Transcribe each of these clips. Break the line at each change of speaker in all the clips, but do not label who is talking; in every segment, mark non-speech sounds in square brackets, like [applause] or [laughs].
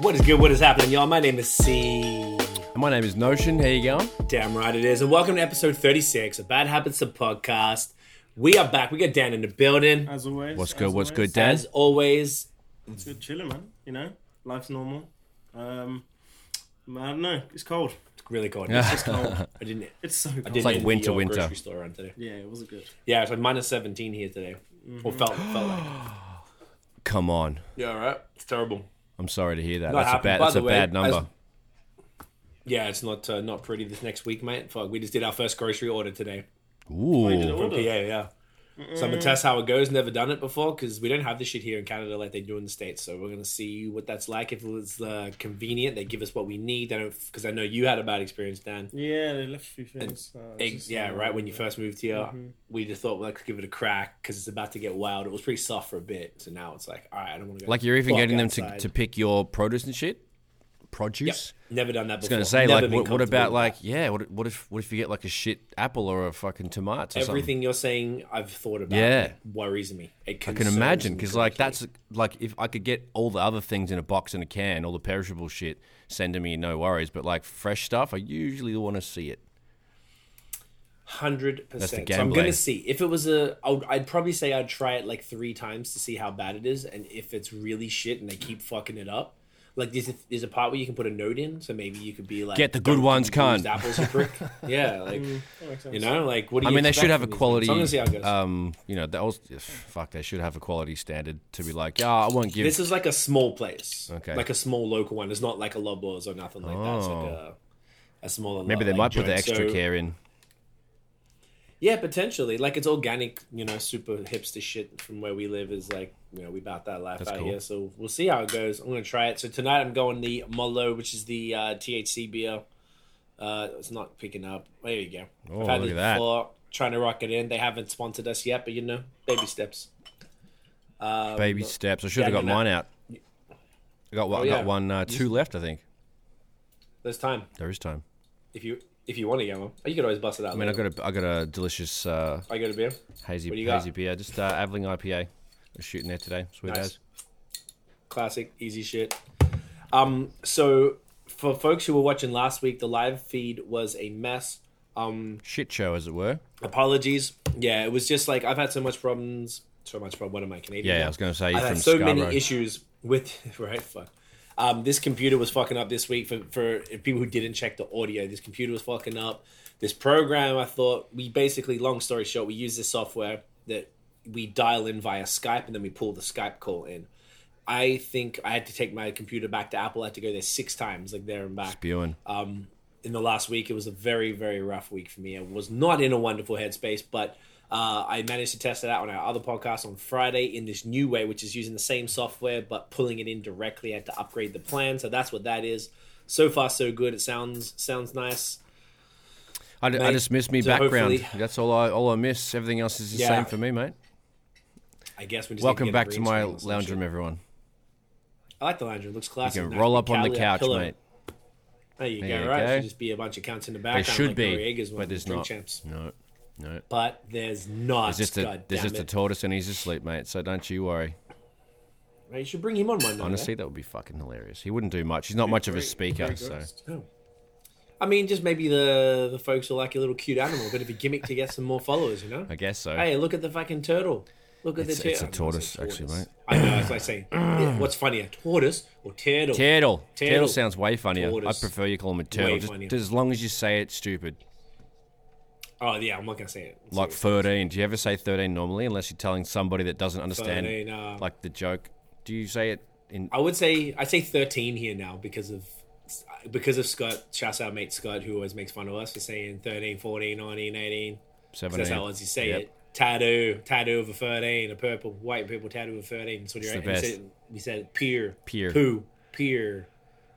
good? What is happening, y'all? My name is C.
My name is Notion. How you going?
Damn right it is. And welcome to episode 36 of Bad Habits, the podcast. We are back. We got Dan in the building.
As always.
What's
as
good? What's
always.
good, Dan?
As always,
It's good chilling, man. You know, life's normal. Um, I don't know. It's
[laughs]
cold.
it's really cold.
It's cold.
I didn't, I
it's so cold.
didn't
like
envy
winter,
your
winter.
grocery store run today.
yeah, it wasn't good.
Yeah, it's like minus 17 here today.
Mm-hmm.
Or felt, felt like.
Come on.
[gasps] Yeah, right? It's terrible.
I'm sorry to hear that.
Not
that's
happy.
a bad.
By
That's
the
a
way,
bad number.
Yeah, it's not uh, not pretty this next week, mate. Fuck, we just did our first grocery order today.
did
Ooh.
all-
From PA, yeah. So I'm gonna test how it goes. Never done it before because we don't have this shit here in Canada like they do in the states. So we're gonna see what that's like. If it's uh, convenient, they give us what we need. They don't because I know you had a bad experience, Dan.
Yeah, they left a few things. Uh, it's
Egg-
just,
yeah,
uh,
right when you first moved here, we just thought well, let's give it a crack because it's about to get wild. It was pretty soft for a bit, so now it's like, all right, I don't want to. go
Like you're even
fuck
getting them
outside.
to, to pick your produce and shit. Produce.
Never done that.
I was
before.
gonna say
Never
like
been
what, what
comfortable
about
with
like yeah what what if what if you get like a shit apple or a fucking tomato or something?
everything you're saying? I've thought about.
Yeah.
It worries me. It
I can imagine because like that's like if I could get all the other things in a box in a can, all the perishable shit, send to me, no worries. But like fresh stuff, I usually want to see it.
Hundred
the
percent. So I'm
gambling.
gonna see if it was a. I'd, I'd probably say I'd try it like three times to see how bad it is, and if it's really shit and they keep fucking it up. Like there's a, there's a part where you can put a note in, so maybe you could be like,
Get the good
"Don't
ones,
eat bruised
cunt."
Apples, you
[laughs]
prick. yeah, like
Mm, that makes sense.
you know, like what do
I
you?
mean, they should
expect
have a
from these things?
quality.
So I'm gonna see how it goes.
Um, you know, that was yes, fuck. They should have a quality standard to be like, yeah, I won't give.
this is like a small place,
Okay.
like a small local one. It's not like a Loblaws or nothing like that. It's like a, a smaller.
Oh. Maybe
lot,
they
like
might put the
joint.
extra
So-
care in.
Yeah, potentially. Like it's organic, you know, super hipster shit from where we live is like, you know, we bout that life
That's
out
cool.
here. So we'll see how it goes. I'm gonna try it. So tonight I'm going the Mollo, which is the uh, THC beer. Uh, it's not picking up. There you go.
Oh, look at that.
before, trying to rock it in. They haven't sponsored us yet, but you know, baby steps.
Baby steps. I should have
um, yeah,
got
no, no.
mine out. I got one.
Oh, yeah.
Got one. Uh, two left, I think.
There's time
There is time.
if you if you want to get one. Oh, you could always bust it out.
I mean, I got a I got a delicious uh,
I got a beer.
hazy
What do you
hazy
got?
beer. Just uh, Aveling IPA. We're shooting there today. Sweet
Nice.
as.
classic, easy shit. Um, so for folks who were watching last week, the live feed was a mess. Um,
Shit show, as it were.
apologies. Yeah, it was just like I've had so much problems. So much problem. What am I Canadian?
Yeah,
now?
I was gonna say you're
I've
from
had so
Scarborough.
many issues with [laughs] right. Fuck. Um, this computer was fucking up this week for for people who didn't check the audio. This computer was fucking up. This program, I thought we basically, long story short, we use this software that we dial in via Skype and then we pull the Skype call in. I think I had to take my computer back to Apple. I had to go there six times, like there and back
Spewing.
um, in the last week. It was a very, very rough week for me. I was not in a wonderful headspace, but uh, I managed to test it out on our other podcast on Friday in this new way, which is using the same software but pulling it in directly. I had to upgrade the plan, so that's what that is. So far, so good. It sounds sounds nice.
I, d- I
mate,
just miss me
so
background.
hopefully-
That's all I all I miss. Everything else is the
Yeah.
same for me, mate.
I guess we just need
Welcome
get a
back to
green
my
screen or some
lounge
shit.
room, everyone.
I like the lounge room. It looks classic.
You can
Nice
roll
big
up on the
cowlick
couch,
pillow.
mate.
There you
There
go.
you
right?
go.
Should just be a bunch of cunts in the background.
should
like
be,
Noriega's
but
one of the
there's
drink
not.
Champs.
No, no.
But there's not.
There's just a,
God
there's
damn
just a
it.
tortoise and he's asleep, mate. So don't you worry.
Right, you should bring him on one night. eh?
Honestly, that would be fucking hilarious. He wouldn't do much. He's not much of a speaker, so
No. I mean, just maybe the the folks will like your little cute animal, a bit of a gimmick to get some more followers, you know?
I guess so.
Hey, look at the fucking turtle. Look at
It's-
the turtle.
it's a
I know it's
tortoise, actually, mate.
I know, it's like saying, yeah, what's funnier, tortoise or turtle?
Turtle.
Turtle.
turtle. sounds way funnier.
Tortoise.
I prefer you call him a turtle. Just,
funnier.
just as long as you say it stupid.
oh, yeah, I'm not going to say it. It's
Like 13. Do you ever say 13 normally unless you're telling somebody that doesn't understand
13, uh,
like the joke? Do you say it in
I would say I say thirteen here now because of because of Scott. Shouts out mate Scott who always makes fun of us for saying 13, 14, 19, 18. 'Cause
17?
That's how Aussies say
Yep.
it. Tattoo, tattoo of a thirteen, a purple, white and purple tattoo of a thirteen. That's what you're
the
right. And We
best.
said, we said peer,
Peer.
poo, peer.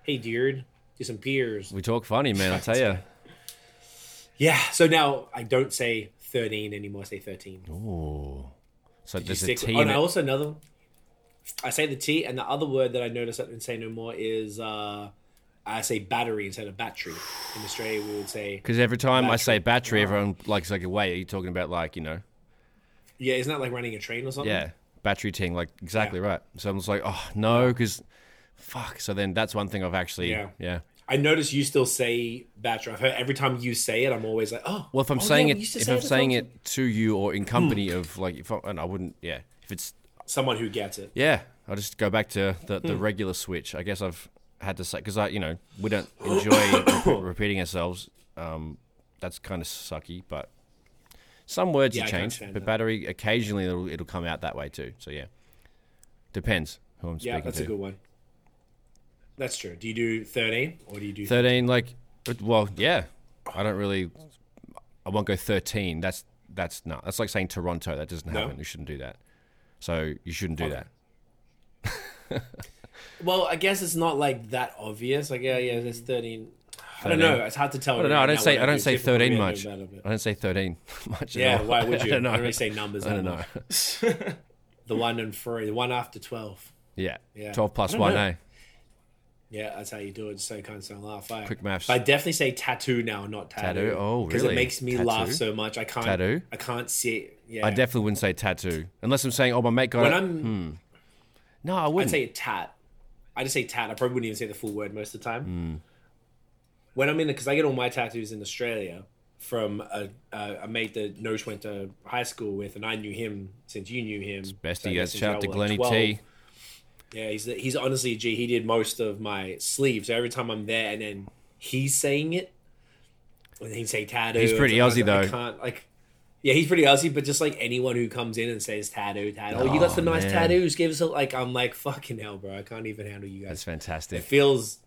Hey, dude, do some peers.
We talk funny, man. I tell you.
Yeah. So now I don't say thirteen anymore. I say thirteen.
Ooh. So
You
there's
stick-
a T
oh,
in
and I
it.
also another. one. I say the T, and the other word that I notice I didn't say no more is uh, I say battery instead of battery. In Australia, we would say
Because every time I say battery, everyone likes like, wait, are you talking about like, you know,
yeah, isn't that like running a train or something?
Yeah, battery ting, like exactly right. So I'm just like, oh no, because fuck. So then that's one thing I've actually, yeah.
Yeah. I notice you still say Bachelor. I've heard every time you say it, I'm always like, oh.
Well, if I'm
oh,
saying
yeah, we
it,
used to
if
say
I'm
at the
saying
concert.
it to you or in company of like, if I, and I wouldn't, yeah. If it's,
someone who gets it.
yeah, I'll just go back to the, the
Hmm.
regular switch. I guess I've had to say, because I, you know,
[coughs]
we don't enjoy re- repeating ourselves. Um, that's kind of sucky, but some words
Yeah,
you
I can
change,
understand
but
that.
battery occasionally it'll, it'll come out that way too. So yeah, depends who I'm speaking
Yeah, that's
to.
a good one. That's true. Do you do 13 or do you do
13 like but- well yeah i don't really i won't go 13 that's that's not that's like saying toronto that doesn't happen you shouldn't do that so you shouldn't do that
Well, I guess it's not like that obvious. Like, yeah, yeah, there's 13. I don't know. It's hard to tell.
i don't know i don't say i don't say 13 much i don't say 13 [laughs] much at
Yeah,
all. [laughs]
why would you?
i don't know
really say numbers.
I don't know.
[laughs]
[laughs]
The one and three, the one after 12.
yeah.
Yeah.
12 plus
I don't
1
know.
eh?
Yeah, that's how you do it. Just so you can't sound laugh. eh?
Quick maths.
But I definitely say tattoo now, not tattoo.
Tattoo? Oh,
Because it
really?
makes me
Tattoo?
laugh so much. I can't.
Tattoo?
I can't see it. Yeah.
i definitely wouldn't say tattoo unless i'm saying oh my mate got
when
it.
I'm,
no i
I'd
wouldn't
say tat. I just say tat. I probably wouldn't even say the full word most of the
Hmm.
time. When I'm in it, because I get all my tattoos in Australia from a, a, a mate that Nosh went to high school with, and I knew him since you knew him. So I guess
bestie yes
since
shout
I
out to
was, like,
glenny t
12. Yeah, he's he's honestly a G. He did most of my sleeves. So every time I'm there, and then he's saying it, and he'd say tattoo.
He's pretty
and I was
Aussie,
like, I
though.
can't like. Yeah, he's pretty Aussie, but just like anyone who comes in and says tattoo, tattoo. Oh, you
Oh,
got some nice
man.
tattoos. Give us a like. I'm like fucking hell, bro. I can't even handle you
that's
guys. It
fantastic
feels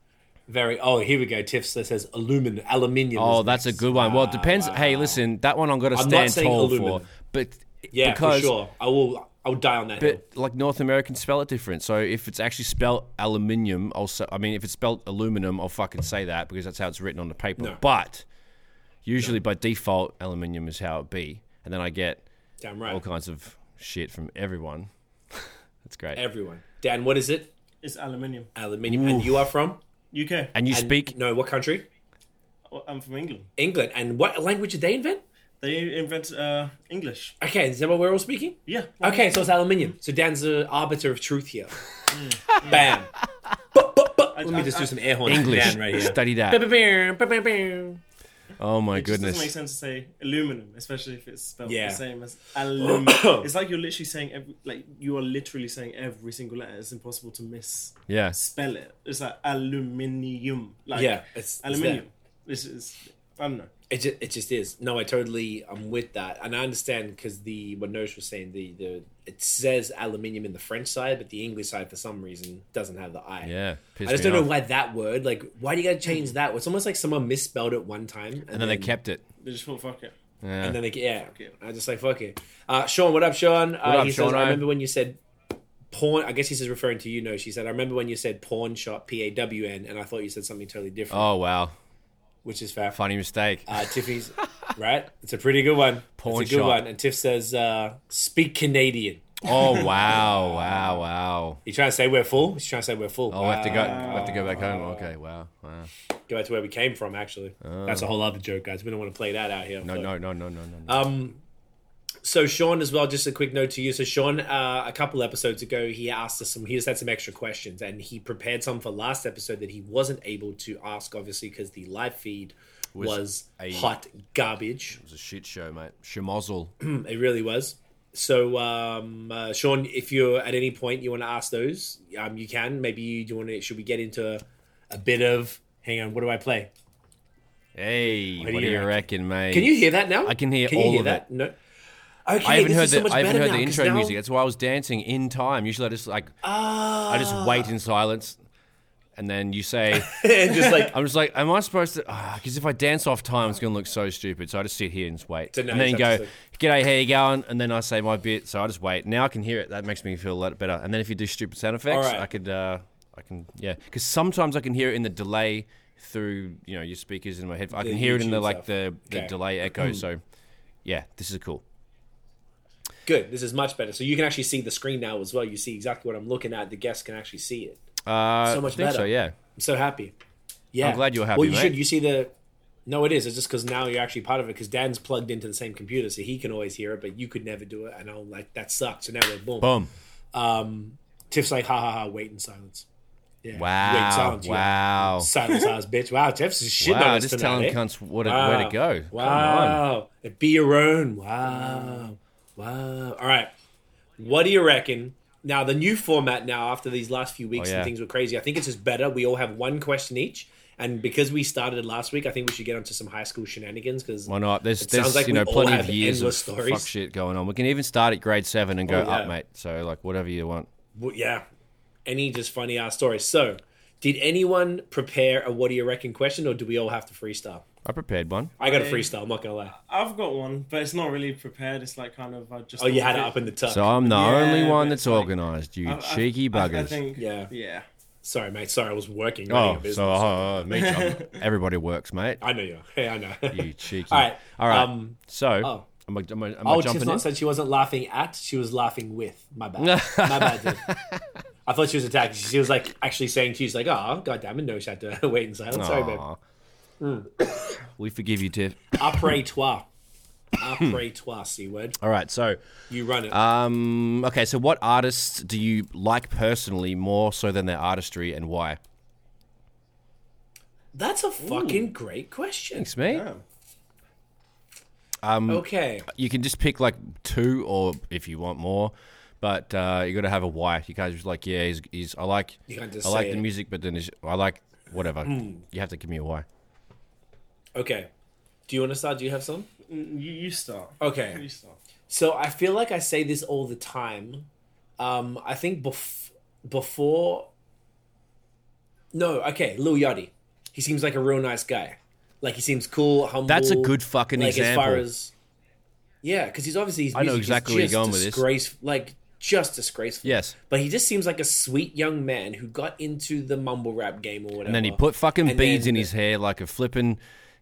very. Oh, here we go. Tiff says aluminum, aluminium.
Oh,
is
that's a
next.
good one. Well, it
Ah,
depends. Hey, listen, that one I'm going to
not
stand
saying
tall
aluminum.
for. But
Yeah,
because,
for sure. I will. I will die on that. hill.
But like North Americans spell it different. So if it's actually spelled aluminium, I'll say, I mean, if it's spelled aluminum, I'll fucking say that because that's how it's written on the paper.
No.
But usually by default, aluminium is how it be. And then I get
Damn right.
all kinds of shit from everyone. [laughs] that's great.
Everyone. Dan, what is it?
It's aluminium.
Aluminium. And you are from?
UK.
and
And- [laughs]
you speak.
No, what country?
I'm from England.
England. And what language did they invent?
They invent uh, English.
Okay, is that what we're all speaking?
Yeah.
Okay, so it's aluminium. So Dan's the arbiter of truth here. Bam. Bup, bup, bup. Let me
Hmm. I-
just
I-
do some air horn.
English.
Dan right [laughs] here.
Study that.
Ba-ba-bam, ba-ba-bam.
Oh my
It just doesn't make
goodness.
sense to say aluminum, especially if it's spelled
Yeah.
the
[coughs]
same as aluminium. it's like you're literally saying every, like you are literally saying every single letter. It's impossible to miss
Yeah.
spell it. It's like aluminium. Like
Yeah, it's- it's
aluminium. This is I don't know.
It just, it just is. No, I totally I'm with that, and I understand because the what Nosh was saying the the it says aluminium in the French side, but the English side for some reason doesn't have the I.
Yeah. Pissed
I just
me
don't know
off.
why that word. Like, why do you gotta change that? It's almost like someone misspelled it one time, and,
And then they kept it.
They just thought fuck it.
Yeah.
And then they yeah,
it.
I just like fuck it. Uh, Sean, what up, Sean? What uh,
up,
he says,
Sean-o?
I remember when you said porn. I guess he's just referring to you. No, she said, I remember when you said pawn shop, P A W N, and I thought you said something totally different,
oh, wow.
which is fair. [laughs]
Funny mistake.
Uh, Tiffy's right. It's a pretty good one.
Pawn
it's a good
shop.
one. And Tiff says, uh, "Speak Canadian."
Oh wow, wow, wow!
You trying to say we're full? He's trying to say we're full. Uh,
Oh, I have to go. I have to go back home. Okay, wow, wow.
Go back to where we came from. Actually, that's a whole other joke, guys. We don't want to play that out here.
Oh. No,
but-
no, no, no, no, no. no.
Um, so Sean, as well, just a quick note to you. So Sean, uh, a couple episodes ago, he asked us some. He just had some extra questions, and he prepared some for last episode that he wasn't able to ask, obviously, because the live feed was,
a-
hot garbage.
It was a shit show, mate. Shemozzle.
It really was. So, um, uh, Sean, if you're at any point you want to ask those, um, you can. Maybe you, you want to. Should we get into a bit of? Hang on, what do I play?
[clears throat] Hey, what do you, reckon, mate?
Can you hear that now?
I can hear
you
all of
that? No. Okay,
I haven't
this
heard
is so
the
much
I haven't
better
heard
now,
the
'cause
intro
now-
music. That's why I was dancing in time. Usually, I just like I just
Ah.
wait in silence, and then you say,
and [laughs] just like
[laughs] "I'm just like, am I supposed to?" Because if I dance off time, it's gonna look so stupid. So I just sit here and just wait,
a
and
nice
then you go,
episode.
"G'day, how you going?" And then I say my bit. So I just wait. Now I can hear it. That makes me feel a lot better. And then if you do stupid sound effects,
right.
I could, uh, I can, yeah. Because sometimes I can hear it in the delay through you know your speakers in my head. I can hear it in the
YouTube
like
stuff.
the, the
Okay. [clears throat]
delay echo. so yeah, this is cool.
Good. This is much better. So you can actually see the screen now as well. You see exactly what I'm looking at. The guests can actually see it.
Uh,
So much
I think
better.
So yeah.
I'm so happy. Yeah.
I'm glad you're happy,
Well, you
mate.
should. You see the. No, it is. It's just because now you're actually part of it because Dan's plugged into the same computer, so he can always hear it, but you could never do it. And I'm like, that sucked. So now we're boom.
Boom.
Um, Tiff's like, ha ha ha, wait in silence. Yeah. Wait,
Wow.
silence, you
Wow.
Silence ass bitch. Wow, Jeff's is shit on
Wow.
us
Just
tonight,
telling
eh?
cunts what to, where to go. Come on.
Wow. Be your own. Wow. Wow. All right. What do you reckon? Now, the new format now, after these last few weeks
Oh,
and
yeah.
things were crazy, I think it's just better. We all have one question each. And because we started last week, I think we should get onto some high school shenanigans because
Why not? There's,
It sounds
there's
like
you
we
know,
all
plenty
have
of years of
endless stories.
fuck shit going on. We can even start at grade seven and go
Oh, yeah.
up, mate. So like whatever you want.
Well, yeah, any just funny ass stories. So, did anyone prepare a what do you reckon question, or do we all have to freestyle?
I prepared one.
I got a
I-
freestyle. I'm not gonna lie.
I've got one, but it's not really prepared. It's like kind of I just.
Oh, you had it up in the tuck.
So I'm the
Yeah,
only one
but
that's
it's like-
organised. You
I- I-
cheeky
I-
buggers.
I think,
Yeah.
yeah.
Sorry, mate. Sorry, I was working. running a
oh,
business.
so uh, me job.
[laughs]
Everybody works, mate.
I know you. are. [laughs] Hey, I know.
You cheeky.
All right.
All right.
Um,
so
oh.
am I, am I, am I
oh,
jumping in?
Chestnut said she wasn't laughing at. She was laughing with. My
[laughs]
bad. My bad. Dude. I thought she was attacking. She was like actually saying she's like, oh goddamn it, no, she had to [laughs] wait in silence. Sorry, babe. Mm.
Aw. [coughs] we forgive you, Tiff. [laughs]
Après toi. Après toi. C word.
All right. So
You run it.
um, okay. So what artists do you like personally more so than their artistry and why?
That's a fucking great question.
Thanks, mate.
Damn.
Okay.
you can just pick like two or if you want more but uh, you got to have a why you can't just like yeah he's, he's i like
You can't just
i like
say
the
it. Hmm.
music but then it's- i like whatever you have to give me a why
Okay. Do you want to start? Do you have some?
Mm, You, you start.
Okay.
You start.
So I feel like I say this all the time. Um, I think bef- before. No, okay, Lil Yachty. He seems like a real nice guy. Like he seems cool, humble.
that's a good fucking
like
example
as far as yeah, because he's obviously his
I know
music
exactly where you're
is just
going with this.
disgrace- like just disgraceful.
yes
But he just seems like a sweet young man who got into the mumble rap game or whatever.
and then he put fucking
And
beads
then-
in his hair like a flipping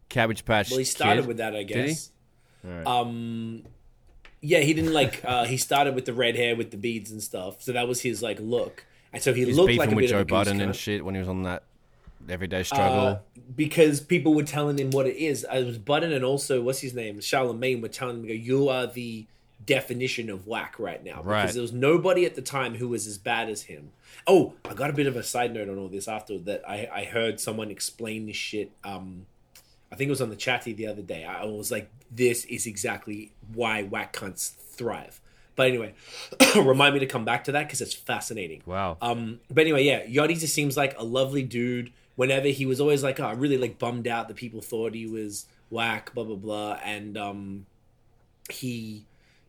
cabbage patch
Well, he started
kid.
with that, I
he?
guess. Um, yeah, he didn't like. Uh, he started with the red hair with the beads and stuff. So that was his like look, and so he
He's
looked
beefing
like a
with
bit of
joe
a goose
budden and
cunt,
shit when he was on that everyday struggle
uh, because people were telling him what it is. Uh, It was Budden and also what's his name, Charlemagne, were telling him, "Go, you are the definition of whack right now."
Right.
Because there was nobody at the time who was as bad as him. Oh, I got a bit of a side note on all this after that. I I heard someone explain this shit. Um, I think it was on the chatty the other day. I was like, this is exactly why whack cunts thrive. But anyway, [coughs] remind me to come back to that because it's fascinating.
wow
Um, but anyway, yeah, Yachty just seems like a lovely dude. Whenever he was always like, oh, I'm really like bummed out that people thought he was whack, blah blah blah, and um, he,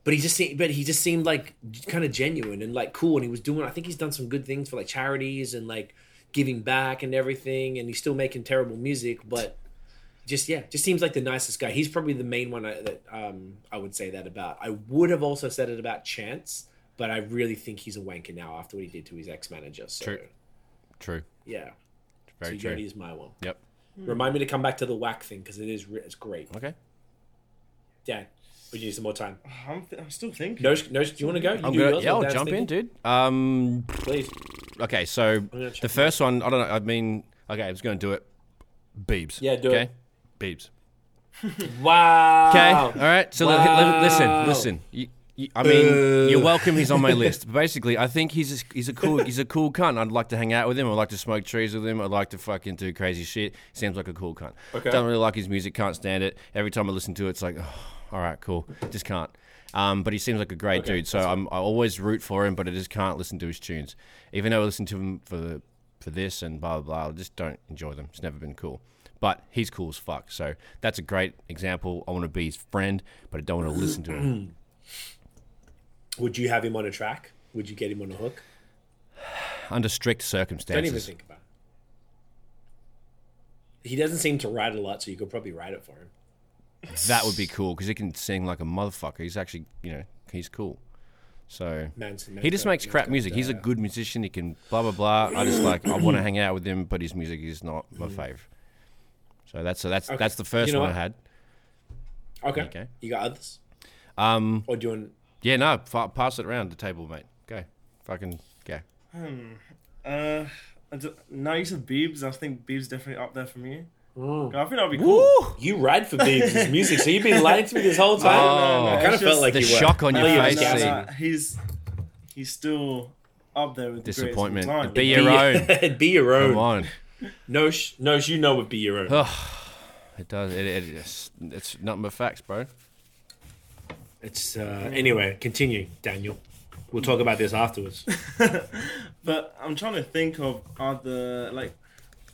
but he just seemed, but he just seemed like kind of genuine and like cool, and he was doing. I think he's done some good things for like charities and like giving back and everything, and he's still making terrible music, but just yeah, just seems like the nicest guy. He's probably the main one I, that um, I would say that about. I would have also said it about Chance, but I really think he's a wanker now after what he did to his ex manager. So
True. true
yeah,
very
so
true
Yodi is my one.
yep
Remind me to come back to the whack thing because it is re- it's great.
okay
Dan, we need some more time.
I'm, th- I'm still thinking.
No, no, do you want to go? You
i'm
do
gonna
yours
yeah
while
i'll
Dan's
jump in
thinking?
dude um
please.
Okay, so
gonna check
the first one, I don't know. I mean, okay, I was going to do it. Beebs.
Yeah, do
okay?
it.
Beebs.
Wow.
Okay, all right. So li- li-
Wow.
listen, listen. You, you, I mean, you're welcome. He's on my list. But basically, I think he's a, he's a cool he's a cool cunt. I'd like to hang out with him. I'd like to smoke trees with him. I'd like to fucking do crazy shit. Seems like a cool cunt.
Okay.
Don't really like his music. Can't stand it. Every time I listen to it, it's like, oh, all right, cool. Just can't. Um, but he seems like a great dude. So I'm, I always root for him, but I just can't listen to his tunes. Even though I listen to him for the, for this and blah blah blah, I just don't enjoy them. It's never been cool. But he's cool as fuck. So that's a great example. I want to be his friend, but I don't want to listen to him.
Would you have him on a track? Would you get him on a hook?
Under strict
Don't
circumstances.
even think about it. He doesn't seem to write a lot, so you could probably write it for him.
That would be cool because he can sing like a motherfucker. He's actually, you know, he's cool. So
Manson,
he just
Manson,
makes crap
Manson,
music. He's a
uh,
good musician. He can blah blah blah. I just like I want to hang out with him, but his music is not my fave. So that's so that's that's the first
Mm. You know
one I
what?
had.
Okay.
Okay.
You got others?
Um,
Or do you want.
yeah, no, fa- pass it around the table, mate. Go, fucking go.
Uh, I d- now you said Biebs. I think Biebs definitely up there for me.
Mm.
I think that'd be cool.
Woo!
You ride for Biebs' music, so you've been lying to me this whole time.
Oh.
I kind of
it's
felt
just
like
The
[laughs] you were.
shock on
I
your
thought you were
face
gassing.
scene.
He's he's still up there with the greatest of
Disappointment.
all time.
Be your own.
be your own.
Come on.
No, sh- no, sh- you know would be your own.
It does. It, it, it's, it's nothing but facts, bro.
It's uh, anyway. Continue, Daniel. We'll talk about this afterwards.
But I'm trying to think of other like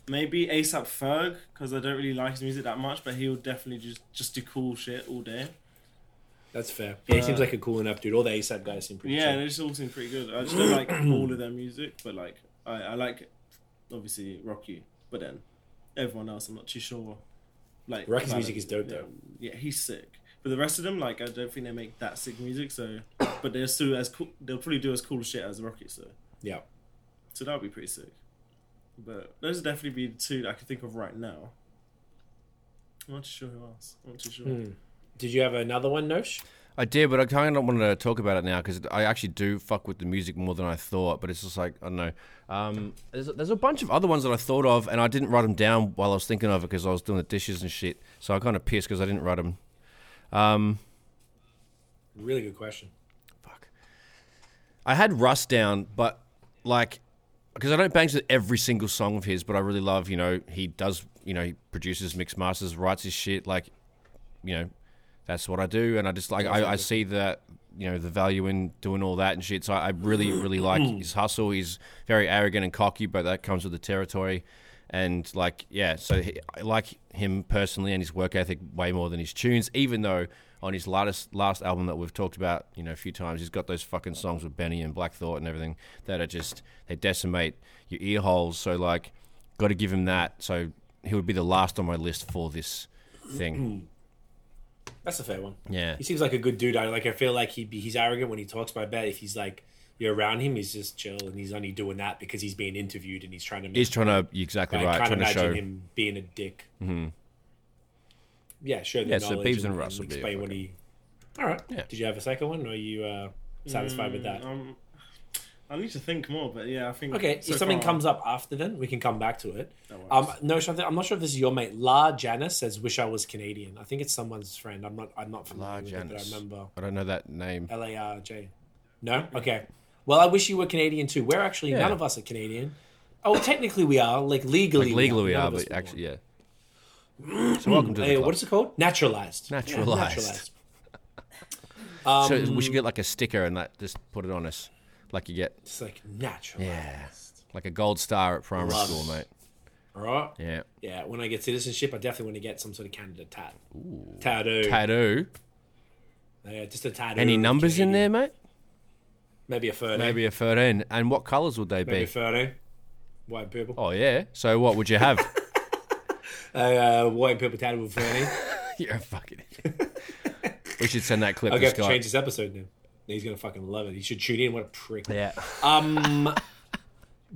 maybe ASAP Ferg because I don't really like his music that much, but he'll definitely just just do cool shit all day.
That's fair. Yeah, he seems like a cool enough dude. All the ASAP guys seem pretty.
Uh, Yeah,
chill.
they just all seem pretty good. I just don't [clears throat] like all of their music, but like I, I like obviously Rocky, but then everyone else I'm not too sure. Like
Rocky's
about
music
it.
is dope, though.
Yeah, he's sick. But the rest of them, like I don't think they make that sick music. So, but they're still as cool. They'll probably do as cool shit as Rocky. So,
yeah.
so that would be pretty sick. But those would definitely be the two that I can think of right now. I'm not too sure who else. I'm not too sure.
Hmm, Did you have another one, Nosh?
I did, but I kind of want to talk about it now because I actually do fuck with the music more than I thought. But it's just like I don't know. Um, there's, there's a bunch of other ones that I thought of, and I didn't write them down while I was thinking of it because I was doing the dishes and shit. So I kind of pissed because I didn't write them. Um,
Really good question.
fuck. I had Rust down, but like because I don't bangs with every single song of his, but I really love. You know, he does. You know, he produces, mix masters, writes his shit. Like, you know, that's what I do, and I just like I, I see that you know the value in doing all that and shit. So I really, really like his hustle. He's very arrogant and cocky, but that comes with the territory. And like, yeah, so he, I like him personally and his work ethic way more than his tunes. Even though on his latest last album that we've talked about, you know, a few times, he's got those fucking songs with Benny and Black Thought and everything that are just they decimate your ear holes. So like, got to give him that. So he would be the last on my list for this thing.
That's a fair one.
Yeah.
He seems like a good dude. I like. I feel like he'd be. He's arrogant when he talks, but I bet if he's like you're around him, he's just chill and he's only doing that because he's being interviewed and he's trying to. Make,
He's trying to you're exactly
I
right,
can't
trying to
imagine
show. Mm-hmm.
him being a dick. Yeah, sure. The
Yeah, so
knowledge
Biebs and
and
Russ would be
explain what
fucking-
he. All right.
Yeah.
Did you have a second one, or are you uh, satisfied with that?
Um, I need to think more, but yeah, I think
Okay,
so
if something
far-
comes up after then, we can come back to it. Um,
works.
no, Shantha, I'm not sure if this is your mate. La Janice says, "Wish I was Canadian." I think it's someone's friend. I'm not. I'm not familiar
La
with
Janice.
it, but I remember
I don't know that name.
L A R J. No. Okay. Well, I wish you were Canadian too. We're actually
Yeah.
none of us are Canadian. Oh, technically we are. Like legally,
Like legally we
None
are,
of us
but actually, yeah.
[clears throat]
So welcome to the
Hey,
club.
what is it called? Naturalized. Yeah,
Naturalized. so
um,
we should get like a sticker and that just put it on us, like you get
It's like natural.
yeah, like a gold star at primary
Love
school,
it.
mate.
All right.
Yeah,
Yeah. When I get citizenship, I definitely want to get some sort of Canada tat. Tattoo.
tattoo.
yeah, just a tattoo.
Any numbers in there,
Canadian.
mate?
Maybe a thirty.
Maybe a thirteen. And what colours would they
Maybe
be?
thirty. White and purple.
Oh yeah. So what would
[laughs]
you have?
Uh, white and purple tattoo with
[laughs]
thirty.
You're a fucking. idiot. we should send that clip
I'm
to
gonna have to
Scott.
change this episode now. He's gonna fucking love it. He should tune in. What a prick.
Yeah.
Um,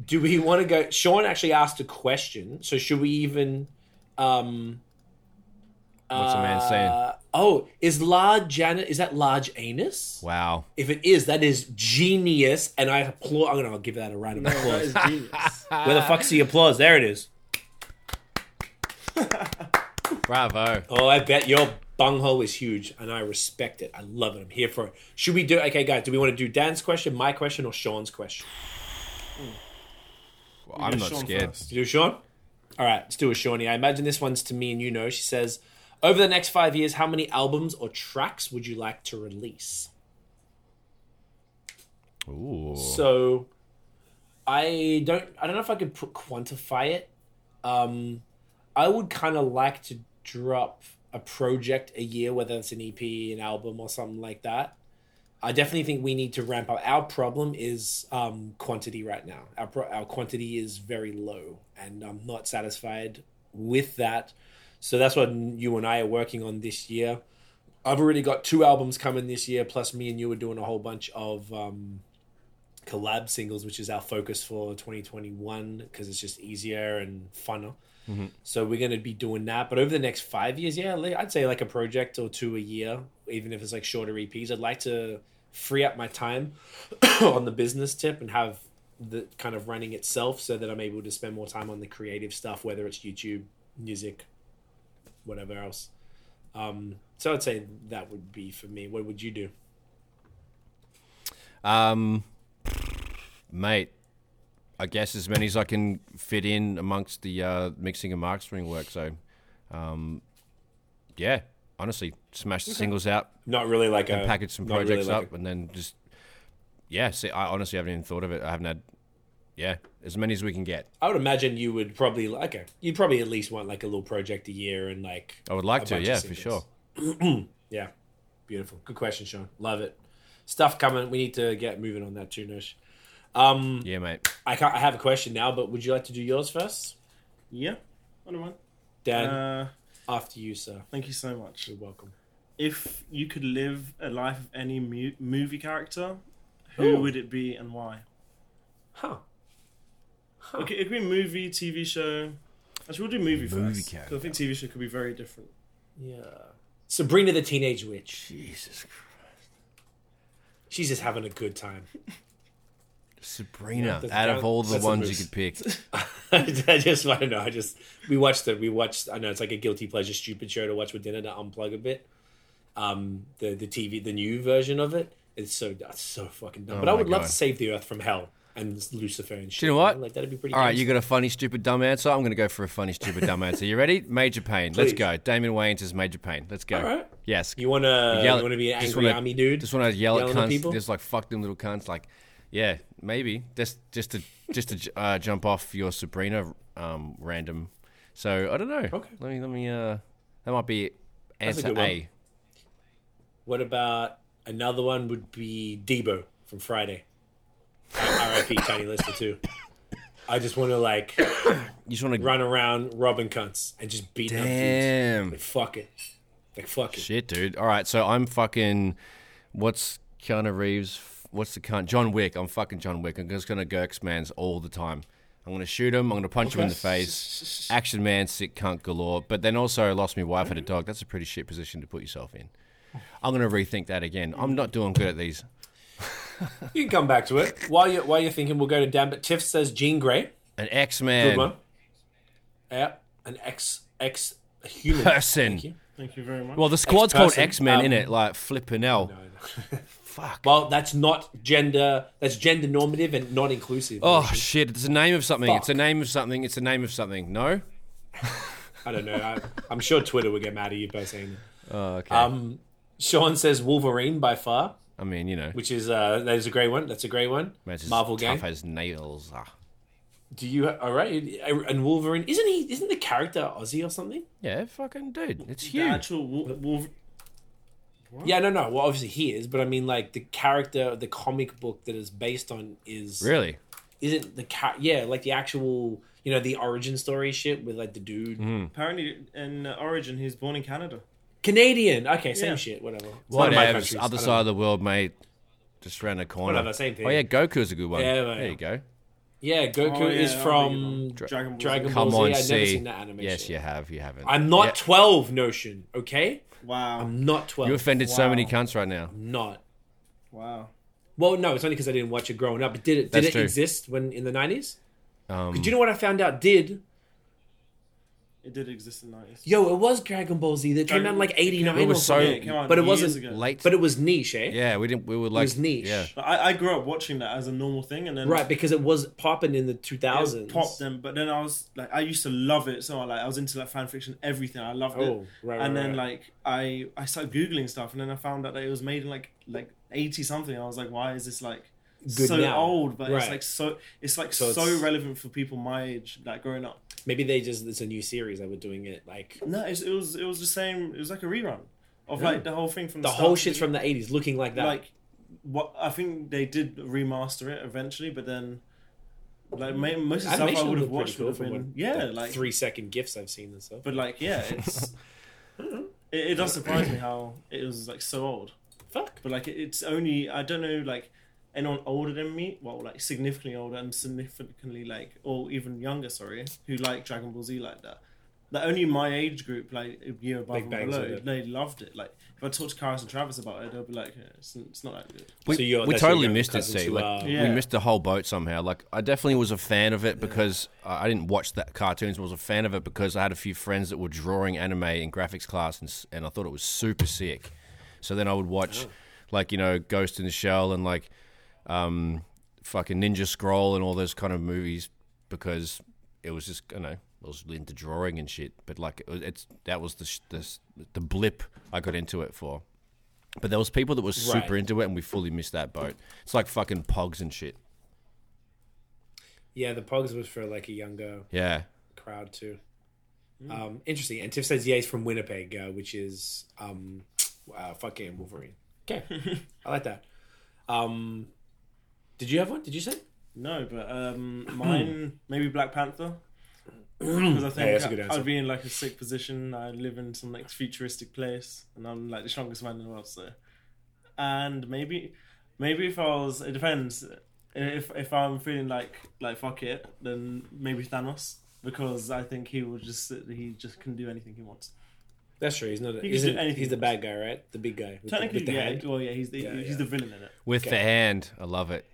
do we want to go? Sean actually asked a question, so should we even? Um,
What's a man saying?
uh, oh, is large Janet? Is that large anus?
Wow.
If it is, that is genius, and I applaud. I'm gonna give that a round of
No, oh, that
applause. [laughs]
is genius.
Where the fuck's the applause? There it is.
Bravo.
Oh, I bet your bunghole is huge, and I respect it. I love it. I'm here for it. Should we do? Okay, guys, do we want to do Dan's question, my question, or Sean's question?
Well, I'm not
Sean
scared.
first.
You do Sean? All right, let's do a Shawnee. I imagine this one's to me and you know. She says, over the next five years, how many albums or tracks would you like to release?
Ooh.
So, I don't, I don't know if I could put, quantify it. Um, I would kind of like to drop a project a year, whether it's an EP, an album, or something like that. I definitely think we need to ramp up. Our problem is um, quantity right now. Our pro- our quantity is very low, and I'm not satisfied with that. So that's what you and I are working on this year. I've already got two albums coming this year, plus me and you are doing a whole bunch of um, collab singles, which is our focus for 2021 because it's just easier and funner.
Mm-hmm.
So we're going to be doing that. But over the next five years, yeah, li- I'd say like a project or two a year, even if it's like shorter EPs. I'd like to free up my time [coughs] on the business tip and have the kind of running itself so that I'm able to spend more time on the creative stuff, whether it's YouTube, music, whatever else. Um, so I'd say that would be for me. What would you do?
Um, mate, I guess as many as I can fit in amongst the uh, mixing and mastering work. So, um, yeah, honestly, smash the singles out,
Not really like a
package some
Uh, not really
projects
like
up, and then just yeah. See, I honestly haven't even thought of it. I haven't had yeah as many as we can get.
A, I would imagine you would probably like okay, you'd probably at least want like a little project a year and like
I would like
A
to,
bunch of
yeah, for
singles.
sure.
[clears throat] yeah, beautiful. Good question, Sean. Love it. Stuff coming. We need to get moving on that too, Nish. Um,
Yeah, mate.
I can't, I have a question now, but would you like to do yours first,
Yeah, I don't mind.
Dan?
Uh,
after you, sir.
thank you so much.
You're welcome.
If you could live a life of any mu- movie character, who
Ooh.
would it be and why?
Huh?
Okay, it could be movie, TV show. Actually, we'll do movie,
Movie
first. 'cause
character.
I think TV show could be very different.
Yeah. Sabrina the Teenage Witch.
Jesus,
She's just having a good time.
Sabrina.
Yeah,
out of
that-
all the
that's a
ones you
boost.
could pick,
[laughs] I just I don't know. I just we watched it. We watched. I know it's like a guilty pleasure, stupid show to watch with dinner to unplug a bit. Um, the the TV, the new version of it. It's so that's so fucking dumb.
Oh
but I
my
would love
God.
to save the Earth from hell and Lucifer and shit.
you know what?
Like that'd be pretty.
All right,
gangster.
you got a funny, stupid, dumb answer. I'm going to go for a funny, stupid, dumb answer. You ready? Major Pain. Let's
Please.
go. Damon Wayans is Major Pain. Let's go.
All right.
Yes.
You wanna
Yell-
you wanna be an
just
angry
wanna-
army dude?
Just want to yell at
Yelling at
cunts.
people?
Just like fuck them little cunts. Like, yeah, maybe just just to just to uh, jump off your Sabrina um, random. So I don't know.
Okay.
Let me let me. Uh, that might be
That's a
answer
good one.
A.
What about another one? Would be Debo from Friday.
[laughs]
R.I.P. Tiny Lister too. I just want to like
You just want to.
run around robbing cunts and just beat up dudes.
Damn.
Like fuck it. Like fuck it.
Shit, dude. All right, so I'm fucking. What's Keanu Reeves? What's the cunt? John Wick. I'm fucking John Wick. I'm just gonna Gurks man's all the time. I'm gonna shoot him. I'm gonna punch him in the face. Action man, sick cunt galore. But then also I lost my wife and a dog. That's a pretty shit position to put yourself in. I'm gonna rethink that again. I'm not doing good at these.
You can come back to it. While you're while you're thinking we'll go to Dan, but Tiff says Jean Grey.
An
Good
X-Man
one. Yeah. An ex ex human. Thank you.
person.
Thank you very much.
Well, the squad's called
Ex-person.
X-Men,
Um,
in it. Like flipping hell. Fuck.
[laughs] Well, that's not gender that's gender normative and not inclusive.
Oh shit! It's a name of something. It's a
Fuck.
name of something. It's a name of something. No.
I don't know. I, I'm sure Twitter would get mad at you by saying that.
Oh, okay.
Um, Sean says Wolverine by far,
I mean, you know.
which is uh, that is a great one. That's a great one.
Man, it's
Marvel
tough
game.
as nails. Ah.
Do you all right? And Wolverine isn't he? Isn't the character Aussie or something?
Yeah, fucking dude, it's
the
huge.
actual Wol- Wolver-
Yeah, no, no. Well, obviously he is, but I mean, like the character, the comic book that is based on is
Really?
isn't the cat? Yeah, like the actual, you know, the origin story shit with like the dude
Mm-hmm.
apparently in uh, Origin, he was born in Canada.
Canadian. Okay, same
Yeah.
shit. Whatever. It's none of my
Whatever.
countries. I
Other
don't
side of the world, mate. Just around the corner.
Whatever, same thing.
Oh yeah, Goku's a good one.
Yeah,
there
mate.
you go.
know. Yeah, Goku
Oh, yeah,
is
I
from
remember.
Dragon
Dragon
Ball.
Ball
Dragon
Z.
Come
Z. I've never
on, see.
seen that anime.
Yes,
shit.
you have. You haven't.
I'm not
Yeah.
12, Notion, okay?
Wow.
I'm not 12.
You offended so many
Wow.
cunts right now.
not.
wow.
Well, no, it's only because I didn't watch it growing up. But did it did
That's
it
true.
exist when in the 90s?
Um,
Do you know what I found out did?
It did exist in the 90s.
Yo, it was Dragon Ball Z that came
Dragon
out in
Ball-
like 89
It
or
was so
something.
Yeah, it came out
But it
years
wasn't-
ago.
late.
But it was niche, eh?
yeah, we didn't. We were like
was niche.
Yeah.
But I, I grew up watching that as a normal thing, and then
Right, because it was popping in the
it
2000s.
popped them. But then I was like, I used to love it. So I like, I was into like fan fiction, everything. I loved
Oh,
it.
right,
and
right,
then
right.
like, I I started googling stuff, and then I found out that it was made in like like eighty something. I was like, why is this like
Good
so
now.
old? But
Right.
it's like so it's like
So
so,
it's-
relevant for people my age, like growing up.
Maybe they just, it's a new series that were doing it. Like,
No, it's, it was it was the same. It was like a rerun of
Yeah.
like the whole thing from
the
start
whole
to
shit's
the-
from the 80s looking like that.
like what I think they did remaster it eventually, but then like ma- most of the stuff I
Animation
would have
looked pretty
watched
cool
would have
from
been
what-
yeah,
the
like
three second gifs I've seen and stuff.
but like yeah,
[laughs]
it's it, it does surprise me how it was like so old,
Fuck.
but like it, it's only I don't know like anyone older than me, well like significantly older and significantly like or even younger, sorry, who like Dragon Ball Z like that. Like only my age group, like a year above
Big
and
bangs of
below,
it.
they loved it. Like if I talk to Karis and Travis about it, they'll be like, yeah, it's, it's not that good.
We,
So you're-
we
that's your uh,
totally
younger
missed it,
cousins
see.
who
Like,
are-
We
Yeah.
missed the whole boat somehow. Like, I definitely was a fan of it because I I didn't watch that cartoons. I was a fan of it because I had a few friends that were drawing anime in graphics class, and, s- and I thought it was super sick.
Oh.
So then I would watch, like, you know, Ghost in the Shell and, like, um, fucking Ninja Scroll and all those kind of movies because it was just you know I was into drawing and shit. But like it was, it's that was the sh- the s- the blip I got into it for. But there was people that were super
Right.
into it, and we fully missed that boat. It's like fucking pogs and shit.
Yeah, the Pogs was for like a younger
Yeah,
crowd too.
Hmm.
Um, interesting. And Tiff says, "Yeah, he's from Winnipeg, uh, which is um, uh, fucking Wolverine."
[laughs]
Okay, I like that. Um, did you have one? Did you say?
No, but um,
[clears throat]
mine maybe Black Panther because I think
that's a good
I-
answer.
I'd be in like a sick position. I live in some like futuristic place, and I'm like the strongest man in the world. So, and maybe, maybe if I was, it depends. If if I'm feeling like like fuck it, then maybe Thanos because I think he will just he just can do anything he wants.
That's true. He's not. A,
can
isn't,
do anything
he's the
with
bad guy, right? The big guy. With the,
Technically,
with the
yeah.
hand.
Well, yeah, he's the
Yeah,
he's
yeah.
the villain in it
with the
Okay.
hand, I love it.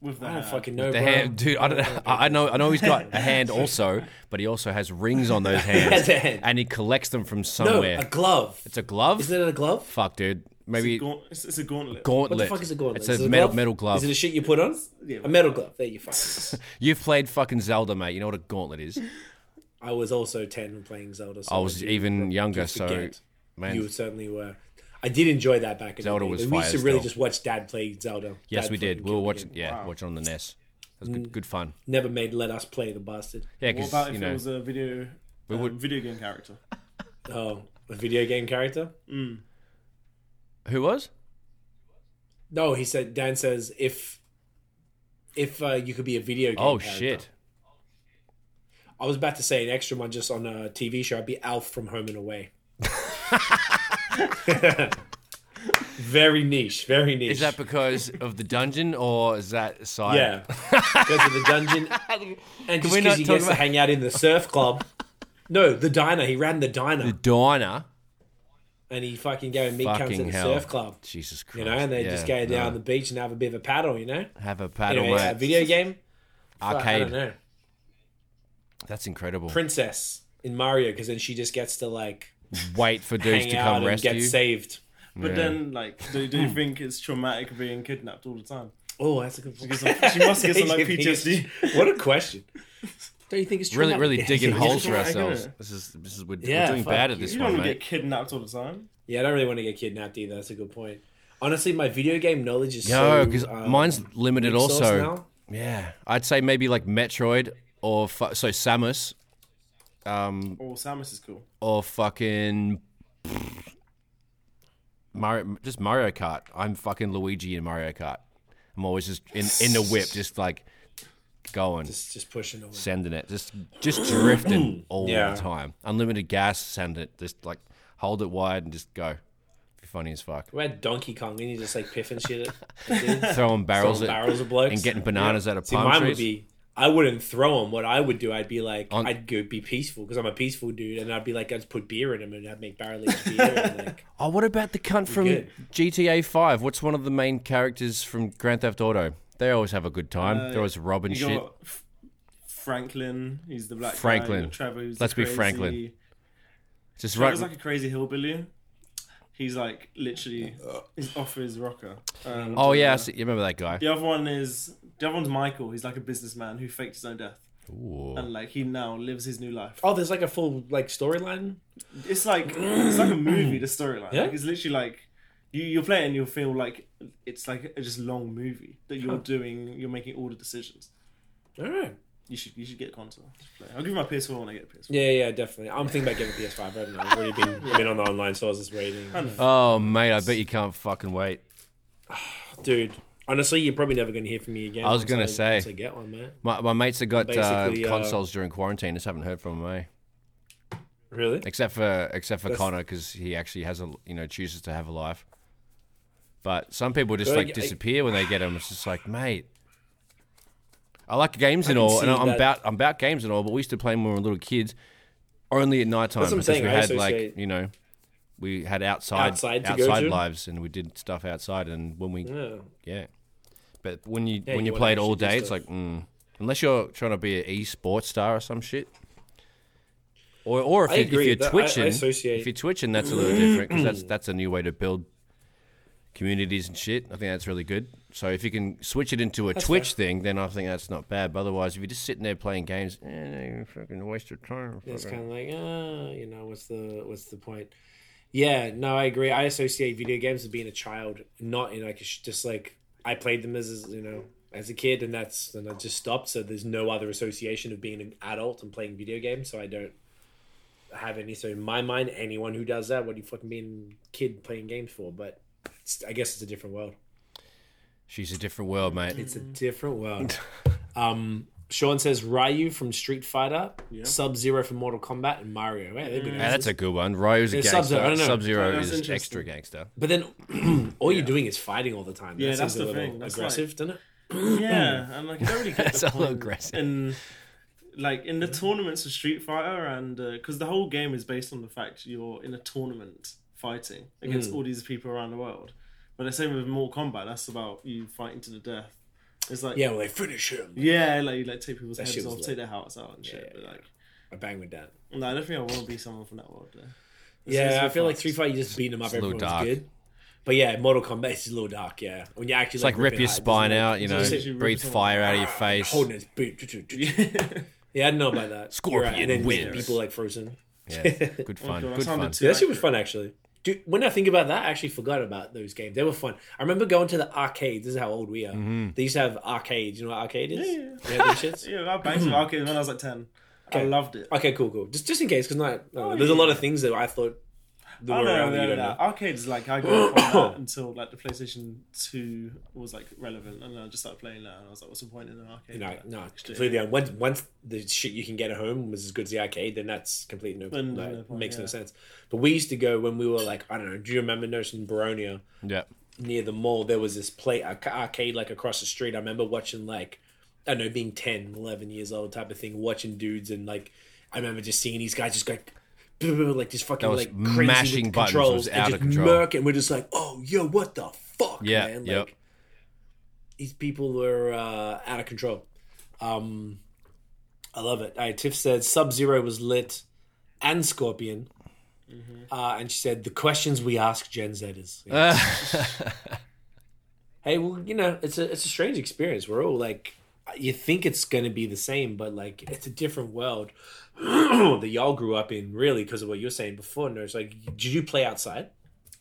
with the
I don't
hand.
fucking know,
The
bro.
hand, dude. I, don't, I I know. I know he's got a
[laughs]
hand also, but he also has rings on those hands,
has a hand.
and he collects them from
No,
somewhere.
a glove.
it's a glove.
Isn't it a glove?
Fuck, dude. Maybe
It's a gaunt- it's, it's a gauntlet.
gauntlet.
What the fuck is a glove?
It's
Is
a
it
metal metal glove.
Is it a shit you put on?
Yeah.
A metal glove. There you fuck.
You've played fucking Zelda, mate. You know what a gauntlet is.
I was also ten when playing Zelda. So
I was
do
even younger, so
forget.
man.
You certainly were. I did enjoy that back in the
Zelda
day.
was
we used to
fire
really
still.
just watch Dad play Zelda.
yes,
Dad
we did.
fucking
We were
killed Mm.
watching.
it.
Yeah, watching on the NES. It was good, good fun.
Never made let us play the bastard.
Yeah,
What
because
about
you
if
know
it was a video um,
would-
video game character?
Oh, a video game character?
who was.
No, he said. Dan says if if uh, you could be a video game.
Oh
character.
shit!
I was about to say an extra one just on a TV show. I'd be Alf from Home and
[laughs]
Away. very niche. Very niche.
Is that because of the dungeon or is that side?
yeah? Go to the dungeon
[laughs]
and just
we
because
not
he
talk
gets to
about-
hang out in the surf club. No, the diner. He ran the diner.
Diner.
and he fucking go and meet cunts at
Fucking
the
hell.
surf club.
Jesus Christ!
You know, and they just
Yeah,
go down
no.
the beach and have a bit of a paddle, you know?
have a paddle,
Anyway, uh,
mate.
video game? Fuck, I don't
Arcade.
know.
That's incredible.
Princess in Mario, because then she just gets to like
Wait for dudes
hang
to
out
come
and
rescue
get
you.
saved.
But then, like, do,
Hmm.
do you think it's traumatic being kidnapped all the time?
Oh, that's a good point.
She must
[laughs]
get some like
You think it's-
PTSD.
What a question. Don't you think it's
Really,
traumatic?
really digging
Yeah,
holes for
right, isn't
ourselves.
it?
This is this is we're, we're
Yeah,
doing
fuck
bad at
you.
this
You
one,
don't want to
mate.
get kidnapped all the time.
Yeah, I don't really want to get kidnapped either. That's a good point. Honestly, my video game knowledge is
No,
so,
because
um,
mine's limited
resource
also.
now.
Yeah, I'd say maybe like Metroid or fu- so Samus, um,
Or Samus is cool.
or fucking Mario, just Mario Kart. I'm fucking Luigi in Mario Kart. I'm always just in in the whip, just like going,
It's just pushing away.
sending it, just just
[clears throat]
drifting all
Yeah.
the time. Unlimited gas, send it, just like hold it wide and just go. Be funny as fuck.
We had Donkey Kong and you just like piffing shit at dudes.
Throwing [laughs] barrels
Throwing
at
barrels of blokes.
and getting bananas out of
See,
palm
mine
trees.
would be I wouldn't throw them. What I would do, I'd be like,
On-
I'd go be peaceful because I'm a peaceful dude, and I'd be like, I'd just put beer in them and I'd make barrel aged beer. And
[laughs]
like,
Oh, what about the cunt from
good.
GTA Five? What's one of the main characters from Grand Theft Auto? They always have a good time. They're always robbing
Uh, You
shit.
got F- Franklin, he's the black guy.
Franklin.
You got Trevor, who's
Let's
the
be
crazy-
Franklin. Just right.
Trevor's like a crazy hillbilly. He's like literally, he's off his rocker. Um,
oh yeah, I see, you remember that guy?
The other one is the other one's Michael. He's like a businessman who faked his own death,
Ooh.
and like he now lives his new life.
oh, there's like a full like storyline.
It's like it's like a movie. The storyline.
Yeah.
Like, it's literally like you you play it and you'll feel like it's like a just long movie that you're doing. You're making all the decisions.
All right.
You should you should get a console. to play. I'll give you my PS4 when I get a PS4.
Yeah, yeah, definitely. I'm thinking about getting a PS5. I don't know. I've already been been on the online stores just waiting.
Oh mate, I bet you can't fucking wait.
Dude, honestly, you're probably never going to hear from me again.
I was
once
gonna say.
once I get one, man.
My, my mates that got uh,
Basically, uh,
consoles during quarantine just haven't heard from them, eh?
Really?
Except for except for
That's-
Connor because he actually has a you know chooses to have a life. But some people just
Well,
like
yeah, I-
disappear when they get them. It's just like mate. I like games and
can
all, and
see
I'm
that.
about I'm about games and all, but we used to play them when we were little kids, only at night time
That's what I'm
because
saying,
we
I
had like
associate-
you know, we had outside
Outside to go
outside
to. Mm.
lives and we did stuff outside and when we
Yeah.
yeah. But when you
Yeah,
when
you
you,
wanna
play it all
actually do
day, it's
stuff.
like mm, unless you're trying to be an esports star or some shit, or or if,
I
you,
agree,
if
that-
you're
I- I
twitching,
associate- [clears throat]
if you're twitching, that's a little different because that's that's a new way to build communities and shit. I think that's really good. So if you can switch it into a Twitch thing, then I think that's not bad. But otherwise, if you're just sitting there playing games, eh, you're fucking waste your time.
It's
fucking-
kind of like, ah, you know, what's the what's the point? Yeah, no, I agree. I associate video games with being a child, not in like a sh- just like I played them as as, you know as a kid, and that's and I just stopped. So there's no other association of being an adult and playing video games. So I don't have any. So in my mind, anyone who does that, what are you fucking being a kid playing games for? But it's, I guess it's a different world.
She's a different world, mate.
It's a different world. um, Sean says Ryu from Street Fighter, Sub Zero from Mortal Kombat, and Mario. Wow, they're good
Yeah, Ah, that's a good one. Ryu's a
Yeah, Sub-Zero, I
gangster.
don't know.
Sub Zero
That's
is
interesting.
[laughs]
extra gangster.
But then [clears throat] all you're doing is fighting all the time. That
Yeah, that's
seems a
the
little
thing. That's
aggressive, doesn't it?
Yeah, and like I don't really
[laughs]
get
That's
the
a little
point
aggressive.
in like in the tournaments of Street Fighter, and because the whole game is based on the fact you're in a tournament fighting against all these people around the world. But the same with Mortal Kombat. That's about you fighting to the death. It's like
Yeah, well, they finish him.
yeah, like you like take people's
That shit
heads
was
off,
lit.
take their hearts out and shit. but like,
I bang with that.
no, I don't think I want to be someone from that world. Though.
Yeah,
Street
I feel like
Fighter.
Street Fighter, you just beat them up,
a little
everyone's
dark.
good. But yeah, Mortal Kombat is a little dark, yeah. When you actually
It's like rip
ripping
your
hide,
spine
there's no-
out, you know,
it's actually really
breathe
cool.
fire out of your
Ah,
face.
Holding his boot.
[laughs]
Yeah, I don't know about that. You're right.
Scorpion
And then
wins.
people like Frozen. [laughs]
Yeah, good fun.
God, I
good
sounded
fun.
too-
Yeah, that shit was fun actually. Dude, when I think about that, I actually forgot about those games. They were fun. I remember going to the arcades. This is how old we are.
Mm-hmm.
They used to have arcades. You know what arcade is?
Yeah,
You know these
[laughs]
shits? [clears throat]
Yeah, I banged with arcade when I was like ten. I loved it.
Okay, cool, cool. Just just in case, because not uh, there's a lot of things that I thought that
Oh
were
no,
around that
no,
you
no,
don't
no.
know.
Arcades like I grew up on
[clears throat]
that until like the PlayStation Two was like relevant, and then I just started playing that, and I was like, what's the point in an arcade?
You know,
Like,
no, completely. un- Once once the shit you can get at home was as good as the arcade, then that's completely no,
Then
like,
no point,
makes no
yeah.
sense. But we used to go when we were like I don't know. Do you remember Notion Baronia?
Yeah.
near the mall there was this play a- arcade like across the street i remember watching like i don't know being 10 11 years old type of thing watching dudes and like i remember just seeing these guys just go like just fucking
was
like crazy
mashing
with
buttons, it
controls
was
and
out of
just
control.
murk and we're just like oh yo what the fuck
Yeah,
man like
yep.
these people were uh, out of control um i love it all right tiff said sub zero was lit and scorpion uh, and she said the questions we ask gen zers
Ah,
Yeah [laughs] hey well you know it's a it's a strange experience we're all like you think it's going to be the same but like it's a different world [clears throat] that y'all grew up in really because of what you were saying before no it's like did you play outside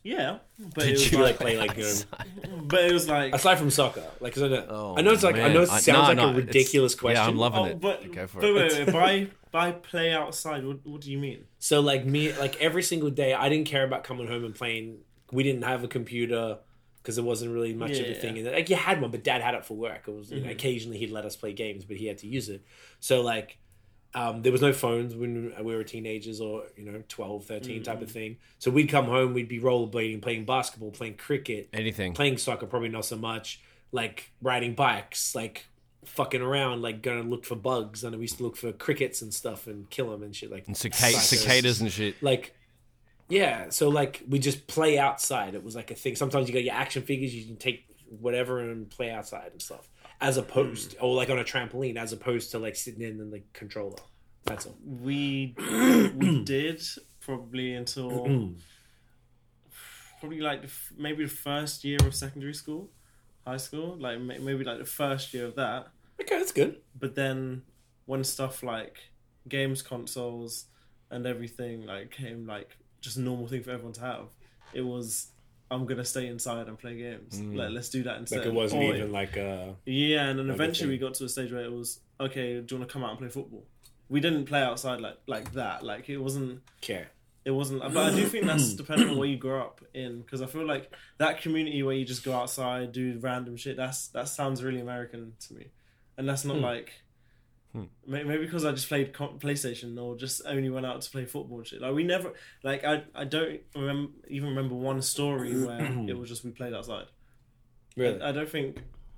yeah, but
Did
it was
did you like
like,
play
[laughs]
like you know,
but it was like,
aside from soccer like 'cause I, know,
Oh,
I know it's like i
man.
know it sounds
no,
like
no,
a
it's-
ridiculous question
Yeah, I'm loving
oh,
it.
but
Go for
but
it.
[laughs]
wait, wait, by by play outside, what, what do you mean?
so like me like every single day i didn't care about coming home and playing we didn't have a computer because there wasn't really much of a
Yeah.
thing and like you had one but dad had it for work it was you know, occasionally he'd let us play games but he had to use it so like um, there was no phones when we were teenagers or you know 12 13 type of thing so we'd come home we'd be rollerblading playing basketball playing cricket
[laughs] Anything.
playing soccer probably not so much like riding bikes like fucking around like going to look for bugs and we used to look for crickets and stuff and kill them and shit like
and cicada,
Psychos.
cicadas and shit.
like yeah so like we just play outside it was like a thing sometimes you got your action figures you can take whatever and play outside and stuff as opposed or like on a trampoline as opposed to like sitting in the like, controller that's all
We
[clears throat]
we did probably until [clears throat] probably like the, f- maybe the first year of secondary school, high school, like may- maybe like the first year of that.
okay that's good
but then when stuff like games consoles and everything like came like just a normal thing for everyone to have it was i'm gonna stay inside and play games like let's do that instead
Mm. like it wasn't
Or-
even like uh
yeah and then eventually we
thing.
got to a stage where it was okay do you want to come out and play football we didn't play outside like like that like it wasn't
care
it wasn't but i do think that's dependent on where you grow up in because i feel like that community where you just go outside do random shit that's that sounds really american to me and that's not like may- maybe because i just played co- playstation or just only went out to play football and shit like we never like i i don't remember even remember one story where it was just we played outside
really
i don't think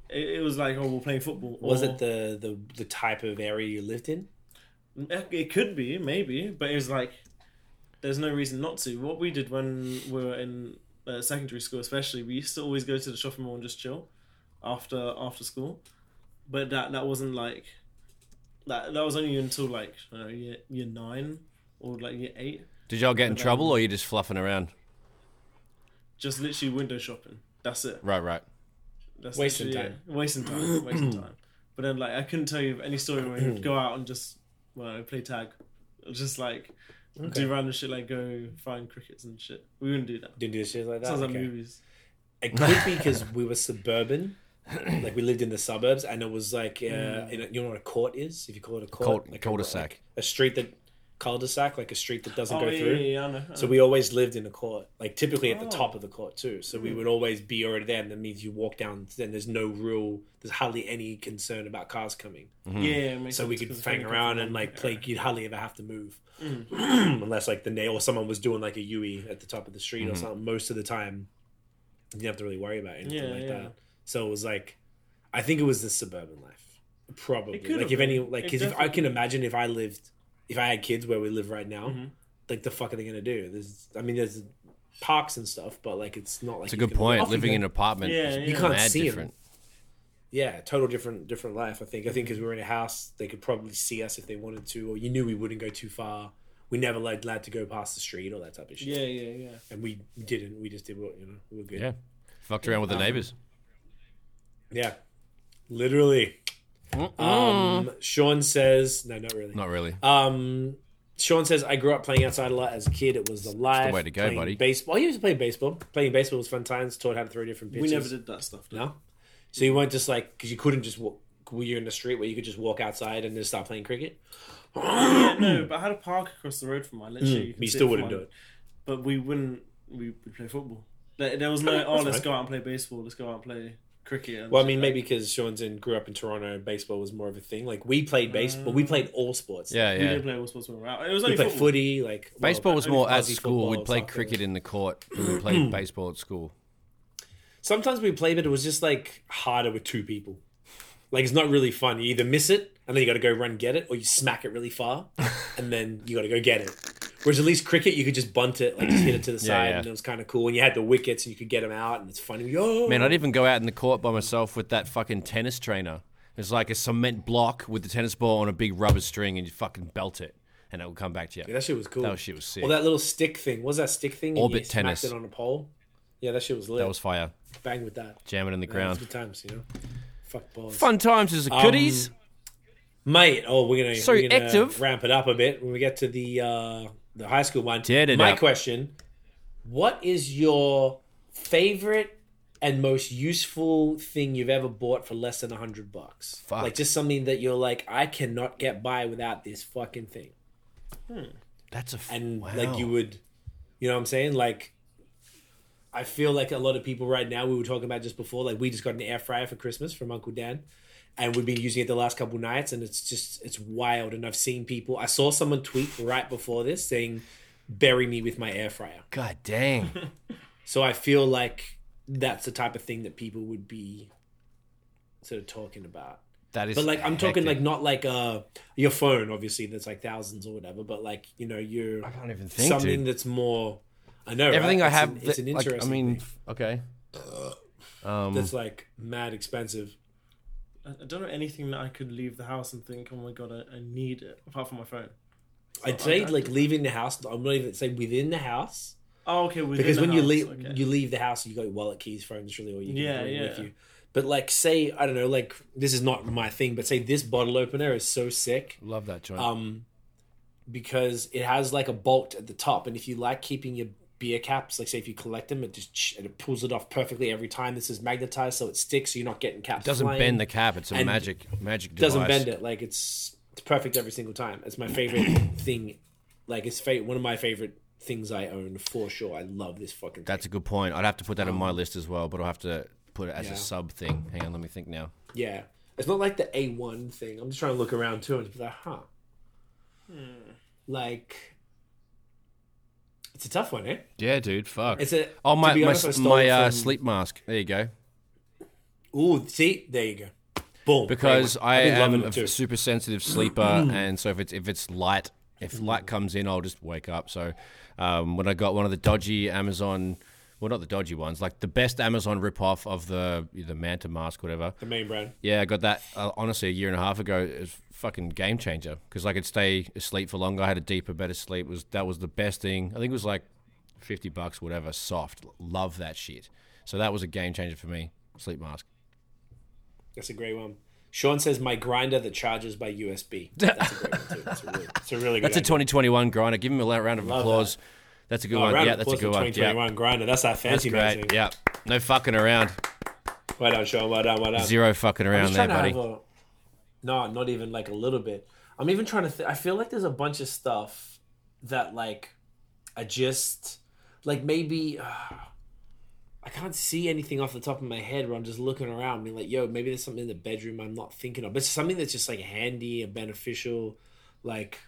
it, it was like oh we're playing football
was
or-
it the, the the type of area you lived in
It it could be, maybe, but it was like there's no reason not to. What we did when we were in uh, secondary school, especially, we used to always go to the shopping mall and just chill after after school. But that that wasn't like that. That was only until like I don't know, year year nine or like year eight.
um,
Did y'all get in trouble or you just fluffing around?
Just literally window shopping. That's it.
Right, right.
That's
Wasting
literally it. Wasting
[clears throat]
time. Wasting time. But then, like, I couldn't tell you of any story where you'd go out and just, well, play tag, Or just like do random shit, like go find crickets and shit. We wouldn't do that.
Didn't do shit like that.
Sounds
Ah, Okay.
like movies.
It could be because we were suburban, like we lived in the suburbs, and it was like uh,
Mm.
in a- you know what a court is? If you call it a court,
Court-
like a-
cul-de-sac.
like a street that cul-de-sac, like a street that doesn't
Oh
go
yeah,
through.
yeah, yeah, I know.
So we always lived in a court, like typically at the
Oh. Mm.
top of the court too. So we would always be already there, and that means you walk down. Then there's no real, there's hardly any concern about cars coming.
yeah, it makes
Hmm. So we
sense
could
'cause it's
fang
very
around
comfortable.
and like
Yeah.
play. You'd hardly ever have to move, [clears throat] unless like the nail or someone was doing like a UE at the top of the street
Mm-hmm.
or something. Most of the time, you didn't have to really worry about anything
Yeah,
like
yeah.
that. So it was like, I think it was the suburban life, probably.
It could
Like
have
if any,
been.
like
It
because if I can
definitely- Mm-hmm.
imagine if I lived, if I had kids where we live right now, like the fuck are they gonna do? There's, I mean, there's parks and stuff, but like it's not like
It's a good point. Living in an apartment
Yeah,
is
yeah.
You can't
mad
see 'em.
different.
yeah, total different different life. I think. I think because we were in a house, they could probably see us if they wanted to, or you knew we wouldn't go too far. We never allowed allowed to go past the street, all that type of shit.
Yeah, yeah, yeah.
And we didn't. We just did what you know. We were good.
Yeah. Fucked around
Um,
with the neighbors.
Yeah. Literally. Um, Sean says, no, not really.
Not really.
Um, Sean says I grew up playing outside a lot as a kid. It was the life.
way to go,
playing
buddy.
Baseball. He used to play baseball. Playing baseball was fun times. Taught how to throw different
We
pitches.
never did that stuff.
No. So you weren't just like because you couldn't just walk. Were you in the street where you could just walk outside and just start playing cricket?
yeah, no, but I had a park across the road from mine. Literally, you could
But Hmm. you
sit
still
for
wouldn't
mine.
do it.
But we wouldn't. We would play football. There, there was no. Oh,
[laughs] that's
let's
fine.
go out and play baseball. Let's go out and play cricket. And
Well, I mean, maybe because Sean's in grew up in Toronto, baseball was more of a thing. Like we played baseball,
Mm.
we played all sports.
Yeah,
we
yeah.
didn't play all sports when we were out. It was
we
only
played
football.
footy. Like well,
Baseball was
only
more at
fuzzy
school.
football,
We'd play
soccer.
cricket in the court. We
[clears throat]
would play baseball at school.
Sometimes we played, but it was just like harder with two people. Like it's not really fun. You either miss it and then you got to go run get it, or you smack it really far
[laughs]
and then you got to go get it. Whereas at least cricket, you could just bunt it, like just hit it to the side,
[clears throat] yeah.
and it was kind of cool. And you had the wickets, and you could get them out, and it's funny. "Oh!" Yo,
Man, I'd even go out in the court by myself with that fucking tennis trainer. It's like a cement block with the tennis ball on a big rubber string, and you fucking belt it, and it will come back to you.
Yeah, that shit was cool.
That shit was sick.
Or that little stick thing. What was that stick thing? And
Orbit
you smacked
tennis.
it on a pole. Yeah, that shit was lit.
That was fire.
Bang with that.
Jam it in the
Yeah, Um, it was
ground.
good times, you know. Fuck balls.
Fun times as a goodies.
Mate, oh, we're gonna,
So
we're gonna
active.
ramp it up a bit when we get to the uh, the high school one.
Did it
My
up.
question: What is your favorite and most useful thing you've ever bought for less than a hundred bucks?
Fuck.
Like just something that you're like, I cannot get by without this fucking thing,
That's a f-
and
wow.
like you would, you know what I'm saying? Like, I feel like a lot of people right now. We were talking about just before, like we just got an air fryer for Christmas from Uncle Dan and we've been using it the last couple nights and it's just it's wild and i've seen people i saw someone tweet right before this saying bury me with my air fryer
God dang.
so i feel like that's the type of thing that people would be sort of talking about
That is.
but like i'm talking like
hectic.
not like uh your phone obviously that's like thousands or whatever but like you know you're
I can't even think,
something
dude.
that's more i know right?
Everything I
It's
have.
an- it's an
that- like,
interesting
I mean,
thing Uh,
okay. Um,
that's like mad expensive
I I don't know anything that I could leave the house and think, oh my god, I, I need it, apart from my phone.
i'd say like leaving the house i'm not even saying within the house
Oh, okay. within
because
the
when you
house,
leave
okay.
you leave the house you got your wallet keys phones really all you can
Yeah,
bring with
yeah.
you but like say i don't know like this is not my thing but say this bottle opener is so sick
Love that joint.
um because it has like a bolt at the top and if you like keeping your beer caps like say if you collect them it just ch- and it pulls it off perfectly every time this is magnetized so it sticks so you're not getting caps
doesn't
flying.
bend the cap. It's a
and
magic magic device.
doesn't bend it like it's it's perfect every single time it's my favorite
[clears throat]
thing like it's fa- one of my favorite things i own for sure i love this fucking thing.
That's a good point. I'd have to put that on my list as well, but I'll have to put it as
Um, Yeah.
a sub thing. Hang on, let me think now.
Yeah. It's not like the A1 thing. I'm just trying to look around too and just be like, huh.
Hmm.
Like, it's a tough one, eh?
Yeah, dude. Fuck.
It's a.
oh my
to be
my,
honest, I stole
my
it
uh,
from-
sleep mask. There you go.
Ooh, see? There you go. Boom.
Because
Great one.
I
I've been
am
loving
a
it too.
super
[clears throat]
sensitive sleeper, and so if it's if it's light, if light comes in, I'll just wake up. So um, when I got one of the dodgy Amazon, well, not the dodgy ones, like the best Amazon ripoff of the the Manta mask, whatever.
The main brand.
Yeah, I got that uh, honestly a year and a half ago. It was fucking game changer because I could stay asleep for longer. I had a deeper, better sleep. It was that was the best thing? I think it was like fifty bucks, whatever. Soft, love that shit. So that was a game changer for me. Sleep mask.
That's a great one. Sean says my grinder that charges by
[laughs]
USB. That's a great one too. That's a really, that's a really good.
That's a 2021 grinder. Give him a la- round of
Love
applause. That's a good
idea. Oh,
one.
round
Yeah,
of
that's a
applause for
good one. Yeah,
2021 grinder. That's our
that's
fancy magazine.
great. Yeah, no fucking around.
Well done, Sean. Well done. Well done.
Zero fucking
I'm
around
just
there,
trying
buddy.
to have a- no, not even like a little bit. I'm even trying to. Th- I feel like there's a bunch of stuff that like I just like maybe uh, I can't see anything off the top of my head where I'm just looking around, being like, "Yo, maybe there's something in the bedroom I'm not thinking of." But it's something that's just like handy and beneficial. Like,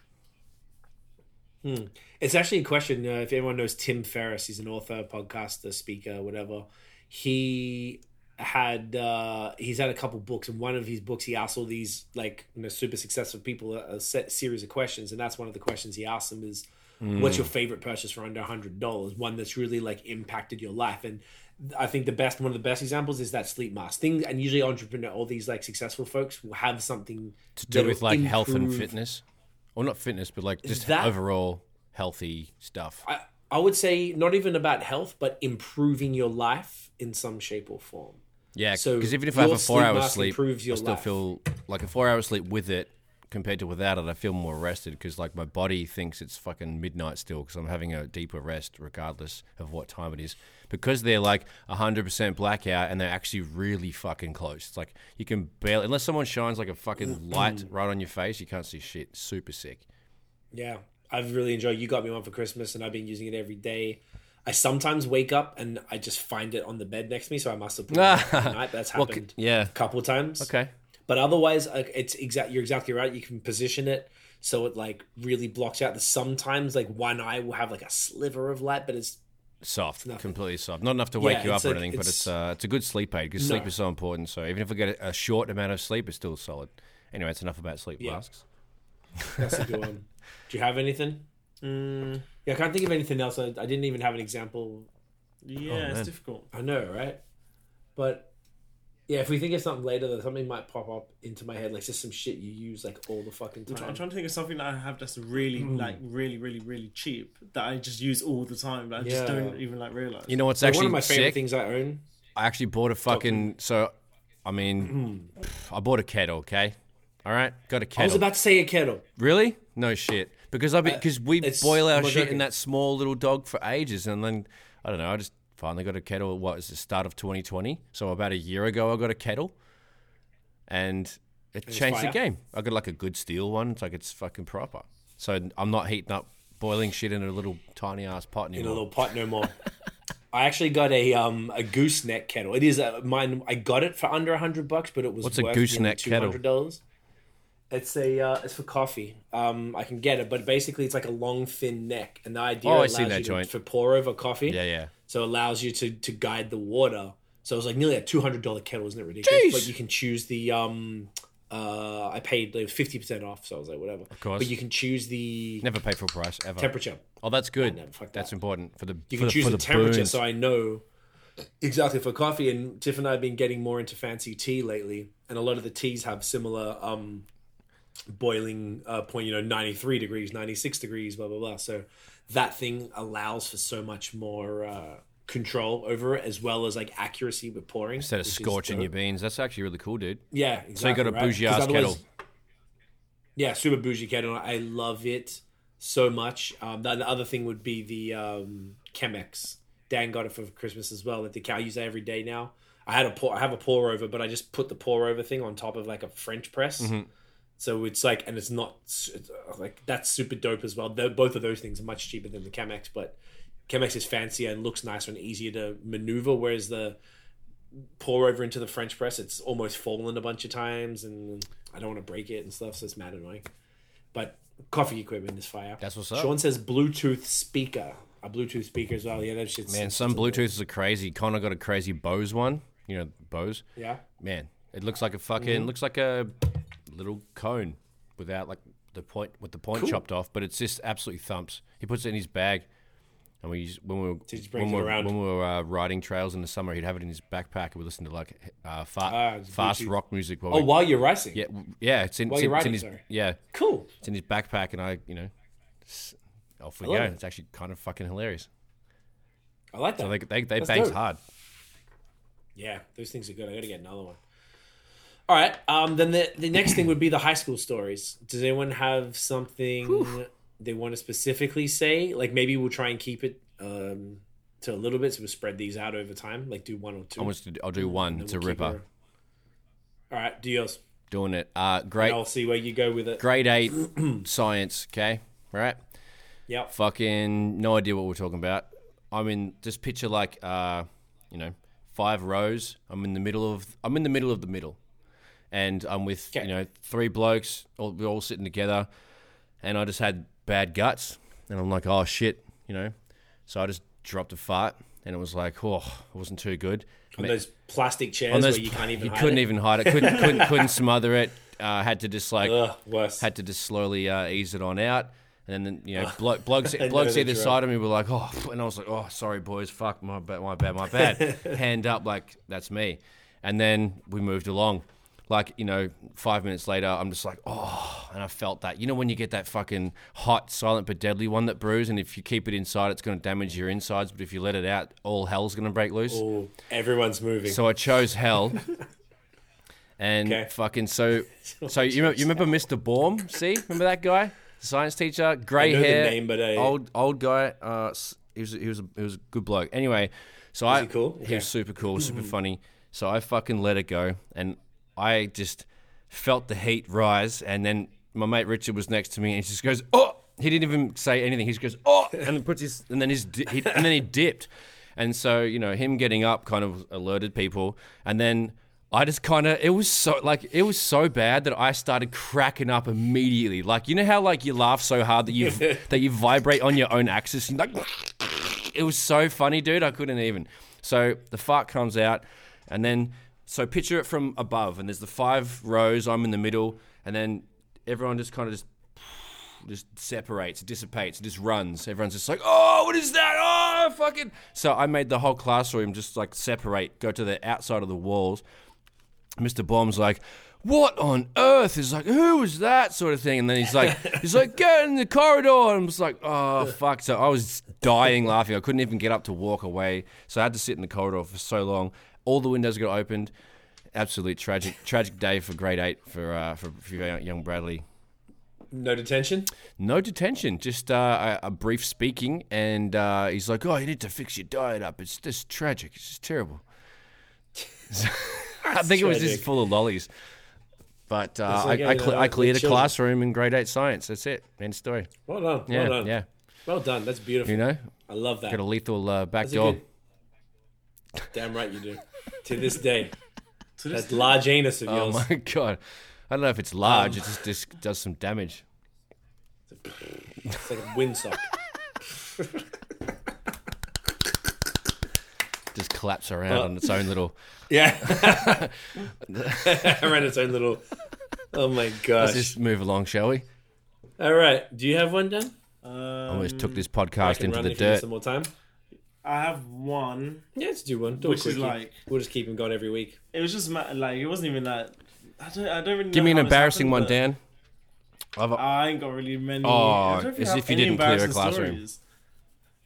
hmm, it's actually a question. Uh, if anyone knows Tim Ferriss, he's an author, podcaster, speaker, whatever. He had uh, he's had a couple books, and one of his books he asked all these like you know, super successful people a, a set series of questions, and that's one of the questions he asked them is, "What's your favorite purchase for under hundred dollars? One that's really like impacted your life." And I think the best one of the best examples is that sleep mask thing, and usually entrepreneur, all these like successful folks will have something
To do with like health and
fitness.
fitness, or not fitness, but like just
That-
overall healthy stuff.
I, I would say not even about health, but improving your life in some shape or form.
Yeah, because
So
even if I have
your
a four hour
sleep mask
sleep, I
improves your
still
life.
feel like a four hour sleep with it compared to without it. I feel more rested because like my body thinks it's fucking midnight still because I'm having a deeper rest regardless of what time it is. Because they're like hundred percent blackout and they're actually really fucking close. It's like you can barely unless someone shines like
[clears throat]
a fucking light right on your face, you can't see shit. Super sick.
Yeah, I've really enjoyed. You got me one for Christmas, and I've been using it every day. I sometimes wake up and I just find it on the bed next to me, so I must have put it on
[laughs]
at night. That's
Well, c-
happened
yeah.
a couple times.
Okay.
But otherwise, like, it's exact. You're exactly right. You can position it so it like really blocks out. The sometimes like one eye will have like a sliver of light, but it's
soft, completely soft. Not enough to wake
Yeah,
you up
it's
or
like-
anything, but
it's-
it's uh, it's a good sleep aid because sleep
No.
is so important. So even if we get a, a short amount of sleep, it's still solid. Anyway, it's enough about sleep
Yeah.
masks.
That's
[laughs]
a good one. Do you have anything?
Mm,
Yeah, I can't think of anything else. I, I didn't even have an example.
yeah,
man.
it's difficult.
I know, right? But yeah, if we think of something later, though, something might pop up into my head, like just some shit you use like all the fucking
I'm, try- I'm
time.
trying to think of something that I have that's really, like, really, really, really cheap that I just use all the time, but I
Yeah.
just don't even like realize.
You know what's
one
actually
of my favorite
sick?
things I own.
I actually bought a fucking. So, I mean,
Hmm.
pff, I bought a kettle. Okay, all right, got
I
a
was
kettle.
about to say a kettle.
really? No shit. Because I because we
Uh, it's
boil our shit
McGregor.
in that small little dog for ages, and then I don't know. I just finally got a kettle. What is the start of 2020? So about a year ago, I got a kettle, and it changed
fire?
the game. I got like a good steel one. It's like it's fucking proper. So I'm not heating up boiling shit in a little tiny ass pot anymore.
in a little pot no more. [laughs] I actually got a um a gooseneck kettle. It is a, mine. I got it for under hundred bucks, but it was
What's a
worth
gooseneck
two
kettle?
hundred dollars. It's a uh, it's for coffee. Um, I can get it, but basically it's like a long thin neck, and the idea
Oh, I
allows
see that
you to,
joint.
for pour over coffee.
yeah, yeah.
So it allows you to to guide the water. So it was like nearly a two hundred dollar kettle, isn't it ridiculous?
Jeez.
But you can choose the um. Uh, I paid like fifty percent off, so I was like, whatever. Of
course.
But you can choose the
Never pay full price ever.
temperature.
oh, that's good.
no, fuck
that's
that.
important for the
You
for
can
the,
choose
for
the, temperature,
boons.
so I know exactly for coffee. And Tiff and I have been getting more into fancy tea lately, and a lot of the teas have similar um, boiling uh, point. You know, ninety three degrees, ninety six degrees, blah blah blah. So that thing allows for so much more uh, control over it, as well as like accuracy with pouring.
Instead of
which is
scorching
dope.
your beans, that's actually really cool, dude.
Yeah, exactly.
So you got a
right?
bougie
'Cause
ass
otherwise-
kettle.
Yeah, super bougie kettle. I love it so much. Um, the, the other thing would be the um, Chemex. Dan got it for Christmas as well. That the cow use that every day now. I had a pour. I have a pour over, but I just put the pour over thing on top of like a French press.
Mm-hmm.
So it's like, and it's not su- it's, uh, like that's super dope as well. Tho- both of those things are much cheaper than the Chemex, but Chemex is fancier and looks nicer and easier to maneuver. Whereas the pour over into the French press, it's almost fallen a bunch of times, and I don't want to break it and stuff. So it's mad annoying. But coffee equipment is fire.
That's what's up.
Sean says Bluetooth speaker. A Bluetooth speaker as well. Yeah, that shit's
Man, some Bluetooths are crazy. Connor got a crazy Bose one. You know, Bose.
Yeah.
Man, it looks like a fucking
Mm-hmm.
looks like a little cone without like the point with the point chopped off, but it's just absolutely thumps. He puts it in his bag, and we used- when we were
he just brings it
when we were,
around.
when we were uh, riding trails in the summer, he'd have it in his backpack and we listen to like uh, fa-
Ah, it's
fast
Bluetooth.
rock music. While
Oh,
we,
while you're racing.
yeah, w- yeah, it's in,
While
it's,
you're
in- it's in
riding,
his
sorry.
yeah,
Cool.
it's in his backpack, and I you know, s- off we
I love
go.
it.
It's actually kind of fucking hilarious.
I like that.
They they, they
That's
bangs
dope.
hard.
yeah, those things are good. I got to get another one. All right. Um. Then the the next thing would be the high school stories. Does anyone have something they want to specifically say? Like maybe we'll try and keep it um to a little bit, so we'll spread these out over time. Like do one or two.
I want to. do- I'll do one.
and
It's
then
a
Mm, we'll keep
ripper.
it- All right. Do yours.
Doing it. Uh, great.
And I'll see where you go with it. [clears throat]
grade eight science. Okay, right.
Yep.
Fucking no idea what we're talking about. I'm in. Just picture like, uh, you know, five rows. I'm in the middle of. I'm in the middle of the middle, and I'm with
Okay.
you know three blokes. All, we're all sitting together, and I just had bad guts, and I'm like, oh shit, you know. So I just dropped a fart, and it was like, oh, it wasn't too good.
On those plastic chairs
On those-
where you can't even.
you
hide
couldn't
it.
even hide it. Couldn't
[laughs]
couldn't, couldn't smother it. Uh, had to just like
Ugh, worse.
had to just slowly uh, ease it on out. And then you know, blo-
[laughs]
blokes,
know
blokes
the
either
drill.
side of me were like, "Oh," and I was like, "Oh, sorry, boys, fuck, my bad, my bad, my
[laughs]
bad." Hand up, like that's me. And then we moved along. Like you know, five minutes later, I'm just like, "Oh," and I felt that. You know, when you get that fucking hot, silent but deadly one that brews, and if you keep it inside, it's going to damage your insides. But if you let it out, all hell's going to break loose.
Oh, everyone's moving.
So I
[laughs]
chose hell. And
Okay. [laughs]
fucking so, so you, remember, you remember Mr. Baum? See, remember that guy, the science teacher, grey
I know the
hair,
name, but uh, I-
old old guy. Uh, s- he was he was a, he was a good bloke. Anyway, so I
he cool?
he
Okay.
was super cool, super funny. So I fucking let it go, and I just felt the heat rise. And then my mate Richard was next to me, and he just goes, "Oh!" He didn't even say anything. He just goes, "Oh!" and then puts his and then his di- he, and then he dipped. And so you know him getting up kind of alerted people, and then. I just kind of it was so like it was so bad that I started cracking up immediately. Like you know how like you laugh so hard that you that you vibrate on your own axis and like it was so funny, dude. I couldn't even. So the fart comes out, and then so picture it from above, and there's the five rows. I'm in the middle, and then everyone just kind of just just separates, dissipates, just runs. Everyone's just like, oh, what is that? Oh, fucking. So I made the whole classroom just like separate, go to the outside of the walls. Mr. Bomb's like, what on earth? He's like, who was that sort of thing? And then he's like, he's like, get in the corridor. And I'm just like, oh, fuck. So I was dying laughing. I couldn't even get up to walk away. So I had to sit in the corridor for so long. All the windows got opened. Absolute tragic, tragic day for grade eight for, uh, for, for young Bradley.
no detention.
No detention, just uh, a, a brief speaking, and uh, he's like, "Oh, you need to fix your diet up. It's just tragic. It's just terrible." [laughs] So- I think it was just
tragic.
full of lollies. But uh,
It's like
I,
any
I, cle
other
I cleared a
children.
classroom in grade eight science. That's it. End story.
Well done.
Yeah,
well done.
yeah.
Well done. That's beautiful.
You know,
I love that.
got a lethal uh, back
That's a
door.
good- Damn right you do. to
[laughs]
this day,
So
that
just,
large anus of
Oh
yours.
my [laughs] god! I don't know if it's
Um.
large. it just, just does some damage.
It's like a
[laughs]
windsock.
Just collapse around on its
[laughs]
own little.
yeah. I ran its own little. Oh my gosh.
Let's just move along, shall we?
All right. Do you have one, Dan?
I
um,
almost took this
Mm. I
podcast
can
into
run
the
if you need
dirt.
some more time.
I have one.
Yeah, let's do one. Do
Which
a
is
quickie.
like-
we'll just keep him going every week.
It was just ma- like it wasn't even that. I don't. I don't really.
Give
know
me an
how this
embarrassing
happened,
one,
but
Dan. I've,
I ain't got really many.
Oh,
I don't really
as
have
if you
any
didn't clear a
embarrassing
classroom.
stories.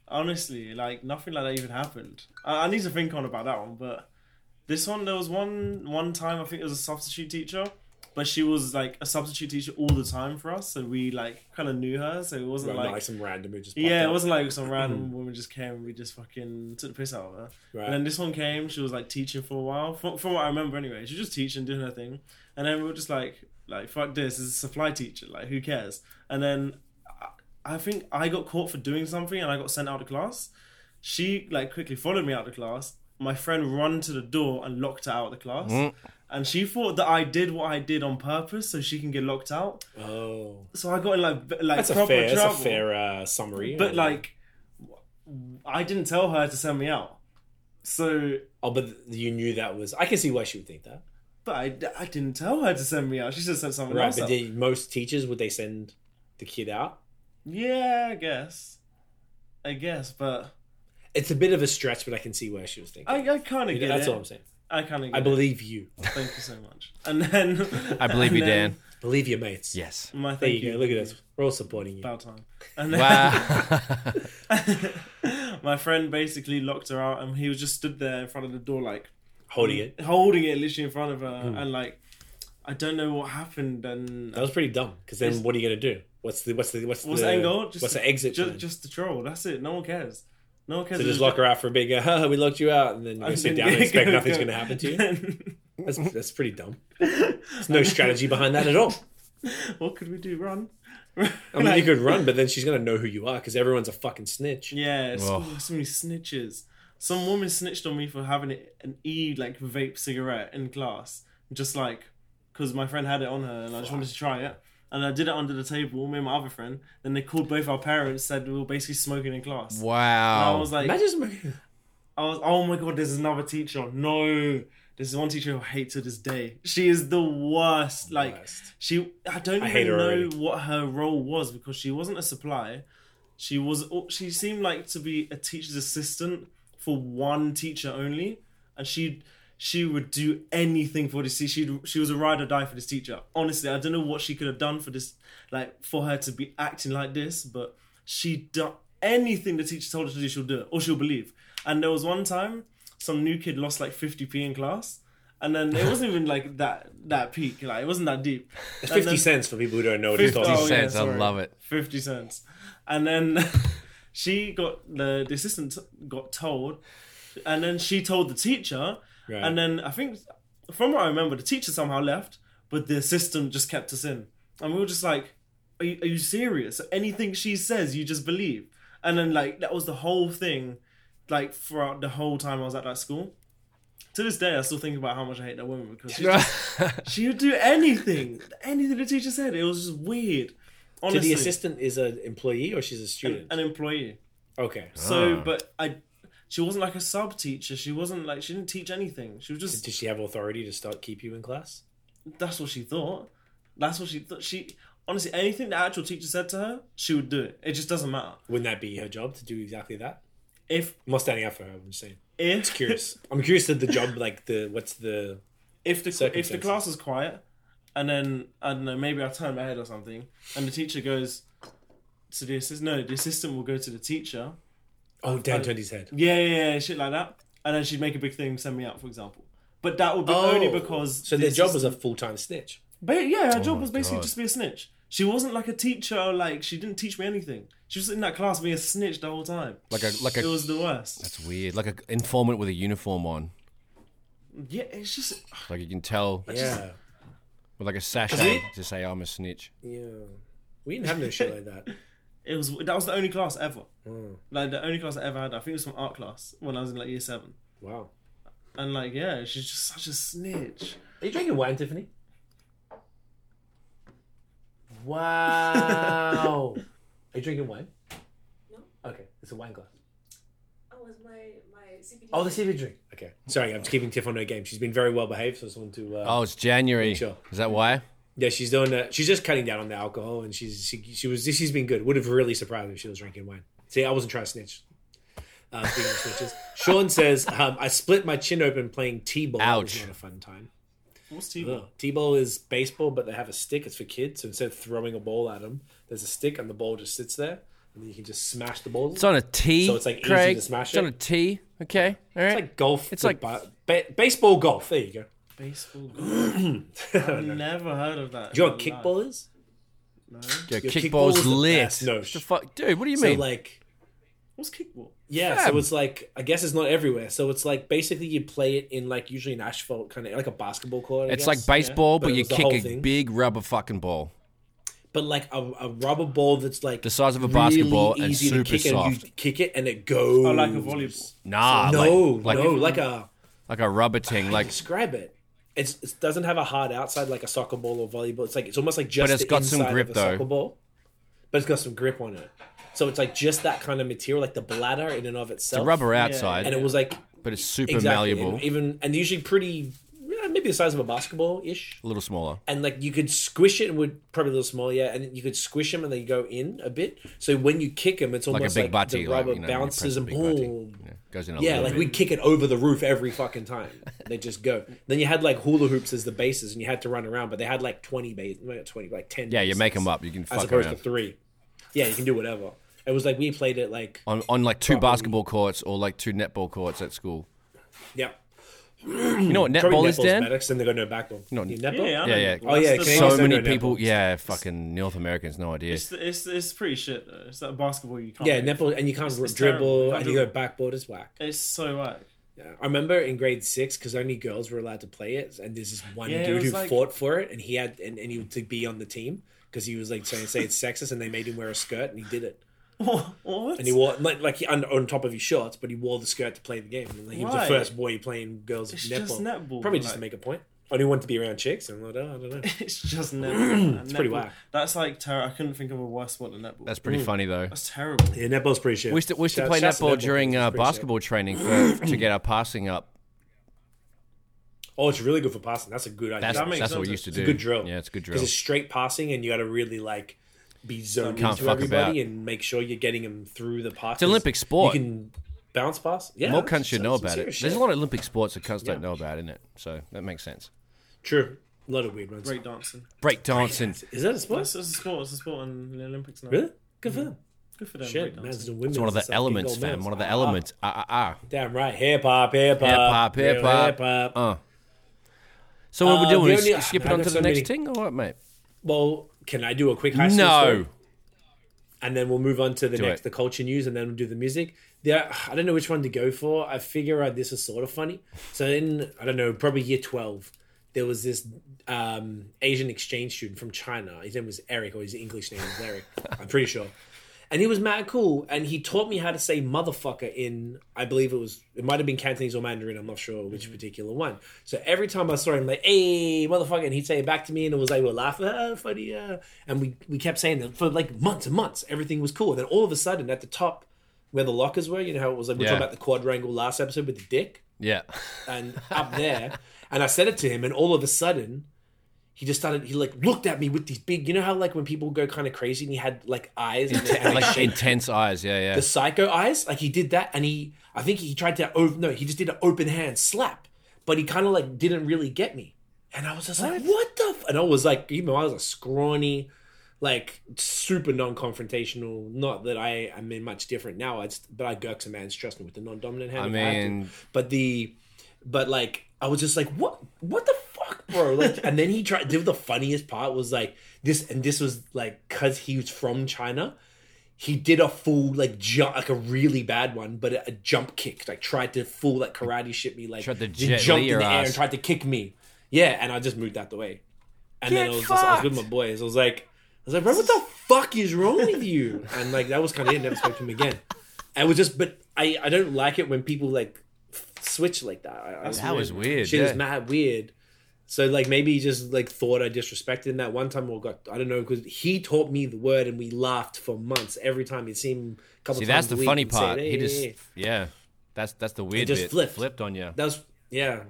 Honestly, like nothing like that even happened. I, I need to think on about that one, but this one there was one one time I think it was a substitute teacher, but she was like a substitute teacher all the time for us, so we like kind of knew her, so it
Right,
wasn't
not
like
like some random who just. popped
yeah, it
up.
wasn't like some random woman just came and we just fucking took the piss out of her.
Mm-hmm. Right.
And then this one came, she was like teaching for a while, from, from what I remember anyway. She was just teaching, doing her thing. And then we were just like, like, fuck this, this is a supply teacher, like, who cares? And then I, I think I got caught for doing something and I got sent out of class. She, like, quickly followed me out of class. My friend run to the door and locked her out of the class.
Mm.
And she thought that I did what I did on purpose so she can get locked out.
Oh,
So I got in like, b- like
that's a
proper
fair.
trouble.
That's a fair uh, summary.
But like, w- I didn't tell her to send me out. So,
oh, but you knew that was. I can see why she would think that.
but I, I didn't tell her to send me out. She just sent someone
Right,
else.
but
Out.
did most teachers would they send the kid out?
yeah, I guess. I guess, but
It's a bit of a stretch, but I can see where she was thinking.
I, I kind of get
That's
it.
all I'm saying.
I kind of get
I believe you.
it. Thank you so much.
[laughs]
And then
I believe
and
you,
then-
Dan.
Believe your mates.
Yes.
My
There
thank
you go. Look at us. We're all supporting you.
About time. And then [laughs]
Wow.
my friend basically locked her out, and he was just stood there in front of the door, like
holding it.
holding it literally in front of her, and like I don't know what happened, and
Hmm. That was pretty dumb. Because then, what are you gonna do? What's the what's the what's,
what's
the
the end goal?
what's the exit?
ju-
plan?
Just, the troll. That's it. No one cares. No one cares.
so just lock her out for a big. Uh, we locked you out, and then you
[laughs]
go sit down and expect nothing's gonna happen to you.
you.
That's that's pretty dumb. There's no strategy behind that at all.
[laughs] what could we do? Run. [laughs]
I mean, you could run, but then she's gonna know who you are because everyone's a fucking snitch.
Yeah, it's-
Ugh.
oh, so many snitches. Some woman snitched on me for having it- an e like vape cigarette in class, just like because my friend had it on her and I just wanted to try it. And I did it under the table, me and my other friend. Then they called both our parents, said we were basically smoking in class. And
Wow.
I was like,
Imagine smoking.
I was, oh my god, there's another teacher. No, there's one teacher who I hate to this day. She is the worst. Like
Worst.
she, I don't
I hate
even
her
know
already.
what her role was because she wasn't a supply. She was. She seemed like to be a teacher's assistant for one teacher only, and she she would do anything for this. teacher. She she was a ride or die for this teacher. Honestly, I don't know what she could have done for this, like for her to be acting like this, but she done anything the teacher told her to do, she'll do it or she'll believe. And there was one time some new kid lost like 50p in class. And then it wasn't even like that that peak, like it wasn't
[laughs]
that deep. And
Fifty
then-
cents for people who don't know what it's
50
called.
oh, yeah,
Sense, I
sorry.
love it. [laughs]
50 cents. And then [laughs] she got the, the assistant got told, and then she told the teacher.
Right.
And then I think, from what I remember, the teacher somehow left, but the assistant just kept us in. And we were just like, Are you, are you serious? Anything she says, you just believe. And then, like, that was the whole thing, like, throughout the whole time I was at that school. To this day, I still think about how much I hate that woman because she's
[laughs]
just she would do anything. Anything the teacher said. It was just weird.
So
Honestly,
the assistant is an employee or she's a student?
an employee.
Okay.
So,
Ah.
but I, she wasn't like a sub teacher. She wasn't like she didn't teach anything. She was just
Does she have authority to start keep you in class?
that's what she thought. That's what she thought. She honestly anything the actual teacher said to her, she would do it. It just doesn't matter.
Wouldn't that be her job to do exactly that?
If
I'm not standing up for her. I'm just saying.
if
It's [laughs] curious. I'm curious to the job, like the what's the
if the if the
Circumstances.
class is quiet, and then I don't know, maybe I turn my head or something, and the teacher goes to the assistant. No, the assistant will go to the teacher.
oh Dan turned his head.
Yeah, yeah, yeah, shit like that. And then she'd make a big thing, send me out, for example. But that would be
Oh.
only because
So their job was a full time snitch.
But yeah,
Oh
her job
my
was basically
God.
just be a snitch. She wasn't like a teacher. or, Like she didn't teach me anything. She was in that class being a snitch the whole time.
Like a like
It
a
was the worst.
it's weird. Like an informant with a uniform on.
Yeah, it's just
Like you can tell
Yeah.
with like a sash on to say I'm a snitch.
Yeah. We didn't have no shit like [laughs] that.
it was that was the only class ever.
Mm.
Like the only class I ever had. I think it was from art class when I was in like year seven.
Wow.
And like yeah, she's just such a snitch.
Are you drinking wine, Tiffany? Wow. [laughs] Are you drinking wine?
No.
Okay, it's a wine glass.
Oh, was my my CBD.
Oh, the CBD drink. Okay. Sorry, I'm just keeping Tiff on her game. She's been very well behaved, so I just want to. Uh,
Oh, it's January.
Sure.
Is that why?
Yeah, she's doing that. She's just cutting down on the alcohol, and she's she, she was she's been good. Would have really surprised me if she was drinking wine. See, I wasn't trying to snitch. Uh, speaking of
[laughs]
snitches, Sean says um, I split my chin open playing t-ball. It was
Ouch.
not a fun time.
What's T?
Ugh. T-ball is baseball, but they have a stick. It's for kids. So instead of throwing a ball at them, there's a stick, and the ball just sits there, and then you can just smash the ball.
It's on a T.
So it's, like, easy
Craig.
to smash
It's on
it.
a T. Okay. All
It's
right.
like golf.
It's
but
like-
ba- ba- baseball golf. There you go. [clears throat]
Baseball. I've never heard of that.
Do you know what
in my
kickball is?
life. No.
Your
your
kickball's
kickball's the
lit.
best. No,
What the
sh-
fuck, dude? What do you
So
mean?
like
What's kickball?
Yeah,
Fam.
so it's like I guess it's not everywhere. So it's like basically you play it in like usually an asphalt kind of like a basketball court. I guess.
it's like baseball,
But
but,
it
you
was the whole
kick a
thing.
big rubber fucking ball.
but like a, a rubber ball that's like
The size of a
really
basketball and
easy
super
to kick and you
soft.
kick it and it goes.
Oh, like a volleyball.
Nah,
No,
like,
no, like
like
a
like a rubber ting. Like,
describe it. It's, it doesn't have a hard outside like a soccer ball or volleyball. It's like it's almost like just
But it's
the
got some
inside
grip,
of a
though.
soccer ball, but it's got some grip on it. So it's like just that kind of material, like the bladder in and of itself.
the rubber outside,
and it was like
but it's super
exactly
malleable.
and even and usually pretty yeah, maybe the size of a basketball ish
a little smaller.
and like you could squish it would probably a little smaller yeah and you could squish them and they go in a bit so when you kick them it's
Like a
almost
big
like,
butty.
the rubber
like, you know, you press
bounces
a
and
big butty,
boom
you know, goes in a
yeah
little
like
bit.
we kick it over the roof every fucking time they just go then you had like hula hoops as the bases and you had to run around but they had like 20 base not 20 like 10
Yeah, you
bases
make them up. You can
as
fuck
opposed
around.
to three yeah you can do whatever it was like we played it like
on, on like two basketball courts or like two netball courts at school.
Yep.
You know what netball is,
netball's
Dan?
better, 'cause then they got no backball.
No,
Yeah,
Yeah,
netball?
yeah, I
Yeah,
Oh,
yeah.
know.
yeah,
That's the-
Canadians
So
also
many
know
people,
netball.
yeah, fucking North Americans, no idea.
It's, it's it's pretty shit though. It's that basketball you can't.
Yeah,
make.
netball, and you can't
Oh, It's- it's terrible. You
dribble,
can't
and you go
dribble.
backboard is whack.
It's so whack. [laughs]
Yeah. I remember in grade six because only girls were allowed to play it, and there's this one
Yeah, it
dude
was
who
like-
fought for it, and he had and, and he to be on the team because he was like trying to say it's sexist, and they made him wear a skirt, and he did it,
what?
and he wore like like he, on, on top of his shorts, but he wore the skirt to play the game. And he was
Why?
the first boy playing girls
It's
netball,
just netball,
probably just to make
like-
a point. I didn't want to be around chicks, and I'm like, oh, I don't
[laughs]
know.
[laughs]
[clears throat]
it's just netball. it's
pretty whack.
That's like terrible. I couldn't think of a worse sport than netball.
That's pretty funny though.
That's terrible.
Yeah, netball's pretty shit.
We used to, we used to
Shout-
play
shouts
netball during
players,
uh,
it's pretty shit.
basketball training for, to get our passing up.
Oh, it's really good for passing. That's a good idea.
That's,
That makes
that's what we
sense.
used to
It's
do.
a good drill.
Yeah, it's a good
because
drill.
it's straight passing, and you got to really like be zoned
Can't
into
fuck
everybody
about.
and make sure you're getting them through the pass.
It's an Olympic sport.
You can bounce pass. Yeah,
More
that's-
cunts should
that's
know
some
about it.
serious
There's a
shit.
lot of Olympic sports that cunts
Yeah.
don't know about, isn't it? So that makes sense.
True, a lot of weird ones.
Break dancing.
Break dancing.
Is that a
Well,
sport?
it's, it's a sport. It's a sport in the Olympics now.
Really? Good for them.
Good for them.
Shit,
breakdancing.
man's and women's.
Mm, It's one of the elements, fam. One of the elements. Ah, ah, ah.
Damn right. Hip hop, hip hop,
Hip hop, hip hop.
hop.
Uh. So what we're
Ah. Uh,
doing
the
is
only-
skip it
I
on
got
to the
so
next
many-
thing, or what, mate?
Well, can I do a quick high school story?
No.
and then we'll move on to the
Do
next,
it.
the culture news, and then we'll do the music. There, I don't know which one to go for. I figure out this is sort of funny. So in I don't know, probably year twelve, there was this um, Asian exchange student from China. His name was Eric, or his English name was Eric. I'm pretty sure. And he was mad cool, and he taught me how to say motherfucker in I believe it was it might have been Cantonese or Mandarin. I'm not sure which particular one. So every time I saw him, like hey motherfucker, and he'd say it back to me, and it was like we're laughing, ah, funny, ah. and we we kept saying that for like months and months. Everything was cool. And then all of a sudden, at the top where the lockers were, you know how it was like we were
Yeah.
talking about the quadrangle last episode with the dick
Yeah.
and up there. [laughs] And I said it to him, and all of a sudden, he just started. He like looked at me with these big. You know how like when people go kind of crazy, and he had like eyes, and, and like,
[laughs] [laughs] like
shaped
intense eyes. Yeah, yeah.
the psycho eyes. Like he did that, and he. I think he tried to. Oh no, he just did an open hand slap, but he kind of like didn't really get me. And I was just like, what the? F-? And I was like, even though I was a scrawny, like super non-confrontational. Not that I am in much different now. I just, but I gurk some man's trust me with the non-dominant hand.
I
if had to.
mean-
but the, but like I was just like, what, what the fuck, bro? Like, [laughs] and then he tried. The funniest part was like this, and this was like because he was from China. He did a full like jump, like a really bad one, but a, a jump kick. Like tried to full like karate shit me. Like
Tried to
he
Jet Li
jumped in
your
the air
ass.
and tried to kick me. Yeah, and I just moved out the way. And then
Get
I was, just, I was
fucked.
with my boys. I was like, I was like, bro, what the fuck is wrong with you? And like that was kind of it. Never spoke to him again. I was just, but I I don't like it when people like f- switch like that. I, I
that was weird.
Shit
yeah.
is mad weird. So like maybe he just like thought I disrespected him that one time or got I don't know because he taught me the word and we laughed for months every time he'd see him. A couple
See,
times
that's
a
the
week
funny
and say,
part. He
"Hey,
just,
hey, hey."
yeah, that's that's the weird
just
bit.
flipped.
Flipped on you.
that was yeah.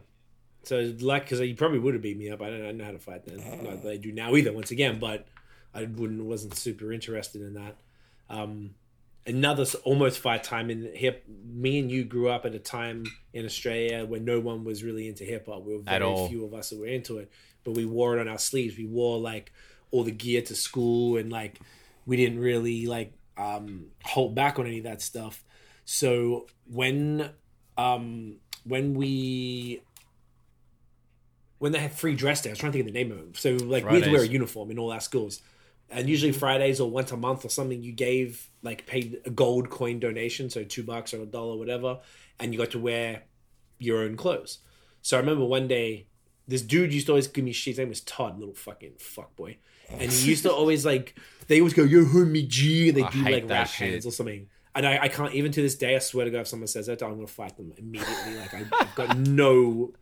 So like because he probably would have beat me up. I don't, I don't know how to fight then. Not that I do now either. Once again, but I wouldn't wasn't super interested in that. Um, another s- almost fight time in hip. Me and you grew up at a time in Australia where no one was really into hip hop. We were very
all.
few of us that were into it, but we wore it on our sleeves. We wore like all the gear to school, and like we didn't really like um, hold back on any of that stuff. So when um, when we when they had free dress day, I was trying to think of the name of it. So like we had to wear a
Fridays.
uniform in all our schools and usually Fridays or once a month or something, you gave like paid a gold coin donation, so two bucks or a dollar, whatever, and you got to wear your own clothes. So I remember one day, this dude used to always give me shit. His name was Todd, little fucking fuck boy, and he used to always like they always go yo homie G, and they
I
do
hate
like
that
rap
shit.
hands or something. And I, I can't even to this day. I swear to God, if someone says that, I'm gonna fight them immediately. Like I, I've got no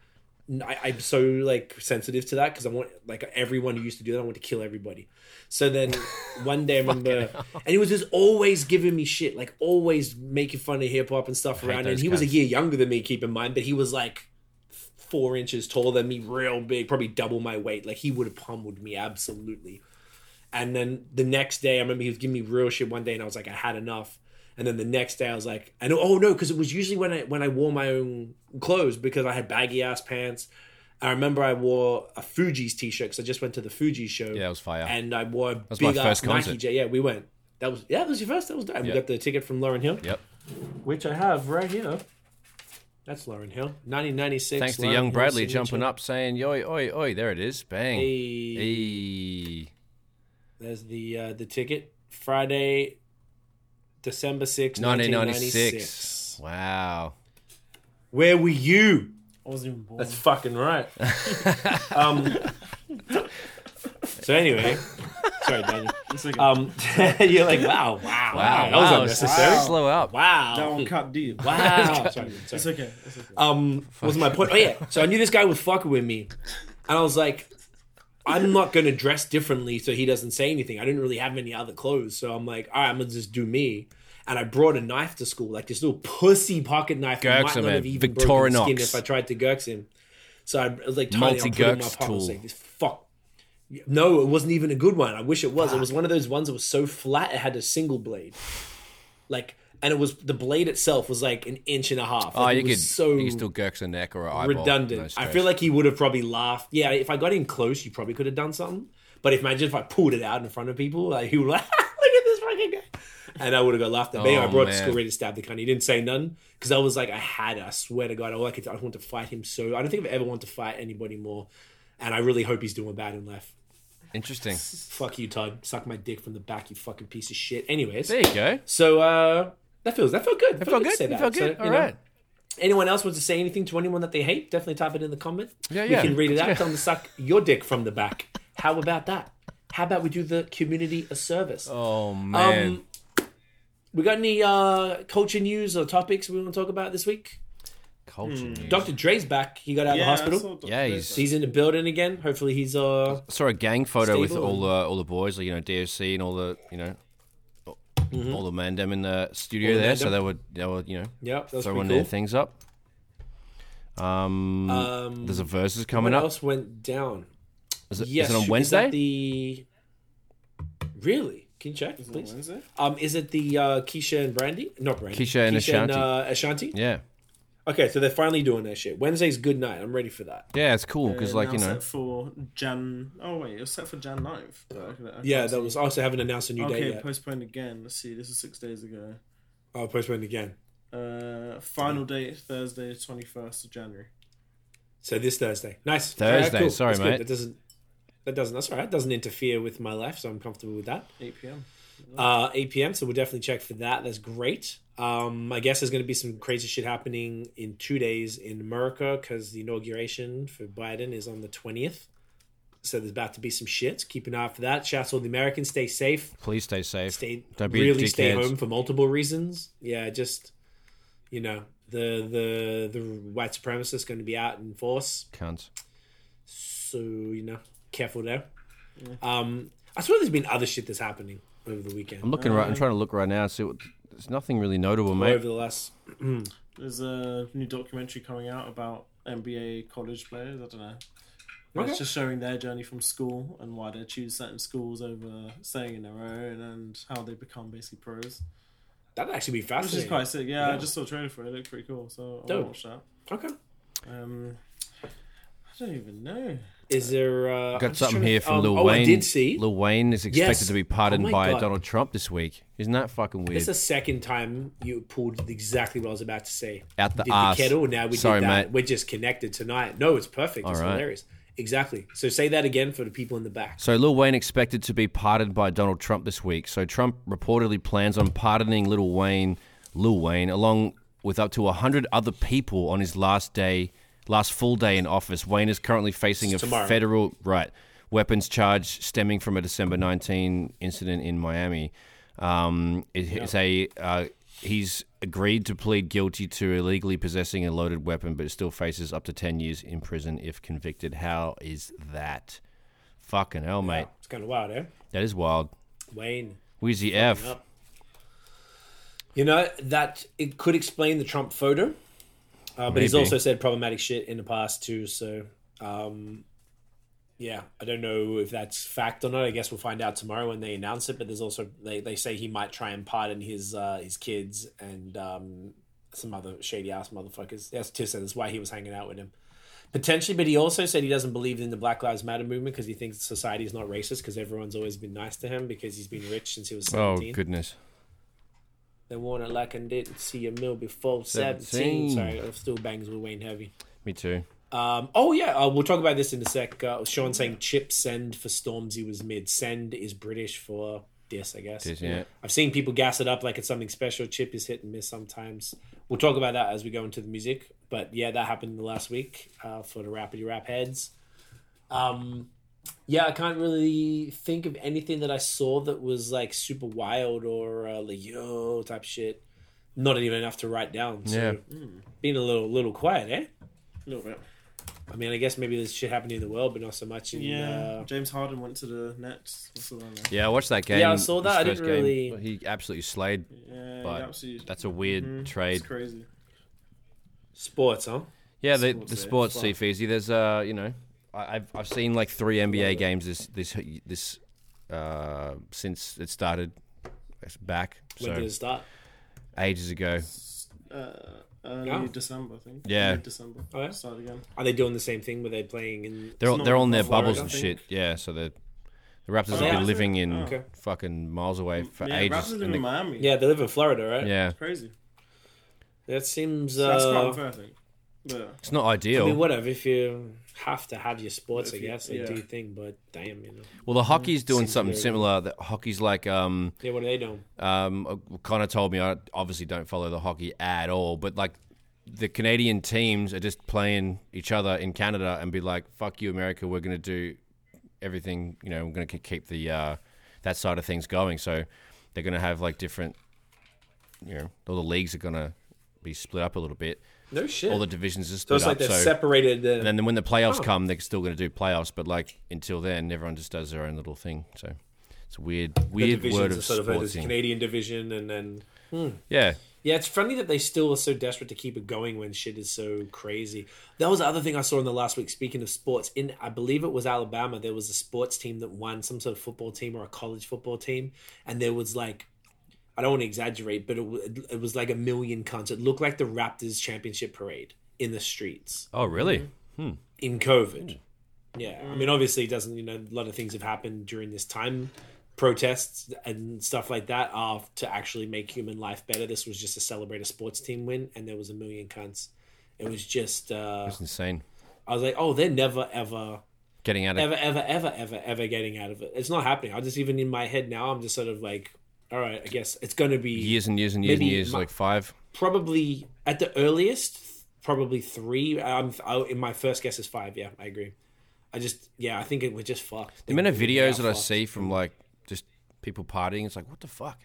I, I'm so like sensitive to that because I want like everyone who used to do that, I want to kill everybody. So
[laughs]
then one day I remember, and he was just always giving me shit, like always making fun of hip hop and stuff
hate
around. it. And
those
he was a
cunts.
year younger than me, keep in mind, but he was like four inches taller than me, real big, probably double my weight. Like he would have pummeled me absolutely. And then the next day, I remember he was giving me real shit one day, and I was like, I had enough. And then the next day, I was like, and oh no, because it was usually when I when I wore my own clothes because I had baggy ass pants. I remember I wore a Fuji's t-shirt because I just went to the Fuji show.
Yeah, it was fire.
And I wore a
was my
big ass
first concert.
Nike J. Yeah, we went. That was yeah, that was your first. That was dope. We
Yeah.
got the ticket from Lauren Hill,
Yep.
which I have right here. That's Lauren Hill. 1996.
Thanks to
Lauren
young
Hill
Bradley
signature.
jumping up saying, "Oi, oi, oi!" There it is. Bang.
Hey.
Hey.
There's the uh, the ticket. Friday, December 6th,
1996.
1996.
Wow. [laughs]
Where were you?
I wasn't even born.
That's fucking right. um, so anyway, sorry, Daniel.
It's like
Um, [laughs] you're like, wow, wow,
Wow.
wow. That was
wow.
unnecessary. Wow.
Slow up.
that
[laughs]
one
Wow.
cut
[laughs]
deep.
Wow. sorry, sorry.
It's okay. It's okay.
um, what was my point? Oh yeah. So I knew this guy was fucking with me, and I was like, I'm not gonna dress differently so he doesn't say anything. I didn't really have any other clothes, so I'm like, all right, I'm gonna just do me. And I brought a knife to school, like this little pussy pocket knife. that
Gurks him, man.
broken
Victorinox.
skin if I tried to Gurks him. So I it was like, tiny, I put it in my
Multi-Gurks
pocket. I was
tool.
like, this fuck. No, it wasn't even a good one. I wish it was. It was one of those ones that was so flat it had a single blade, like, and it was the blade itself was like an inch and a half.
Oh,
Like,
you
it was
could
so
you could still gurks a neck or an eyeball. No
redundant. I
stress.
feel like he would have probably laughed. Yeah, if I got in close, you probably could have done something. But if imagine if I pulled it out in front of people, like he would like, [laughs] look at this fucking guy. And I would have got laughed at. But anyway,
Oh,
I brought it to
man.
school ready to stab the cunt. He didn't say none because I was like, I had it. I swear to God, all I could, I want to fight him so. I don't think I've ever wanted to fight anybody more. And I really hope he's doing bad in life.
interesting.
Fuck you, Todd. Suck my dick from the back, you fucking piece of shit. Anyways,
There you go.
so uh, that feels that felt good.
That felt
to
good.
say
That felt
So,
good. All
you know,
right.
anyone else wants to say anything to anyone that they hate, definitely type it in the comment.
Yeah,
we
yeah.
can read it out.
Yeah.
Tell them to suck your dick from the back. How about that? How about we do the community a service?
Oh
um,
man.
we got any uh, culture news or topics we want to talk about this week?
Culture. news.
Dr. Dre's back. He got out
yeah,
of the hospital.
Yeah, he's-
He's in the building again. Hopefully, he's uh,
saw a gang photo with
Stable.
all the all the boys, like, you know, DOC and all the you know, all the man them in the studio
Mm-hmm. All the
there.
man
So
them.
they were they were you know
yep, that was
throwing
pretty
their
cool.
things up. Um,
Um,
there's a verses
what
coming up.
else went down?
Is it, is
Yes,
it on
shoot,
Wednesday?
that the really? Can you check, please?
Wednesday?
Um, is it the uh, Keisha and Brandy? Not Brandy.
Keisha and Ashanti.
uh, Ashanti.
yeah,
Okay, so they're finally doing that shit. Wednesday's good night. I'm ready for that.
yeah, it's cool because
Uh,
like you
now
know,
set for Jan. Oh wait, it was set for Jan 9th. Okay, I
Yeah,
can't
that
see.
was also haven't announced a new
okay.
date yet.
Postponed again. Let's see. This is six days ago.
I'll postpone again.
Uh, final date Thursday, twenty first of January.
So this Thursday. Nice.
Thursday,
Alright, cool.
sorry,
That's
mate.
Good. That doesn't. That doesn't. That's all right. It doesn't interfere with my life, so I'm comfortable with that.
Eight pm.
Uh, 8 p.m. So we'll definitely check for that. That's great. Um, I guess there's going to be some crazy shit happening in two days in America because the inauguration for Biden is on the 20th. So there's about to be some shit. Keep an eye out for that. Shouts to all the Americans. Stay safe.
please stay safe.
stay
Don't be
really stay
dickheads.
home for multiple reasons. Yeah, just you know the the the white supremacist going to be out in force,
Cunts.
so you know careful there. Um, I swear there's been other shit that's happening over the weekend.
I'm looking
Uh,
right. I'm trying to look right now. and See what. There's nothing really notable,
Or
mate.
Over the last
There's a new documentary coming out about NBA college players. I don't know. It's
Okay.
just showing their journey from school and why they choose certain schools over staying in their own and how they become basically pros.
that'd actually be
Which is
fascinating.
quite sick. Yeah, I
Yeah.
just saw a trailer for it. It looked pretty cool. So I'll
Dope.
watch that.
Okay,
Um, I don't even know.
is there uh, I'm
Got
just
something
trying to-
here from
um,
Lil
Oh,
Wayne.
I did see.
Lil Wayne is expected
Yes.
to be pardoned
Oh my
by
God.
Donald Trump this week. Isn't that fucking weird?
It's the second time you pulled exactly what I was about to say.
Out the
did
arse.
the kettle. Now we
Sorry,
did that.
mate.
We're just connected tonight. No, it's perfect. it's
All right.
hilarious. Exactly. So say that again for the people in the back.
So Lil Wayne expected to be pardoned by Donald Trump this week. So Trump reportedly plans on pardoning Lil Wayne, Lil Wayne, along with up to hundred other people on his last day, last full day in office. Wayne is currently facing a
tomorrow.
federal right weapons charge stemming from a December 19 incident in Miami. Um, it, It's a uh, he's agreed to plead guilty to illegally possessing a loaded weapon, but still faces up to 10 years in prison if convicted. How is that? Fucking hell, mate.
It's kind of wild, eh?
That is wild.
Wayne.
Wheezy F.
up. You know that it could explain the Trump photo, uh, but he's
Maybe.
also said problematic shit in the past too. So, um, yeah, I don't know if that's fact or not. I guess we'll find out tomorrow when they announce it. But there's also they, they say he might try and pardon his uh, his kids and um, some other shady ass motherfuckers. That's Tissa. That's why he was hanging out with him. Potentially, but he also said he doesn't believe in the Black Lives Matter movement because he thinks society is not racist because everyone's always been nice to him because he's been rich since he was
Oh,
17.
goodness.
They want it like I didn't see a mill before 17.
17.
Sorry, it still bangs with Wayne Heavy.
Me too.
Um, oh, yeah, uh, we'll talk about this in a sec. Uh, Sean saying chip send for Stormzy was mid. Send is British for this, I guess.
This, yeah.
I've seen people gas it up like it's something special. Chip is hit and miss sometimes. We'll talk about that as we go into the music. But yeah, that happened the last week uh, for the Rapidy Rap heads. Um, yeah, I can't really think of anything that I saw that was like super wild or uh, like yo type shit. Not even enough to write down. So
Yeah.
being a little little quiet, eh?
A little bit.
I mean, I guess maybe this shit happened in the world, but not so much in.
Yeah.
Uh,
James Harden went to the Nets. I saw that.
Yeah, I watched that game.
Yeah, I saw
his
that. I
first
didn't really-
He absolutely slayed.
Yeah,
But
absolutely. Hmm,
That's a weird
Mm-hmm.
trade.
It's crazy.
sports, huh?
Yeah, the,
Sports
the
day.
sports
Wow.
see Feezy. There's uh, you know, I, I've I've seen like three NBA games this this this uh since it started it's back
When
so
did it start?
ages ago.
Uh, early
Yeah.
December, I think.
Yeah.
December.
Oh, yeah?
Start again.
Are they doing the same thing where they're playing in?
They're all,
not
they're all in their
Florida,
bubbles
I
and shit.
think.
Yeah, so the the Raptors
yeah.
have been living in
Oh.
Okay.
fucking miles away for
yeah,
ages.
Raptors live in
and they-
Miami.
Yeah, they live in Florida, right?
yeah,
It's crazy.
That seems. Uh,
That's quite unfair, I think. Yeah.
it's not
I
ideal.
mean, whatever. If you have to have your sports, I
If you-
guess they
yeah.
do thing. But damn, you know.
well, the hockey's doing
Seems
something
very-
similar. The hockey's like um
Yeah, what are they doing?
Um, Connor told me I obviously don't follow the hockey at all, but like the Canadian teams are just playing each other in Canada and be like, "Fuck you, America! We're going to do everything. You know, we're going to keep the uh, that side of things going." So they're going to have like different, you know, all the leagues are going to be split up a little bit.
No shit.
All the divisions are
so
split
it's like
up.
they're
so
separated. The,
and then when the playoffs
Oh.
come, they're still going to do playoffs. But like until then, everyone just does their own little thing. So. It's a weird,
the
weird
divisions
word
are
of
sort of like
sports.
this
thing.
Canadian division, and then
Yeah,
yeah, it's funny that they still are so desperate to keep it going when shit is so crazy. That was the other thing I saw in the last week. Speaking of sports, in I believe it was Alabama, there was a sports team that won some sort of football team or a college football team, and there was like I don't want to exaggerate, but it, w- it was like a million cunts. It looked like the Raptors championship parade in the streets
Oh, really?
Mm. in COVID. Yeah, I mean, obviously, it doesn't. You know, a lot of things have happened during this time. Protests and stuff like that are to actually make human life better. This was just to celebrate a sports team win, and there was a million cunts. It was just. Uh,
It's insane.
I was like, oh, they're never, ever,
Getting out of
ever, ever, ever, ever, ever getting out of it. It's not happening. I just even in my head now, I'm just sort of like, all right, I guess it's going to be
years and years and years and
Maybe
years,
my-
like five.
probably at the earliest probably three um I, in my first guess is five yeah i agree i just yeah i think it, we're just fucked
The amount of
We are
videos that I
fucked
see from like just people partying, it's like, what the fuck?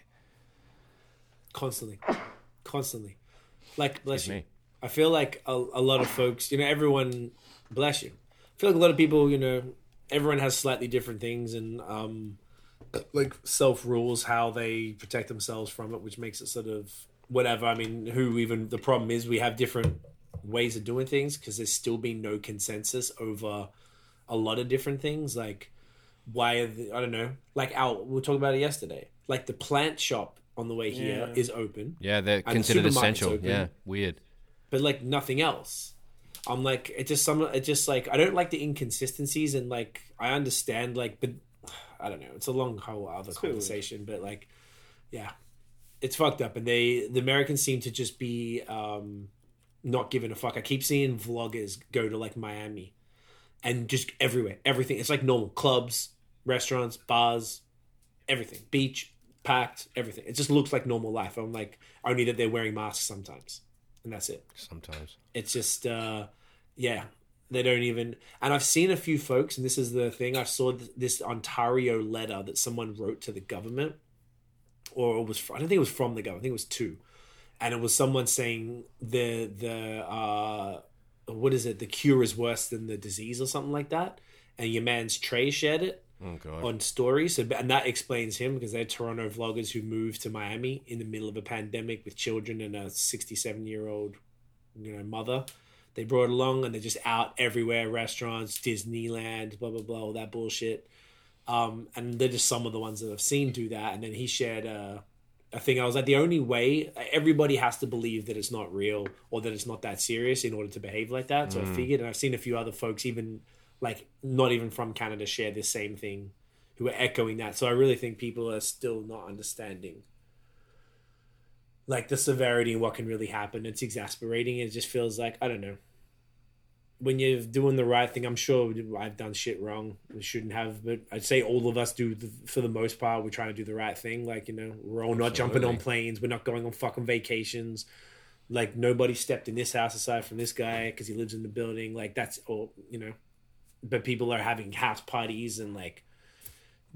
constantly constantly like bless
Excuse
you
me.
i feel like a, a lot of folks you know everyone bless you i feel like a lot of people you know everyone has slightly different things and um like self rules how they protect themselves from it which makes it sort of whatever i mean who even the problem is we have different ways of doing things because there's still been no consensus over a lot of different things like why are the, i don't know like our we were talking about it yesterday like the plant shop on the way here is
Yeah.
open
Yeah, they're
the
considered
supermarket's
essential.
open.
Yeah, weird.
but like nothing else. I'm like it just some it just like I don't like the inconsistencies and like I understand like but [sighs] I don't know it's a long whole other
weird.
conversation but like yeah it's fucked up and they the Americans seem to just be um not giving a fuck. I keep seeing vloggers go to like Miami and just everywhere everything it's like normal clubs restaurants bars everything beach packed everything it just looks like normal life. I'm like only that they're wearing masks sometimes and that's it
Sometimes
it's just uh yeah they don't even and i've seen a few folks and this is the thing i saw th- this ontario letter that someone wrote to the government or it was fr- i don't think it was from the government i think it was two and it was someone saying the the uh what is it the cure is worse than the disease or something like that and your man's Trey shared it
Oh god.
on stories, so, and that explains him because they're Toronto vloggers who moved to Miami in the middle of a pandemic with children and a 67 year old, you know, mother. They brought along and they're just out everywhere, restaurants, Disneyland, blah blah blah, all that bullshit. Um, and they're just some of the ones that I've seen do that. And then he shared a, a thing. I was like, the only way everybody has to believe that it's not real or that it's not that serious in order to behave like that. So I figured, and I've seen a few other folks, even like not even from Canada, share this same thing who are echoing that. So I really think people are still not understanding like the severity and what can really happen. It's exasperating. It just feels like I don't know. When you're doing the right thing, I'm sure I've done shit wrong. We shouldn't have, but I'd say all of us do. The, for the most part, we're trying to do the right thing. Like you know, we're all not jumping on
Absolutely.
planes. We're not going on fucking vacations. Like nobody stepped in this house aside from this guy because he lives in the building. Like that's all you know. But people are having house parties and like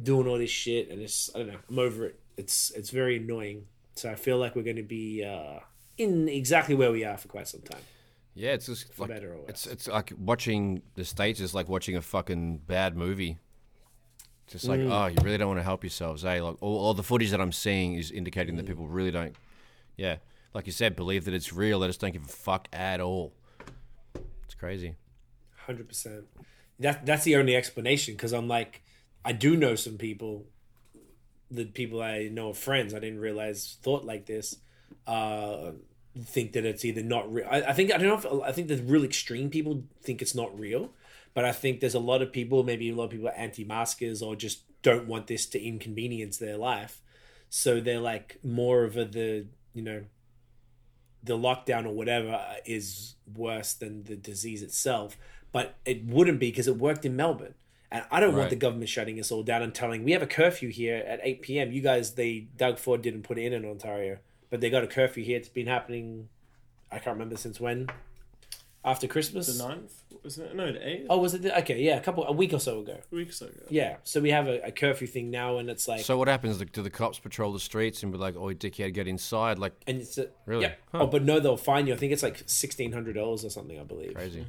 doing all this shit and it's I don't know, I'm over it. It's it's very annoying. So I feel like we're gonna be uh in exactly where we are for quite some time.
Yeah, it's just like
better or worse.
it's it's like watching the states is like watching a fucking bad movie. Just
Mm.
like oh, you really don't want to help yourselves, eh? Like all, all the footage that I'm seeing is indicating
Mm.
that people really don't. Yeah, like you said, believe that it's real. They just don't give a fuck at all. It's crazy.
Hundred percent. That that's the only explanation because I'm like, I do know some people, the people I know are friends. I didn't realize thought like this. Uh, think that it's either not real. I, I think I don't know. If, I think the real extreme people think it's not real, but I think there's a lot of people. Maybe a lot of people are anti-maskers or just don't want this to inconvenience their life, so they're like more of a the you know the lockdown or whatever is worse than the disease itself, but it wouldn't be because it worked in Melbourne. And I don't want
Right.
the government shutting us all down and telling we have a curfew here at 8 p.m. You guys, they Doug Ford didn't put it in in Ontario, but they got a curfew here. It's been happening, I can't remember since when, after Christmas.
The ninth, wasn't it? No, the eighth.
Oh, was it the, okay? Yeah, a couple a week or so ago.
Week or so ago.
Yeah, so we have a, a curfew thing now, and it's like,
So what happens? Do the cops patrol the streets and be like, "Oh, dickhead, get inside"? Like
and it's a,
Really?
yeah.
Huh.
Oh, but no, they'll fine you. I think it's like sixteen hundred dollars or something. I believe.
crazy.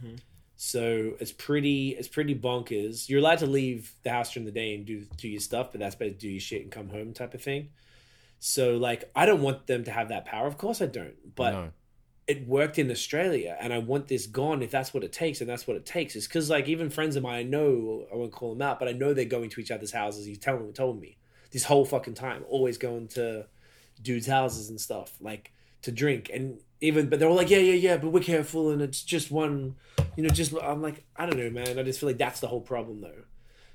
So it's pretty it's pretty bonkers. You're allowed to leave the house during the day and do do your stuff, but that's better do your shit and come home type of thing. So like I don't want them to have that power. Of course I don't. But
no,
it worked in Australia and I want this gone if that's what it takes and that's what it takes. It's because like even friends of mine I know I won't call them out, but I know they're going to each other's houses. He's telling told me this whole fucking time, always going to dudes' houses and stuff like to drink and even but they're all like yeah yeah yeah but we're careful and it's just one you know just I'm like I don't know man I just feel like that's the whole problem though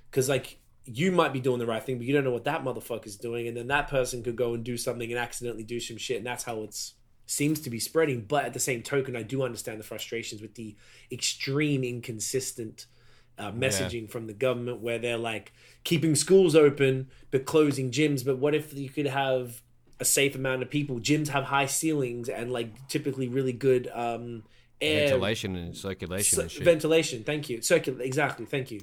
because like you might be doing the right thing but you don't know what that motherfucker's doing and then that person could go and do something and accidentally do some shit and that's how it's seems to be spreading. But at the same token, I do understand the frustrations with the extreme inconsistent uh, messaging from the government, where they're like keeping schools open but closing gyms. But what if you could have a safe amount of people? Gyms have high ceilings and like typically really good um, air
ventilation and circulation
so-
and shit.
ventilation. Thank you. Circular. Exactly. Thank you.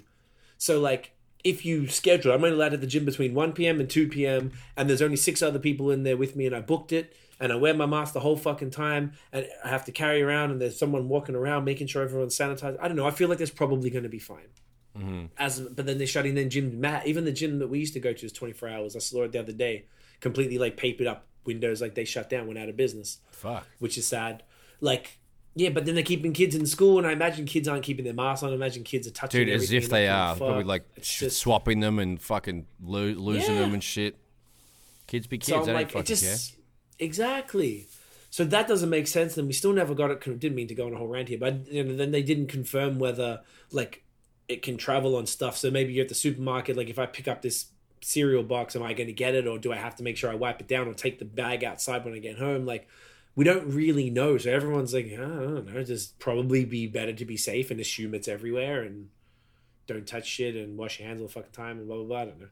So like. If you schedule, I'm only allowed at the gym between 1 p.m. and 2 p.m. and there's only six other people in there with me, and I booked it, and I wear my mask the whole fucking time, and I have to carry around, and there's someone walking around making sure everyone's sanitized. I don't know. I feel like that's probably going to be fine.
Mm-hmm.
As but then they're shutting then gym. Matt, even the gym that we used to go to is 24 hours. I saw it the other day, completely like papered up windows, like they shut down, went out of business
Fuck.
which is sad. Like, yeah, but then they're keeping kids in school, and I imagine kids aren't keeping their masks on. I imagine kids are touching.
Dude, as
everything
if
and
they
everything.
are probably
Fuck.
like
it's
sh-
just
swapping them and fucking lo- losing
Yeah.
them and shit. Kids be kids.
so
they
I'm
don't
like
fucking
it
care.
just exactly. So that doesn't make sense, and we still never got it. con- Didn't mean to go on a whole rant here, but you know, then they didn't confirm whether like it can travel on stuff. So maybe you're at the supermarket. Like, if I pick up this cereal box, am I going to get it, or do I have to make sure I wipe it down or take the bag outside when I get home? Like, we don't really know. So everyone's like, I don't know, just probably be better to be safe and assume it's everywhere and don't touch shit and wash your hands all the fucking time and blah, blah, blah. I don't know.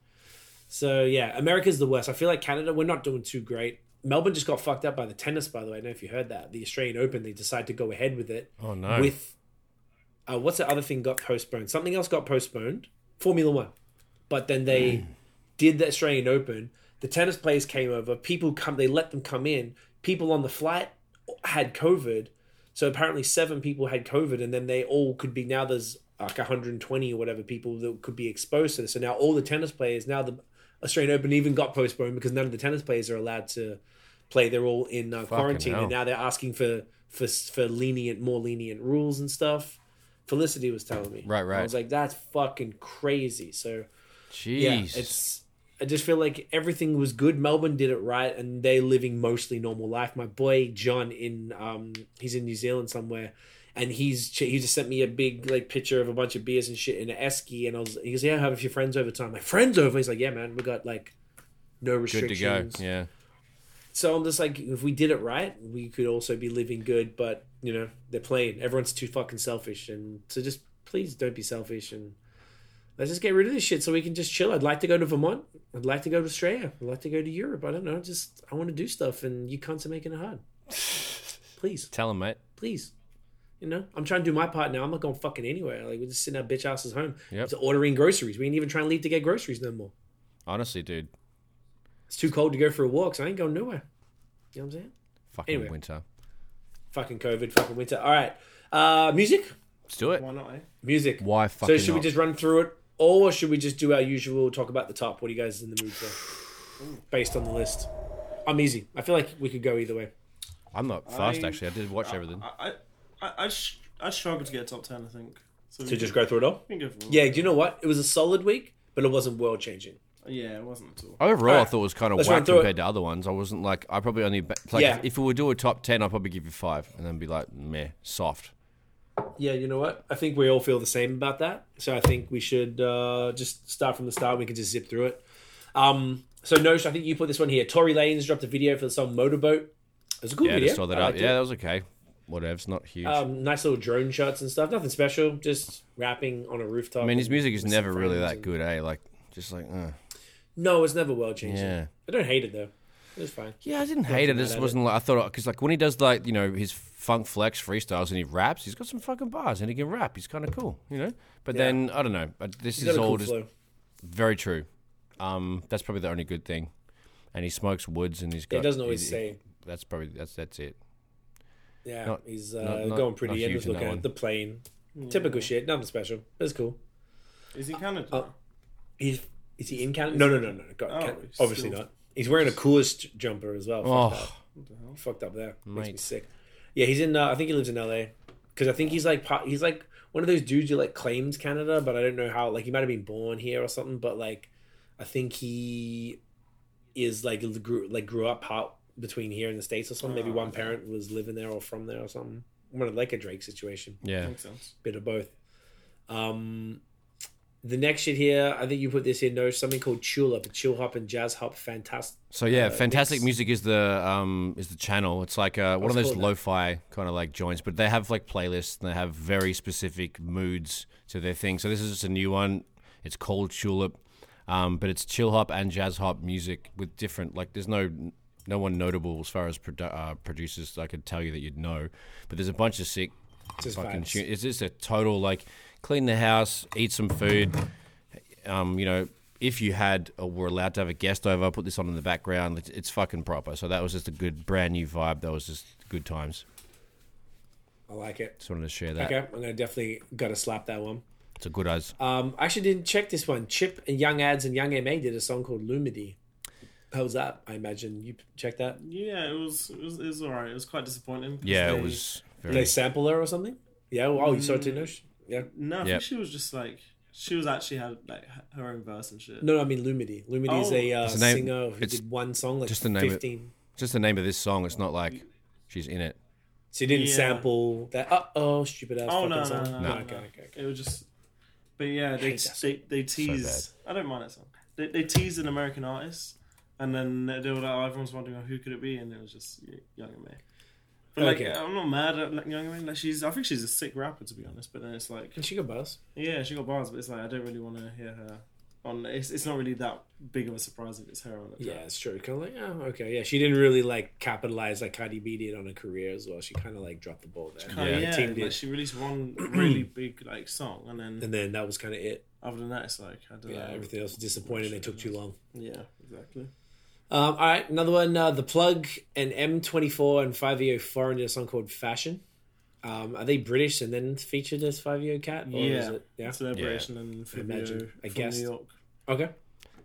So yeah, America's the worst. I feel like Canada, we're not doing too great. Melbourne just got fucked up by the tennis, by the way. I don't know if you heard that. The Australian Open, they decided to go ahead with it
Oh no.
with uh, what's the other thing got postponed? Something else got postponed. Formula One, but then they did the Australian Open. The tennis players came over. People come. They let them come in. People on the flight had COVID, so apparently seven people had COVID, and then they all could be now. There's like 120 or whatever people that could be exposed to this. So now all the tennis players now the Australian Open even got postponed because none of the tennis players are allowed to play. They're all in uh, quarantine,
hell.
and now they're asking for for for lenient, more lenient rules and stuff. Felicity was telling me,
Right, right.
I was like, that's fucking crazy. So
Jeez.
yeah, it's. I just feel like everything was good. Melbourne did it right, and they're living mostly normal life. My boy John in um, he's in New Zealand somewhere, and he's he just sent me a big like picture of a bunch of beers and shit in an esky, and I was he goes, yeah, have a few friends over time. My friends over. He's like, yeah, man, we got like no
Good to go.
restrictions.
Yeah.
So I'm just like, if we did it right, we could also be living good. But you know, they're playing. Everyone's too fucking selfish, and so just please don't be selfish and let's just get rid of this shit so we can just chill. I'd like to go to Vermont. I'd like to go to Australia. I'd like to go to Europe. I don't know. Just I want to do stuff, and you cunts are making it hard. Please,
Tell him, mate.
please. You know, I'm trying to do my part now. I'm not going fucking anywhere. Like we're just sitting our bitch asses home,
Yep.
just ordering groceries. We ain't even trying to leave to get groceries no more.
Honestly, dude,
It's too cold to go for a walk, so I ain't going nowhere. You know what I'm saying?
fucking
Anyway.
winter.
Fucking COVID, fucking winter. All right, uh, music,
Let's do it.
Why not? Eh?
music.
Why
So
fucking
should we
not?
just run through it, or should we just do our usual talk about the top? What are you guys in the mood for, based on the list? I'm easy. I feel like we could go either way.
I'm not fast
I-
actually. I did watch everything.
I I I, I, sh- I struggled to get a top ten. I think. So,
So just go through it all.
we can go for
Yeah, you know what? It was a solid week, but it wasn't world changing.
Yeah, it wasn't at all.
Overall, I
Alright,
thought it was kind of
let's run
whack
through it.
compared to other ones. I wasn't like I probably only ba- like
Yeah.
if, if we would do a top ten, I'd probably give you five and then be like meh, soft.
Yeah, you know what? I think we all feel the same about that. So I think we should uh, just start from the start. We can just zip through it. Um, so Nosh, I think you put this one here. Tory Lanez dropped a video for the song Motorboat. It was a cool
Yeah, I
video.
just saw that
I
up.
liked
Yeah,
it.
that was okay. Whatever, it's not huge.
Um, nice little drone shots and stuff. Nothing special. Just rapping on a rooftop.
I mean, his music is
with
never
some
really
friends
that
and-
good, eh? Like just like uh.
No, it's never world changing.
Yeah.
I don't hate it though. It was fine.
yeah, I didn't hate it.
mad
It just
at
wasn't like I thought because like when he does like you know his funk flex freestyles and he raps, he's got some fucking bars and he can rap. He's kind of cool, you know. But then I don't know. uh, This
He's
is
got a
all
cool
just
flow.
very true. Um, that's probably the only good thing. And he smokes woods and he's got.
It doesn't always
he-
say.
That's probably that's that's it.
Yeah,
not-
he's uh,
not- not-
going
not
pretty. End
huge in
looking
that
at
one.
the plane. Typical shit. Nothing special. It's cool.
Is he Canada?
Oh. He's is he in Canada? No, no, no, no. God,
Oh,
Canada.
he's
obviously
still-
not. He's wearing a coolest jumper as well. Fucked
Oh.
up. He fucked up there. Makes me
Mate.
sick. Yeah, he's in. Uh, I think he lives in LA because I think he's like part- he's like one of those dudes who like claims Canada, but I don't know how. Like he might have been born here or something, but like I think he is like grew like grew up part between here and the states or something. Maybe
Oh,
one
okay.
parent was living there or from there or something. One of like a Drake situation
Yeah.
Makes sense.
bit of both. Um, the next shit here, I think you put this in. No, something called chill up, chill hop and jazz hop. Fantastic.
So yeah,
Uh,
fantastic
mix.
music is the um is the channel. It's like uh, one of
What's it
those
called now?
lo-fi kind of like joints, but they have like playlists and they have very specific moods to their thing. So this is just a new one. It's called Tulip, um, but it's chill hop and jazz hop music with different like. There's no no one notable as far as produ- uh, producers I could tell you that you'd know, but there's a bunch of sick
Just
fucking
vibes.
tune. It's just a total like clean the house, eat some food. Um, you know, if you had or were allowed to have a guest over, put this on in the background. It's, it's fucking proper. So that was just a good brand new vibe. That was just good times.
I like it.
Just wanted to share that.
Okay, I'm gonna definitely gotta slap that one.
It's a good as.
Um, I actually didn't check this one. Chip and Young Ads and Young MA did a song called Lumidi. How was that? I imagine you checked that.
Yeah, it was it was, it was alright. It was quite disappointing. 'cause
yeah,
they-
it was
Did they
very.
sample her or something? Yeah. Oh, you saw it too, Nosh? Yeah.
No, I
Yep.
think she was just like she was actually had like h- her own verse and shit.
No, no, I mean Lumidi. Lumidi is
Oh.
a uh,
It's the name-
singer who
it's-
did one song, like
just the name of it.
fifteen.
Just the name of this song. It's not like she's in it.
So you didn't
Yeah.
sample that. Uh oh, stupid ass.
Oh
fucking
no, no,
song.
no, no, no.
Okay, okay, okay.
It was just, but yeah, they
hate that
they, they teased. I don't mind that song. They, they teased an American artist, and then they were like, oh, everyone's wondering who could it be, and it was just Y- Young and May. But like,
Okay.
I'm not mad at like, Young and May. Like, she's I think she's a sick rapper to be honest. But then it's like,
Can she go buzz?
yeah, she got bars, but it's like I don't really want to hear her. On it's, it's not really that big of a surprise if it's her on the
Yeah,
track.
it's true. Kind of like, oh, okay, yeah. She didn't really like capitalize like Cardi B did on her career as well. She kind of like dropped the ball there.
Kinda,
Yeah.
Oh, yeah,
Team
like,
did.
she released one
[clears throat]
really big like song, and then
and then that was kind of it.
other than that, it's like I don't
Yeah,
know.
everything else was disappointing. They took too long.
Yeah, exactly.
Um, all right, another one. Uh, the Plug and M24 and 5EO Foreign did a song called Fashion. Um, are they British and then featured as 5EO Cat? Or
yeah,
Is it, yeah.
celebration and Fabio
imagine. I
from
guessed.
New York.
Okay.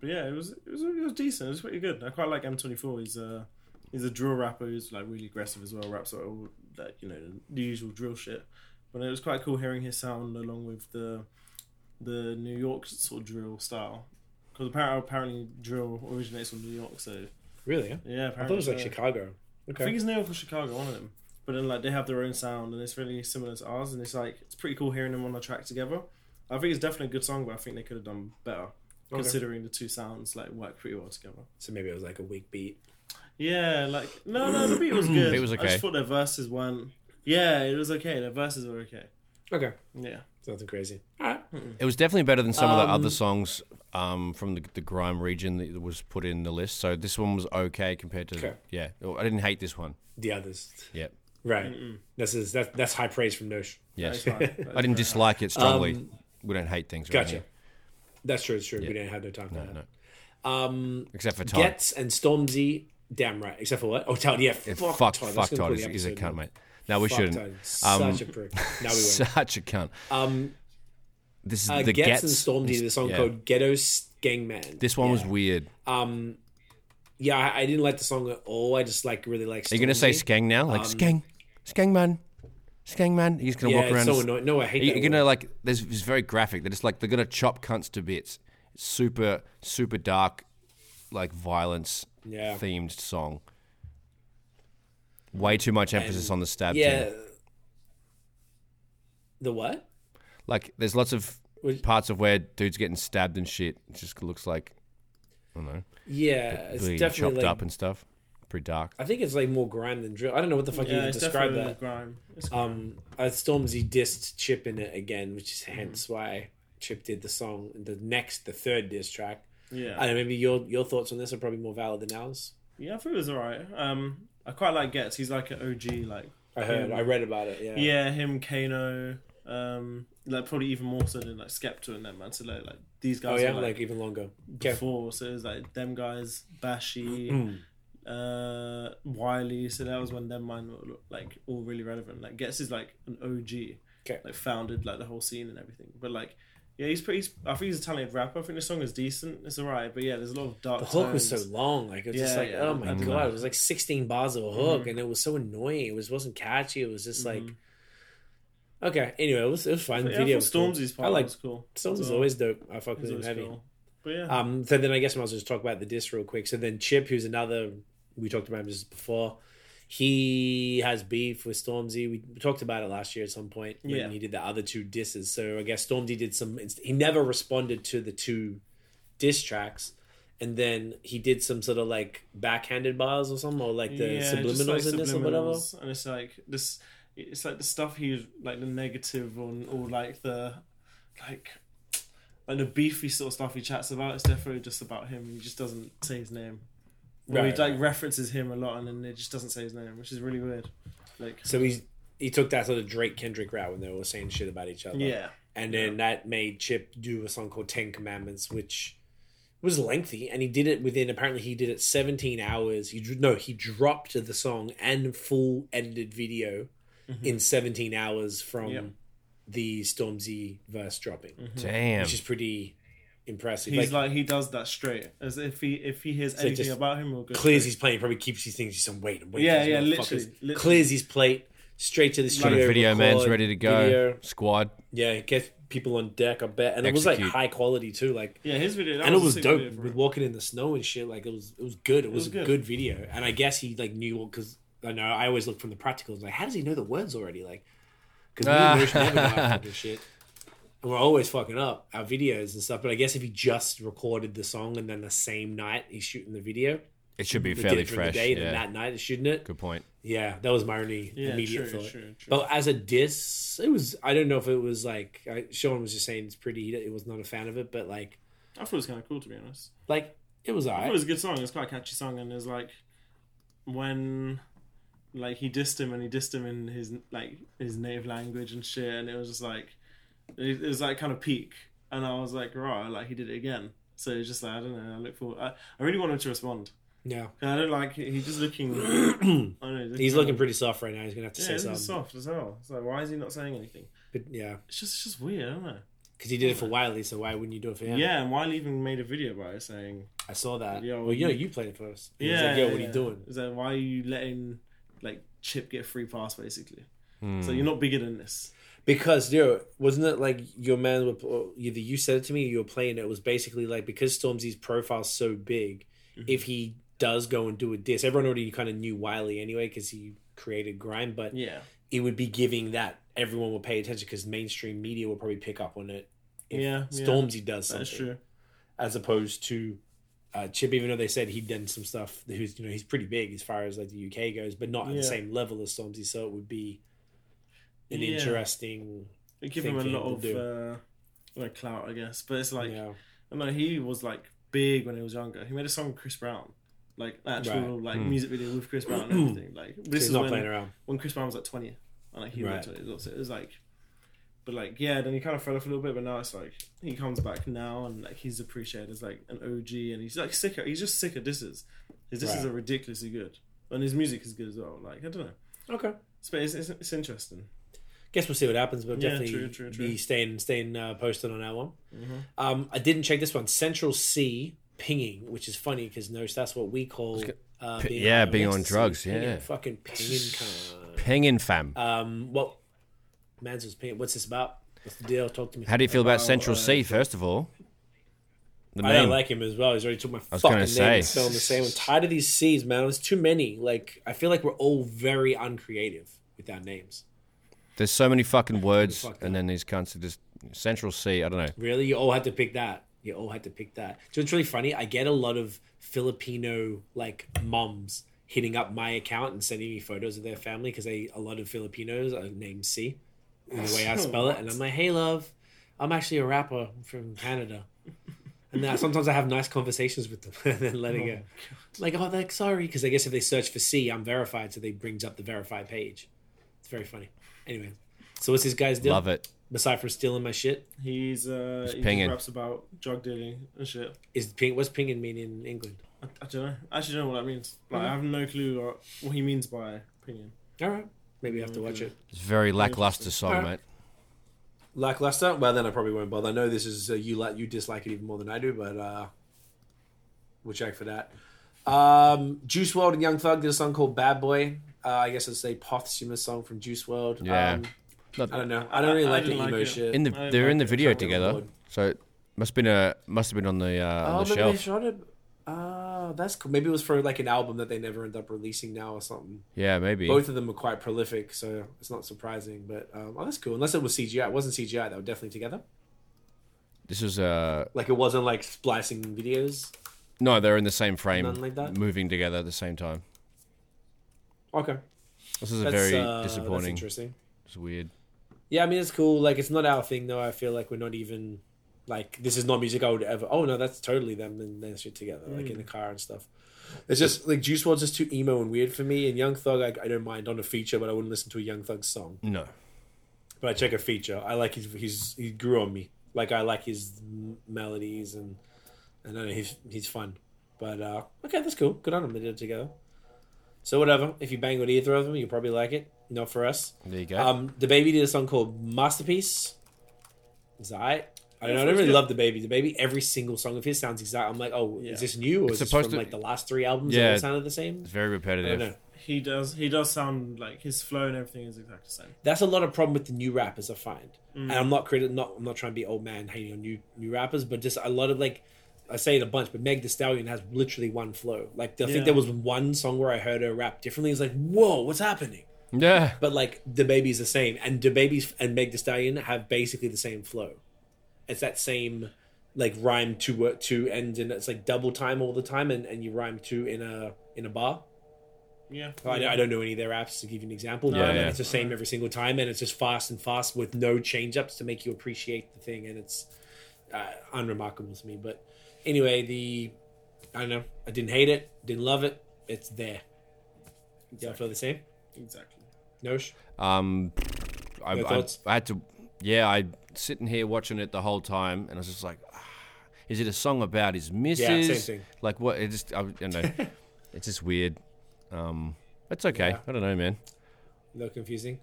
But yeah, it was it was it was decent. It was pretty good. I quite like M24. He's a he's a drill rapper who's like really aggressive as well. Raps like all that you know the usual drill shit. But it was quite cool hearing his sound along with the the New York sort of drill style. Because apparently, apparently drill originates from New York. So
Really? Yeah?
yeah, apparently
I thought it was like
uh,
Chicago.
I think
Okay.
it's New York or Chicago, one of them. But then like they have their own sound and it's really similar to ours and it's like it's pretty cool hearing them on a track together. I think it's definitely a good song, but I think they could have done better
Okay.
considering the two sounds like work pretty well together.
So maybe it was like a weak beat.
Yeah, like no, no, the
[clears throat]
beat was good.
Beat was
I
okay.
just thought their verses weren't. Yeah, it was okay. Their verses were okay.
Okay,
Yeah,
it's nothing crazy. All right.
It was definitely better than some of the
Um,
other songs um, from the, the grime region that was put in the list. So this one was okay compared to
Okay.
yeah. Oh, I didn't hate this one.
The others,
Yeah.
right? This is that, that's high praise from Nosh.
Yes.
[laughs]
That's fine.
I
That's
didn't dislike it strongly. we don't hate things. around
Um, Gotcha.
here.
That's true. It's true. We didn't have no time for that.
no.
Um,
Except for Todd.
Getz and Stormzy. Damn right. Except for what? Oh, Todd. Yeah.
Yeah,
Fuck, Todd.
fuck, fuck
That's gonna
Todd.
put
He's,
the
he's a
episode
cunt,
in.
mate. No, we
Fuck
shouldn't.
Todd. Such
Um,
a prick. Now we won't.
[laughs] Such a cunt.
Um,
This is
uh,
the
Getz
Gets
and Stormzy. The song
yeah.
called Ghetto S- Gangman.
This one was weird.
Um, yeah, I, I didn't like the song at all. I just like really like.
Are you gonna say skang now? Like skang, skang man, skang man. He's gonna
Um, Yeah,
walk
it's
around.
so
and-
annoying. No, I hate
You're
that
gonna like. There's it's very graphic. That it's like they're gonna chop cunts to bits. Super super dark, like violence
Yeah.
themed song. Way too much emphasis on the stab.
Yeah.
too.
The what?
Like there's lots of
Was-
parts of where dudes getting stabbed and shit. It just looks like I don't know,
Yeah, it's
really
definitely
chopped
like,
up and stuff. Pretty dark.
I think it's like more grime than drill. I don't know what the fuck you
yeah,
even
it's
describe
definitely
that.
grime. It's
Um, uh, Stormzy dissed Chip in it again, which
Mm-hmm.
is hence why Chip did the song. The next, the third diss track.
yeah,
I don't know. Maybe your your thoughts on this are probably more valid than ours.
yeah. I thought it was alright. Um, I quite like Gets. He's like an OG. Like
I heard,
Yeah.
I read about it. Yeah,
Um, yeah, him, Kano. Um, like probably even more so than like Skepta and them man. So like, like these
Oh
guys.
yeah,
are,
like,
like,
even longer. Okay.
before. So it was like them guys, Bashy,
Mm.
uh, Wiley. So that was when them mine were like all really relevant. Like Gets is like an OG.
Okay.
Like founded like the whole scene and everything. But like. Yeah, he's pretty. He's, I think he's a talented rapper. I think the song is decent. It's alright, but yeah, there's a lot of dark.
The hook was so
tones.
long, like it was just
Yeah,
like,
yeah,
oh
I Mm-hmm.
my
don't
god, it was like sixteen bars of a hook, and it was so annoying. It was wasn't catchy. It was just like, okay. Anyway, it was it was fine. The
But Mm-hmm. yeah,
video
I
was
thought
cool.
Stormzy's
I
part
like
was cool.
Stormzy's
So,
always dope. I fuck
it
with
was
him
always
heavy.
cool. But yeah,
Um, so then I guess I might as well just talk about the disc real quick. So then Chip, who's another we talked about him just before, he has beef with Stormzy. We talked about it last year at some point when
Yeah.
he did the other two disses. So I guess Stormzy did some. He never responded to the two diss tracks, and then he did some sort of like backhanded bars or something, or like the
just,
subliminals
like,
in this or whatever.
subliminals, And it's like this. It's like the stuff he's like the negative on, or like the like like the beefy sort of stuff he chats about. It's definitely just about him. He just doesn't say his name. Or he
Right,
like
right.
references him a lot, and then it just doesn't say his name, which is really weird. Like
So he's he took that sort of Drake Kendrick route when they were saying shit about each other.
yeah,
and then that made Chip do a song called Ten Commandments, which was lengthy, and he did it within apparently he did it 17 hours. He dr- no, he dropped the song and full edited video
Mm-hmm.
in 17 hours from
Yep.
the Stormzy verse dropping,
Damn.
which is pretty impressive.
Mm-hmm. he's
Like,
like, he does that straight as if he if he hears
So
anything
just
about him, he'll go
clears
straight.
his plate, probably keeps his things. He's on wait, I'm waiting
Yeah,
for these
yeah,
motherfuckers.
literally, literally.
clears his plate straight to the
Got
studio.
a video man's
record,
ready to go.
video.
Squad.
Yeah, it gets people on deck. I bet, and it was like
Execute.
high quality too. Like
yeah, his video that
and it
a
was
sick
dope
video for
with
it.
walking in the snow and shit. Like it was, it was good. It was,
was
a
good.
good video, and I guess he like knew because I know I always look from the practicals. Like, how does he know the words already? Like, because me
Ah.
and Rich never know how to
[laughs]
fucking shit, and we're always fucking up our videos and stuff. But I guess if he just recorded the song and then the same night he's shooting the video,
It should be
he
fairly
did it during
fresh.
the day, and
yeah.
then that night he's shooting it.
Good point.
Yeah, that was my only
Yeah,
immediate
true,
thought.
true, true.
But as a diss, it was. I don't know if it was like I, Sean was just saying it's pretty. It was not a fan of it, but like,
I thought it was kind of cool to be honest.
like it was
I thought
alright.
it was a good song. It's quite a catchy song, and it's like when like he dissed him and he dissed him in his like his native language and shit, and it was just like it, it was like kind of peak, and I was like, right, like he did it again. So it's just like I don't know. I look forward. I, I really want him to respond.
[clears throat] Yeah.
'Cause I don't like he's just looking. I don't know,
He's
kind
looking
of-
pretty soft right now. He's gonna have to
Yeah,
say
he's
something.
just soft as hell. It's like why is he not saying anything?
But yeah,
It's just it's just weird, I don't know.
because he did it for Wiley, so why wouldn't you do it for
Yeah,
him?
and Wiley even made a video about it saying
I saw that.
Yeah,
well,
well,
you know,
you-
you played it first. And yeah, like, yo, what are you doing?
Is that why are you letting like Chip get a free pass basically?
Hmm.
Hmm.
So you're not bigger than this.
Because yo, wasn't it like your man? Were, or either you said it to me, or you were playing it. it Was basically like because Stormzy's profile's so big,
Mm-hmm.
if he does go and do a diss, everyone already kind of knew Wiley anyway because he created grime. But
Yeah,
it would be giving that everyone will pay attention because mainstream media will probably pick up on it. If
Yeah, yeah.
Stormzy does something.
that's true.
as opposed to uh, Chip, even though they said he'd done some stuff, who's you know he's pretty big as far as like the UK goes, but not at
Yeah.
the same level as Stormzy. So it would be an
Yeah.
interesting,
They give him a
Thinking
lot
to
of
do.
uh, like clout, I guess. But it's like
you know,
I mean, he was like big when he was younger. He made a song with Chris Brown, like actual like
Hmm.
music video with Chris Brown
[clears throat]
and everything. Like this
he's
is
not
when,
playing around.
when Chris Brown was like twenty, and like he
Right.
was like, 20 also. It was like, but like yeah, then he kind of fell off a little bit, but now it's like he comes back now and like he's appreciated as like an OG, and he's like sicker. He's just sicker disses. His disses
Right.
are ridiculously good, and his music is good as well. Like I don't know,
Okay,
it's but it's, it's, it's interesting.
guess we'll see what happens, but
Yeah,
definitely
true, true, true. Mm-hmm.
be staying staying uh, posted on that one. Um, I didn't check this one. Central C pinging, which is funny because notice that's what we call. Uh,
P- yeah, being
Yes,
on drugs,
pinging,
yeah.
fucking pinging.
[laughs]
cunt.
Pingin fam.
Um, what Mansell's pinging? What's this about? What's the deal? Talk to me.
How do you feel about
Oh,
Central
uh,
C, first of all? The
I don't
name.
like him as well. He's already took my
was
fucking
gonna
name
say.
and spelling the same. I'm tired of these C's, man. It's too many. Like I feel like we're all very uncreative with our names.
There's so many fucking words,
fucked
and then these cunts are just Central C. I don't know.
Really, you all had to pick that. You all had to pick that. So it's really funny. I get a lot of Filipino like moms hitting up my account and sending me photos of their family because they a lot of Filipinos are named C in the way I spell it, and I'm like, hey, love, I'm actually a rapper from Canada. And now sometimes I have nice conversations with them [laughs] and then letting it like, oh, they're sorry. Because I guess if they search for C, I'm verified. So they brings up the verified page. It's very funny. Anyway, so what's this guy's deal?
Love it.
Aside from stealing my shit,
He's uh, he
pinging.
just raps about drug dealing and shit.
is ping, what's pinging mean in England?
I, I don't know. I actually don't know what that means.
Mm-hmm.
Like, I have no clue what, what he means by opinion.
All right. Maybe you have to watch it.
It's a very lackluster song,
Alright.
mate.
Lackluster? Well, then I probably won't bother. I know this is uh, you like you dislike it even more than I do, but uh, we'll check for that. Um, Juice World and Young Thug did a song called Bad Boy. Uh, I guess it's a posthumous song from Juice World.
Yeah.
Um,
Not-
I don't know. I don't really
I- I
like the
didn't
emo
like it.
shit.
in the
I
they're in the
like it.
video
Can't get on
together,
board.
so it must been a must have been on the uh,
oh,
on the
maybe they
shelf.
shot it. Ah, that's cool. Maybe it was for like an album that they never end up releasing now or something.
Yeah, maybe.
Both of them are quite prolific, so it's not surprising. But um, oh, that's cool. Unless it was CGI. It wasn't CGI. They were definitely together.
This is uh
Like it wasn't like splicing videos.
no, they're in the same frame,
Nothing like that?
moving together at the same time.
Okay,
This is a
that's
very
uh, that's
disappointing.
interesting.
It's weird.
Yeah, I mean it's cool. Like it's not our thing though. I feel like we're not even like this is not music I would ever. Oh no, that's totally them and their shit together, like in the car and stuff. Mm. It's just like Juice WRLD's just too emo and weird for me. And Young Thug, I, I don't mind on a feature, but I wouldn't listen to a Young Thug song.
No,
But I check a feature. I like his, his he grew on me. Like I like his m- melodies and and I don't know he's he's fun. But uh, okay, that's cool. Good on him. They did it together. So whatever. If you bang with either of them, you'll probably like it. Not for us.
there you go.
Um, the baby did a song called Masterpiece. Is that right? I don't, know, I don't
sounds
really
good.
love the baby. The baby, every single song of his sounds exact. I'm like, oh,
Yeah.
is this new or
It's
is this
supposed
from
to-
like the last three albums? Yeah,
Yeah.
they sounded the same.
it's very
I don't know.
repetitive.
He does. He does sound like his flow and everything is exactly the same.
that's a lot of problem with the new rappers I find. And I'm not criti- not I'm not trying to be old man hating on new new rappers, but just a lot of like I say it a bunch, but Meg The Stallion has literally one flow. Like I
Yeah.
think there was one song where I heard her rap differently. It's like, whoa, what's happening?
Yeah,
But like the baby's the same, and the babies and Meg The Stallion have basically the same flow. It's that same like rhyme to work to end, and it's like double time all the time, and, and you rhyme two in a in a bar.
Yeah.
Oh, I, I don't know any of their apps to give you an example,
Yeah,
but
yeah.
it's the same every single time, and it's just fast and fast with no change ups to make you appreciate the thing, and it's uh, unremarkable to me. But anyway, the I don't know, I didn't hate it, didn't love it. It's there. Y'all feel the same?
Exactly.
Nosh?
Um, I,
No
I,
thoughts?
I had to, yeah, I sitting here watching it the whole time, and I was just like, ah, is it a song about his missus?
thing.
Like what? It just, I, don't
[laughs]
know. it's just weird. Um, it's okay. I don't know, man.
No confusing.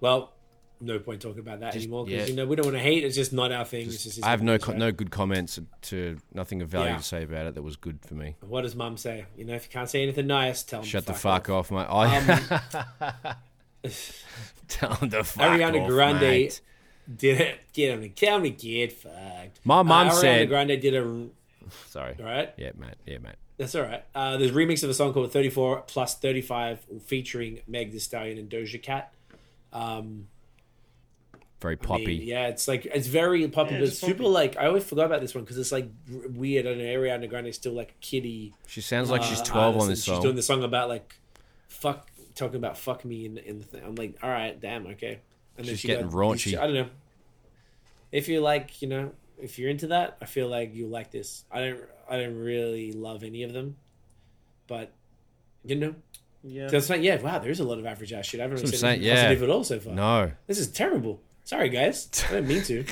Well, no point talking about that
Just-
anymore because
yeah.
you know we don't want to hate. It's just not our thing. it's just
I have no co-
right?
no good comments to nothing of value
Yeah.
to say about it that was good for me.
What does Mum say? You know, if you can't say anything nice, tell 'em to
Shut the
off. Um,
fuck off, mate. I [laughs] tell him to fuck
Ariana
off,
Grande
mate.
did it. Get him. Tell him to get fucked.
My mum
uh, Ariana
said-
Grande did a.
Sorry.
Right?
Yeah, mate. Yeah, mate.
That's all right. Uh, there's a remix of a song called 34 plus 35 featuring Meg The Stallion and Doja Cat. Um,
very
I mean,
poppy.
yeah, it's like it's very poppy,
Yeah,
but
it's
it's super
poppy.
like I always forgot about this one because it's like r- weird. I know Ariana Grande is still like a kiddie.
She sounds like she's
uh,
twelve
artist,
on
and
this
She's doing
song.
the song about like fuck, talking about fuck me in in the thing. I'm like, all right, damn, okay. And
She's getting raunchy.
I don't know. If you like, you know, if you're into that, I feel like you will like this. I don't, I don't really love any of them, but you know,
Yeah.
that's like, yeah, wow, there's a lot of average ass shit. I haven't really
That's
said
what I'm
anything
saying, yeah.
positive at all so far.
No,
This is terrible. Sorry, guys. I didn't mean
[laughs]
to.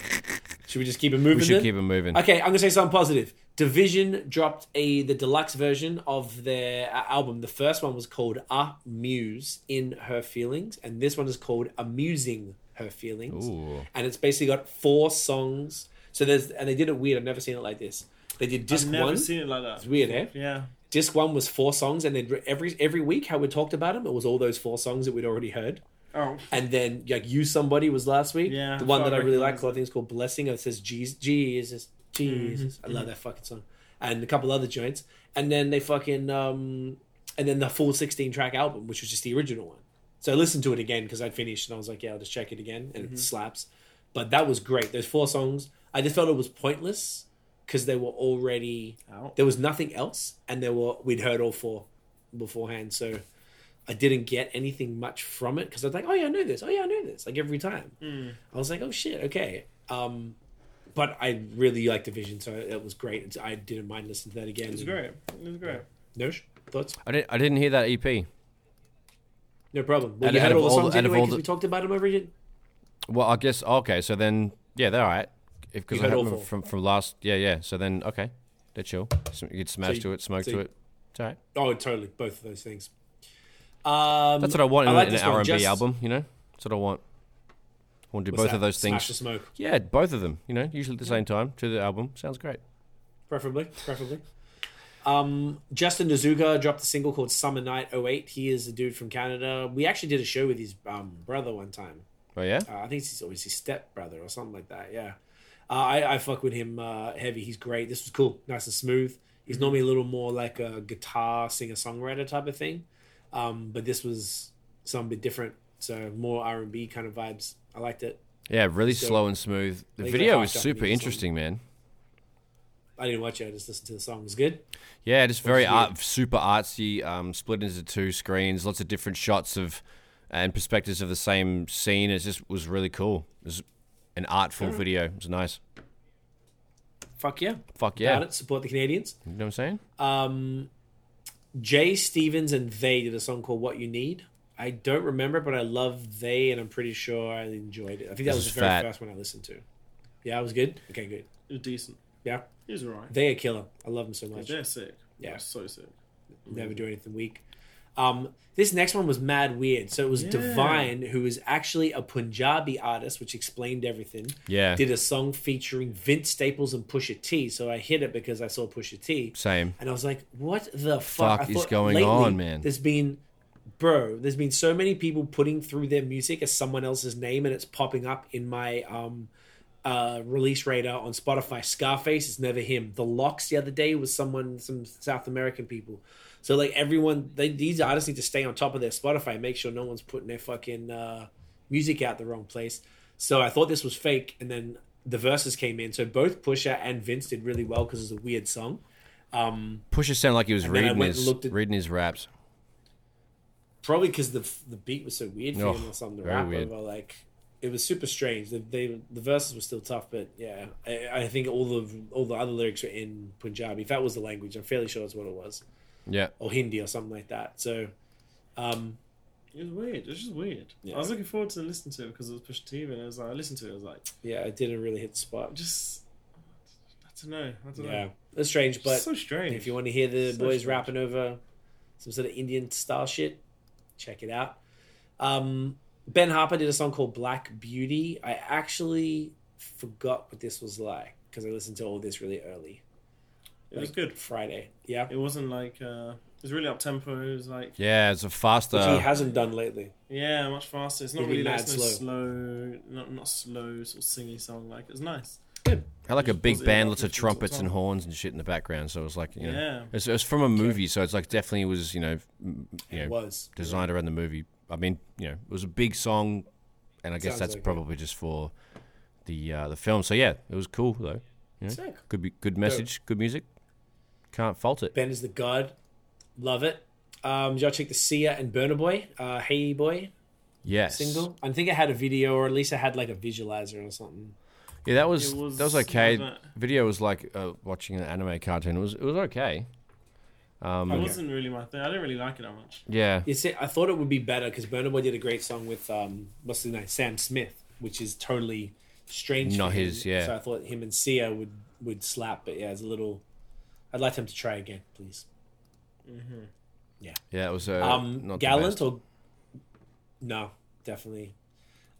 Should we just keep it moving?
we should
then?
keep it moving.
Okay, I'm gonna say something positive. Division dropped a the deluxe version of their uh, album. The first one was called "A Muse in Her Feelings," and this one is called "Amusing Her Feelings."
Ooh.
And it's basically got four songs. So there's and they did it weird. I've never seen it like this. They did disc
I've never
one.
seen it like that. It's
weird, eh?
Yeah.
disc one was four songs, and then every every week how we talked about them, it was all those four songs that we'd already heard.
Oh.
And then like you somebody was last week.
Yeah,
The one
I
that I really
recognize
like, I think it's called Blessing. It says Jesus, Jesus, Jesus. I love that fucking song. And a couple other joints. And then they fucking um, and then the full sixteen track album, which was just the original one. So I listened to it again because I'd finished and I was like, yeah, I'll just check it again, and it slaps. But that was great. Those four songs, I just felt it was pointless because they were already
Out.
there was nothing else, and there were we'd heard all four beforehand. So I didn't get anything much from it because I was like, oh yeah, I know this. Oh yeah, I know this. Like every time,
Hmm.
I was like, oh shit, okay. Um, but I really liked Division, so it was great. It's- I didn't mind listening to that again.
It's great. It's great.
No sh- thoughts?
I didn't. I didn't hear that E EP.
No problem. Well,
Out-
you
out
had
of
all the
all the-
songs
out of
anyway
all
'cause
the-
we talked about them over here.
Well, I guess oh, okay. So then, yeah, they're all right. Because
You
I
heard
had
all
them
four.
from from last. Yeah, yeah. So then, okay, they're chill. So you could smash
you-
to it, smoke
so
to
you-
it. It's all right.
Oh, totally. Both of those things. Um,
That's what I want in,
like
an
this one,
R and B
just-
album. You know, that's what I want. I want to do
what's
both
that?
of those
Smash
things.
the smoke.
Yeah, both of them. You know, usually at the same time to the album. Sounds great.
preferably, preferably. Um, Justin Nazuka dropped a single called Summer Night 08. He is a dude from Canada. We actually did a show with his um, brother one time.
Oh yeah.
Uh, I think he's always his stepbrother or something like that. Yeah. Uh, I, I fuck with him uh, heavy. He's great. This was cool. Nice and smooth. He's normally a little more like a guitar singer songwriter type of thing. Um, but this was some bit different. So more R&B kind of vibes. I liked it.
Yeah, really
So-
slow and smooth.
I
The
think they
video is
hyped up
super
these
interesting, man.
I didn't watch it. I just listened to the song. It was good.
Yeah, just very
is
art, super artsy. Um, split into two screens, lots of different shots of and perspectives of the same scene. It just was really cool. It was an artful
Hmm.
video. It was nice.
Fuck yeah.
Fuck
Yeah.
yeah.
About it. Support the Canadians.
You know what I'm saying?
um, Jay Stevens and They did a song called "What You Need." I don't remember, it, but I love They, and I'm pretty sure I enjoyed it. I think that
This
was
is
the very
fat.
first one I listened to. Yeah, I was good. Okay, good.
It was decent.
Yeah,
It was alright.
They are killer. I love them so much.
They're sick.
Yeah.
They're so sick.
Never do anything weak. Um, this next one was mad weird. So it was
Yeah.
Divine, who is actually a Punjabi artist, which explained everything.
Yeah.
Did a song featuring Vince Staples and Pusha T. So I hit it because I saw Pusha T.
Same.
And I was like, what the fuck,
Fuck
I
is
thought
going on, man?
There's been, bro, there's been so many people putting through their music as someone else's name, and it's popping up in my um, uh, release radar on Spotify. Scarface is never him. The Locks the other day was someone, some South American people. So like everyone, they, these artists need to stay on top of their Spotify, and make sure no one's putting their fucking uh, music out the wrong place. So I thought this was fake, and then the verses came in. So both Pusha and Vince did really well because it's a weird song.
Pusher sounded like he was
And then I
reading
went and
his
looked at-
reading his raps.
probably because the the beat was so weird for
Oh,
him or something. The
very
rap
weird.
over, like it was super strange. The, they the verses were still tough, but yeah, I, I think all the all the other lyrics were in Punjabi. If that was the language, I'm fairly sure that's what it was,
Yeah.
or Hindi or something like that. So, um,
It was weird. It was just weird.
Yeah.
I was looking forward to listening to it because it was Pusha T, and I was like, I listened to it. I was like,
yeah, it didn't really hit the spot.
just I don't know. I don't
Yeah,
know.
it's strange,
But
but
so strange.
if you want to hear the
So
boys
strange.
rapping over some sort of Indian style shit, check it out. Um, ben Harper did a song called Black Beauty. I actually forgot what this was like because I listened to all this really early.
it was
like,
good.
Friday. Yeah.
It wasn't like uh, it was really up tempo. It was like
Yeah, it's a
Which he
faster.
hasn't done lately.
yeah, much faster. It's not
Really
really like
mad
slow,
slow.
slow, not not slow sort of singy song. Like it was nice.
Had like a big
was-
band,
yeah,
lots
it
of
was- it was
trumpets
on.
and horns and shit in the background. So it was like, you know,
Yeah.
it's, it's from a movie. So it's like definitely was, you know, m- you
It
know,
was.
designed around the movie. I mean, you know, it was a big song and I guess
Sounds
that's
like it.
probably just for the uh, the film. So yeah, it was cool though. Yeah.
Sick.
Good be good message, good music. Can't fault it.
Ben is the god. Love it. Um, y'all check the Sia and Burner Boy, uh, Hey Boy
Yes.
single. I think I had a video, or at least I had like a visualizer or something.
Yeah, that was,
It was-
that was okay.
wasn't it?
Video was like uh, watching an anime cartoon. It was it was okay. Um,
It wasn't really my thing. I didn't really like it that much.
yeah.
You see, I thought it would be better because Burner Boy did a great song with um, what's his name, Sam Smith, which is totally strange.
Not
for him.
his, yeah.
So I thought him and Sia would would slap, but yeah, it's a little. I'd like him to try again, please.
Yeah, it was uh,
Um,
not the
Gallant
best.
or no, definitely.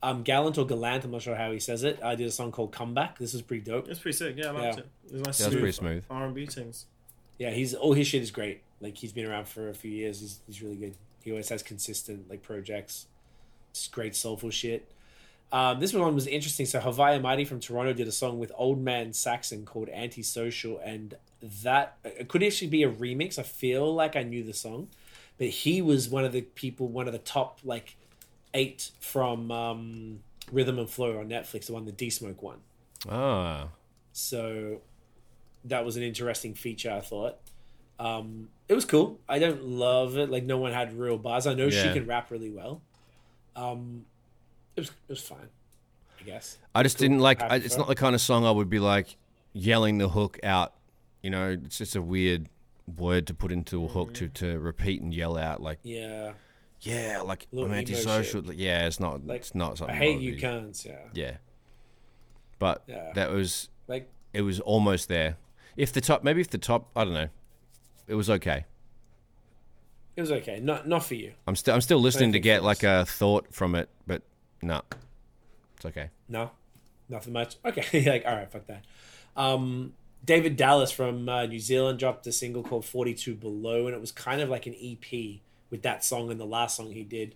Um, Gallant or Gallant. I'm not sure how he says it. I did a song called Comeback. This is pretty dope.
It was pretty sick. Yeah, I liked
Yeah.
it. It was nice.
Yeah, it was pretty smooth.
R and B things.
Yeah, he's all his shit is great. Like he's been around for a few years. He's he's really good. He always has consistent like projects. Just great soulful shit. Um, this one was interesting. So Havaya Mighty from Toronto did a song with Old Man Saxon called Antisocial, and that it could actually be a remix. I feel like I knew the song, but he was one of the people, one of the top like eight from um, Rhythm and Flow on Netflix, the one the D Smoke one.
Ah,
So that was an interesting feature, I thought. Um, it was cool. I don't love it. Like, no one had real bars. I know she
Yeah.
can rap really well. Um, it was it was fine, I guess.
I just didn't like. I,
Happy
it's
for
not the kind of song I would be like yelling the hook out. You know, it's just a weird word to put into a hook
Mm.
to to repeat and yell out. Like,
Yeah,
yeah, like
Little
I'm
emo
antisocial. Like, yeah, it's not.
Like,
it's not
I
something.
hate
would
you
be-
cunts. Yeah,
Yeah, but
Yeah.
that was
like
it was almost there. If the top, maybe if the top, I don't know. It was okay.
it was okay. Not not for you.
I'm still I'm still listening to
think
get
it
like a thought from it, but no, it's okay.
No, nothing much. Okay, [laughs] like all right, fuck that. Um, David Dallas from uh, New Zealand dropped a single called Forty Two Below, and it was kind of like an EP with that song and the last song he did.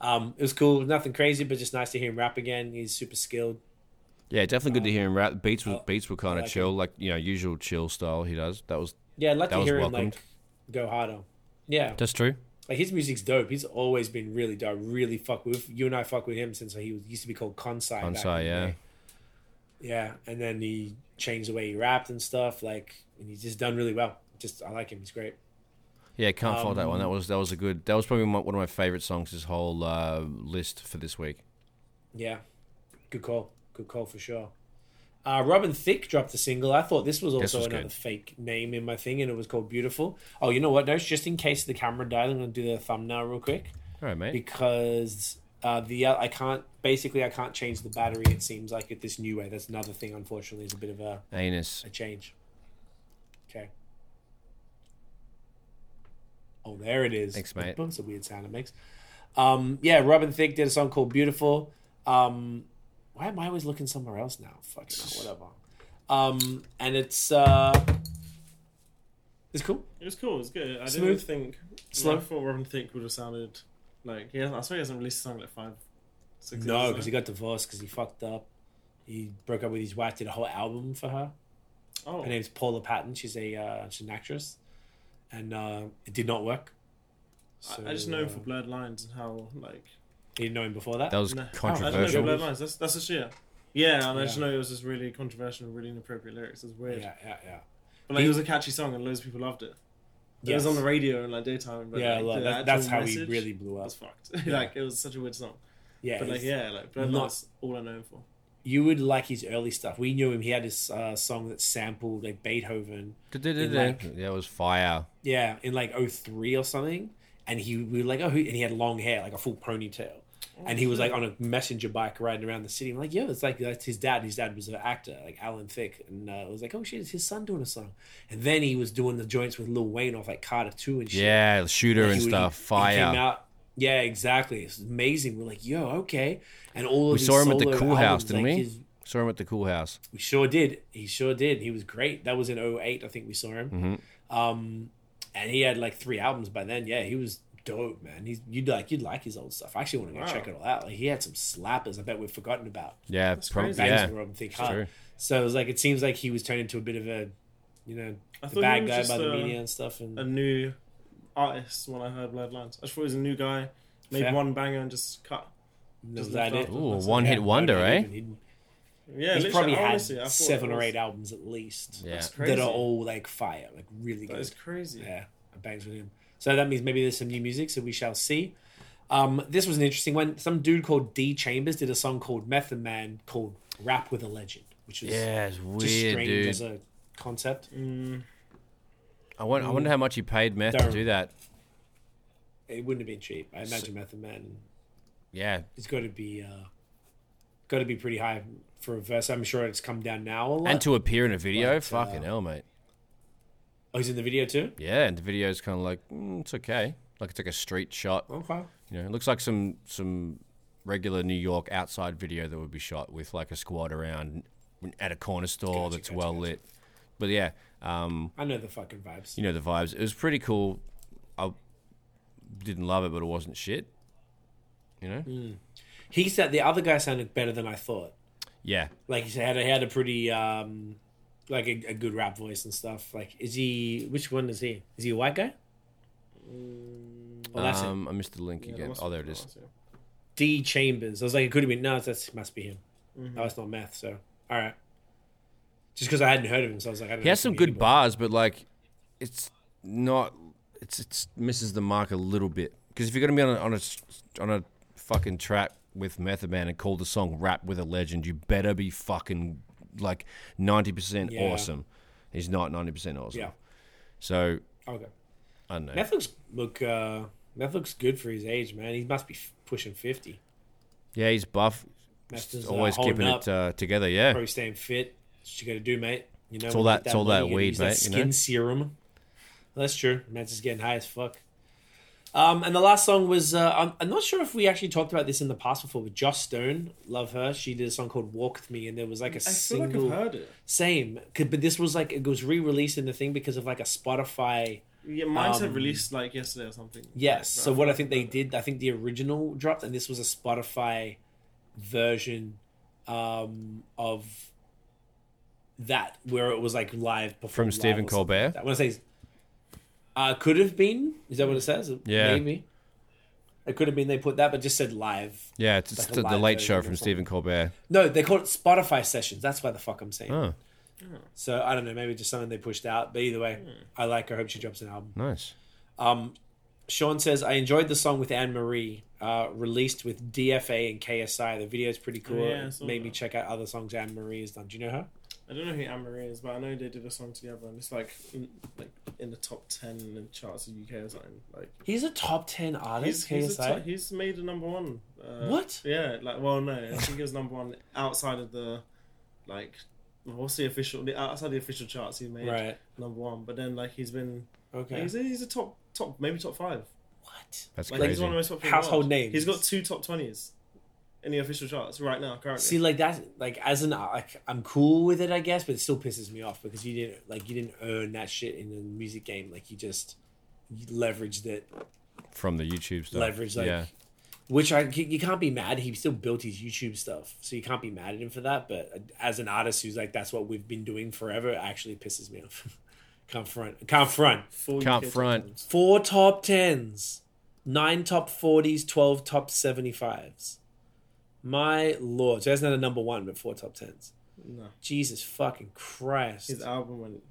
Um, it was cool, nothing crazy, but just nice to hear him rap again. He's super skilled.
Yeah, definitely good to hear him rap. Beats was,
I-
beats were
Um,
kind
oh, I
of
like
chill, like you know, usual chill style he does. That was
Yeah, I'd like
That
to
was
hear him
welcomed.
like go harder. Yeah,
that's true.
like his music's dope. He's always been really dope. Really fuck with you and I fuck with him since he was, used to be called Konsai. back in the
Kansai, yeah,
day. Yeah, and then he changed the way he rapped and stuff. Like, and he's just done really well. Just I like him. He's great.
yeah, can't fault
Um,
that one. That was that was a good. That was probably my, one of my favorite songs. This whole uh, list for this week.
Yeah, good call. Good call for sure. Uh, Robin Thicke dropped a single. I thought this was also
This was
another
good.
fake name in my thing, and it was called Beautiful. Oh, you know what? No, just in case the camera died, I'm going to do the thumbnail real quick
All right, mate.
because uh, the I can't basically I can't change the battery. It seems like at this new way. That's another thing. Unfortunately, is a bit of a,
Anus.
a change. Okay. Oh, there it is.
Thanks, mate.
That's a weird sound it makes. Um, yeah, Robin Thicke did a song called "Beautiful." Um, why am I always looking somewhere else now? Fucking hell,
[laughs]
whatever. Um, and it's uh, it's cool.
It was cool. It was good. I
Smooth.
didn't think.
Slow.
I thought Robin Thicke would have sounded like. Yeah, I swear he hasn't released a song in like five, six
No,
years,
because
so-
he got divorced because he fucked up. He broke up with his wife. Did a whole album for her.
Oh,
Her name's Paula Patton. She's a uh, she's an actress, and uh, it did not work.
I- I just know him
uh,
for Blurred Lines and how like.
you didn't know him before that.
That was
Nah. I just know
controversial.
for Blurred Lines. That's that's a shit. Yeah, and I just
Yeah.
know it was just really controversial, really inappropriate lyrics. It was weird,
yeah, yeah, yeah.
but like it was a catchy song and loads of people loved it. It was
Yes.
on the radio and like daytime. But,
yeah,
like,
like,
the
that, that's
actual
how
message
he really blew up.
[laughs] was fucked. like it was such a weird song,
Yeah,
but like
he's-
yeah, like Blurred
not-
Lines, all I know him for.
you would like his early stuff. We knew him. He had his uh, song that sampled like Beethoven.
Da-da-da-da.
like-
Yeah, it was fire.
Yeah, in like 03 or something. And he we were like, oh, who? and he had long hair, like a full ponytail. and he was like on a messenger bike riding around the city. I'm like, yo, it's like that's his dad. His dad was an actor, like Alan Thicke, and uh, I was like, oh shit, it's his son doing a song. And then he was doing the joints with Lil Wayne off like Carter Two and shit.
Yeah, the shooter
Like,
and
he would-
stuff.
He came
Fire.
out. Yeah, exactly. It's amazing. We're like, yo, okay. And all of
We
his
saw him at the
solo
Cool House,
albums,
didn't
like,
we?
his-
Saw him at the Cool House.
we sure did. He sure did. He was great. That was in 08, I think we saw him.
Mm-hmm.
Um, and he had like three albums by then. Yeah, he was dope, man. He's you'd like you'd like his old stuff. I actually want to go
Wow.
check it all out. Like he had some slappers. I bet we've forgotten about.
Yeah, probably.
crazy.
Bangs
Yeah,
were on thick
it's true.
hard. So it was like it seems like he was turned into a bit of a, you know,
I
the
thought he
bad
was
guy
just uh,
by the
a,
media and stuff. And
a new artist when I heard Blurred Lines. I just thought he was a new guy, made
Fair.
one banger and just cut.
Was that it?
Ooh,
a
Yeah,
one-hit wonder,
no,
eh?
he- he-
Yeah,
He's
literally,
probably had
honestly, I thought
seven
it
or
was-
eight albums at least
Yeah.
That's
that
crazy.
are all like fire, like really
That
good.
is crazy.
Yeah, I bangs with him. So that means maybe there's some new music, so we shall see. Um, this was an interesting one. Some dude called D Chambers did a song called Method Man called Rap with a Legend, which is
Yeah, it's
just
weird,
strange as
dude.
a concept.
Mm.
I wonder, I wonder how much he paid Meth to
Don't-
do that.
It wouldn't have been cheap. I imagine Method Man
Yeah,
is got to be uh, got to be pretty high for a verse. I'm sure it's come down now a lot.
and to appear in a video,
But, uh,
fucking hell, mate.
oh, he's in the video too.
Yeah, and the video's kind of like mm, it's okay. Like it's like a street shot.
Okay.
You know, it looks like some some regular New York outside video that would be shot with like a squad around at a corner store
Gotcha,
that's
gotcha,
well
gotcha.
lit. But yeah, um,
I know the fucking vibes.
you know the vibes. It was pretty cool. I didn't love it, but it wasn't shit. You know?
He said the other guy sounded better than I thought.
Yeah.
like he had a, had a pretty um like a, a good rap voice and stuff. Like, is he? Which one is he? Is he a white guy? Oh, that's it.
Um, I missed the link
Yeah, that
again.
must
Oh,
have
there it
been
is.
last year.
D Chambers. I was like, it could have been. No, that must be him.
mm-hmm.
No, it's not math. So, all right. Just because I hadn't heard of him, so I was like, I don't
He
know
has
if
some
knew,
good
but-
bars, but like, it's not. It's it's misses the mark a little bit. Because if you're gonna be on a, on a s- on a fucking track with Method Man and call the song "Rap with a Legend," you better be fucking like ninety percent
Yeah.
awesome. He's not ninety percent awesome.
Yeah.
So
Okay.
I don't know.
Meth looks look. Uh, Meth looks good for his age, man. He must be f- pushing fifty.
yeah, he's buff.
Meth is uh,
Always
holding
keeping
up,
it uh, together. Yeah.
probably staying fit. That's what you got to do, mate. You know,
all
when you
that-
get
it's all
money,
that
you gotta
weed,
use
mate, you
Skin
know?
serum. That's true. Man's just getting high as fuck. Um, and the last song was uh, I'm, I'm not sure if we actually talked about this in the past before, but Joss Stone, love her. She did a song called "Walk with Me," and there was like a
I feel
single
like I've heard it.
same. 'Cause- But this was like it was re-released in the thing because of like a Spotify.
Yeah, mine said
Um,
released like yesterday or something.
Yes.
Like,
So
right.
what I think they did, I think the original dropped, and this was a Spotify version um, of that, where it was like live performed
From
live
Stephen
or something
Colbert?
Like that. When I say uh, could have been, is that what it says?
Yeah.
maybe it could have been. They put that, but just said live.
Yeah, it's, it's
Like a
the, the
live
late
version
show
or
from
something.
Stephen Colbert.
No, they call it Spotify sessions. That's why the fuck I'm saying.
Oh,
So I don't know. Maybe just something they pushed out. But either way, I like her. I hope she drops an album.
nice.
Um, Sean says, I enjoyed the song with Anne Marie, uh, released with DFA and KSI. The video's pretty cool.
Oh, yeah, I
It
saw
made me
that.
check out other songs Anne Marie has done. Do you know her?
I don't know who Anne Marie is, but I know they did a song together, and it's like in, like in the top ten in the charts of UK or something. Like
He's a top 10
he's
artist,
he's, a
KSI.
top, he's made a number one. Uh,
What?
Yeah, like well, no, I think he was number one outside of the like what's the official the outside the official charts he made
right.
number one, but then like he's been
Okay.
he's, a, he's a top top maybe top five.
what?
That's
Like he's
crazy.
one of the most popular
Household
world.
names.
He's got two top twenties in the official charts right now currently.
See, like that, like as an, like, I'm cool with it, I guess, but it still pisses me off because you didn't, like, you didn't earn that shit in the music game. Like, you just you leveraged it,
From the YouTube stuff.
leveraged, like,
yeah.
which I you can't be mad. He still built his YouTube stuff, so you can't be mad at him for that. But as an artist who's like, that's what we've been doing forever, it actually pisses me off. [laughs] can't front, can't front.
Four
Can't
UK top
front.
10s.
Four top tens, nine top forties, twelve top seventy fives. My lord, so that's not a number one, but four top tens.
No.
Jesus fucking Christ.
His album went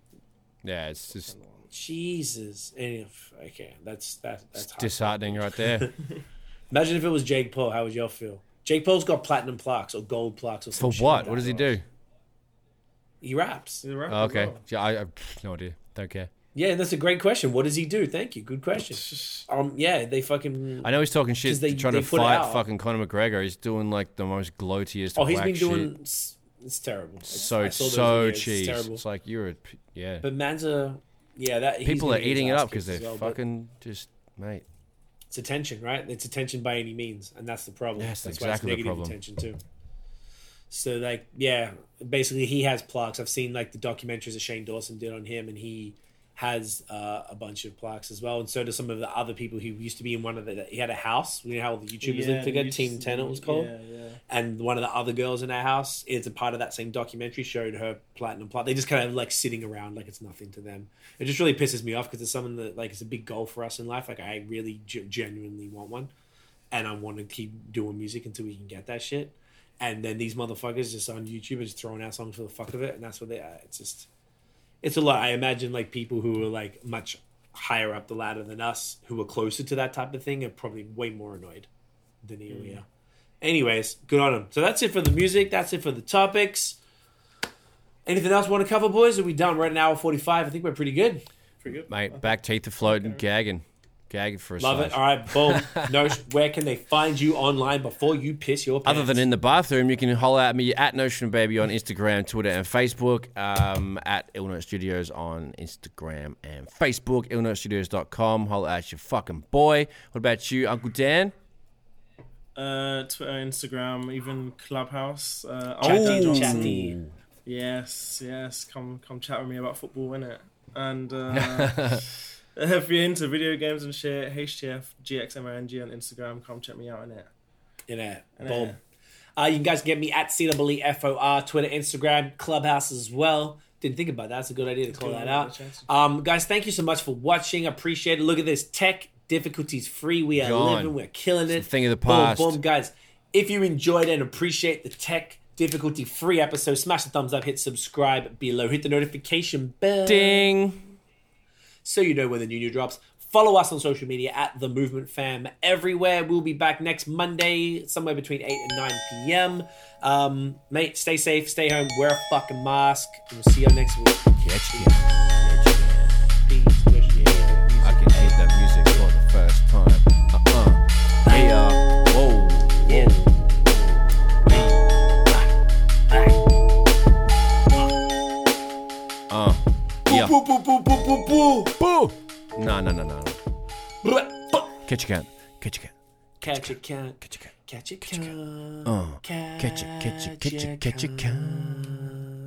Yeah, it's just
Jesus. Any- Okay, that's that, that's hard.
disheartening right
[laughs]
there.
Imagine if it was Jake Paul. How would y'all feel? Jake Paul's got platinum plaques or gold plaques or
For
some shit like
what?
that.
What does he do?
He raps.
he's a rapper
Oh,
as
okay.
well.
Yeah, I, I no idea. Don't care.
Yeah, that's a great question. What does he do? Thank you. Good question. Um, yeah, they fucking.
I know he's talking
'Cause
shit,
they-
trying
they
to
put it
fight
out.
fucking Conor McGregor. He's doing like the most gloatiest.
oh, he's
whack
been
shit.
doing. It's, it's terrible. It's- I
so
saw those
so
videos. It's
cheese. It's,
terrible.
like you're a p- yeah.
but man's a. Yeah, that he's
People are
gonna get
eating it
his ass
up because
kicked
they're
as well, but
fucking just mate.
It's attention, right? It's attention by any means, and that's the problem.
Yes,
that's
exactly
why
the
it's negative
problem.
attention too. So like, yeah, basically he has plaques. I've seen like the documentaries that Shane Dawson did on him, and he has uh, a bunch of plaques as well, and so do some of the other people who used to be in one of the. He had a house. You know how all the YouTubers lived
Yeah,
together.
you
Team
just-
Ten, it was called.
Yeah, yeah.
And one of the other girls in our house is a part of that same documentary. Showed her platinum plaque. They just kind of like sitting around like it's nothing to them. It just really pisses me off because it's something that like it's a big goal for us in life. Like I really g- genuinely want one and I want to keep doing music until we can get that shit. And then these motherfuckers just on YouTube are just throwing out songs for the fuck of it, and that's what they. uh, It's just, it's a lot. I imagine like people who are like much higher up the ladder than us, who are closer to that type of thing, are probably way more annoyed than you are. Anyways, good on them. So that's it for the music. That's it for the topics. Anything else we want to cover, boys? Are we done? We're at an hour forty-five. I think we're pretty good.
Pretty good.
Mate, back teeth are floating, gagging. Gagging for a
Love it.
slash.
All right, boom.
[laughs]
no, where can they find you online before you piss your pants?
Other than in the bathroom, you can holler at me at Notion Baby on Instagram, Twitter, and Facebook. Um, at Ill Note Studios on Instagram and Facebook. IllNoteStudios.com. Holler at your fucking boy. What about you, Uncle Dan?
Uh, Twitter, Instagram, even Clubhouse. Uh,
Chat
RD
D,
Johnson.
chat D.
Yes, yes. Come, come chat with me about football, innit? And uh, [laughs] if you're into video games and shit, HTF GXMRNG on Instagram. Come check me out, innit?
In there.
In
Boom.
there.
Uh, you guys can get me at E CWFOR, Twitter, Instagram, Clubhouse as well. Didn't think about that. That's a good idea to call
Good
that
idea,
out.
Chance.
Um, guys, thank you so much for watching. Appreciate it. Look at this tech difficulties free. We are
Gone.
living. We're killing it.
the thing of the
Boom,
past.
Boom, guys. If you enjoyed and appreciate the tech difficulty free episode, smash the thumbs up, hit subscribe below, hit the notification bell
Ding.
so you know when the new new drops. Follow us on social media at the Movement Fam everywhere. We'll be back next Monday, somewhere between eight and nine p.m. Um, mate, stay safe, stay home, wear a fucking mask, and we'll see you next week.
Catch ya. Catch ya.
Peace. Wish you good music.
I can hate that music for the first time. Uh uh Hey, uh, whoa. Yeah. Uh, yeah. Boo, boo, boo, boo, boo, boo. No, no, no, no. no. Catch a cat. Catch a cat.
Catch a cat,
Catch a cat.
catch a cat,
Uh, catch a, catch a, catch a, catch a cat.
cat.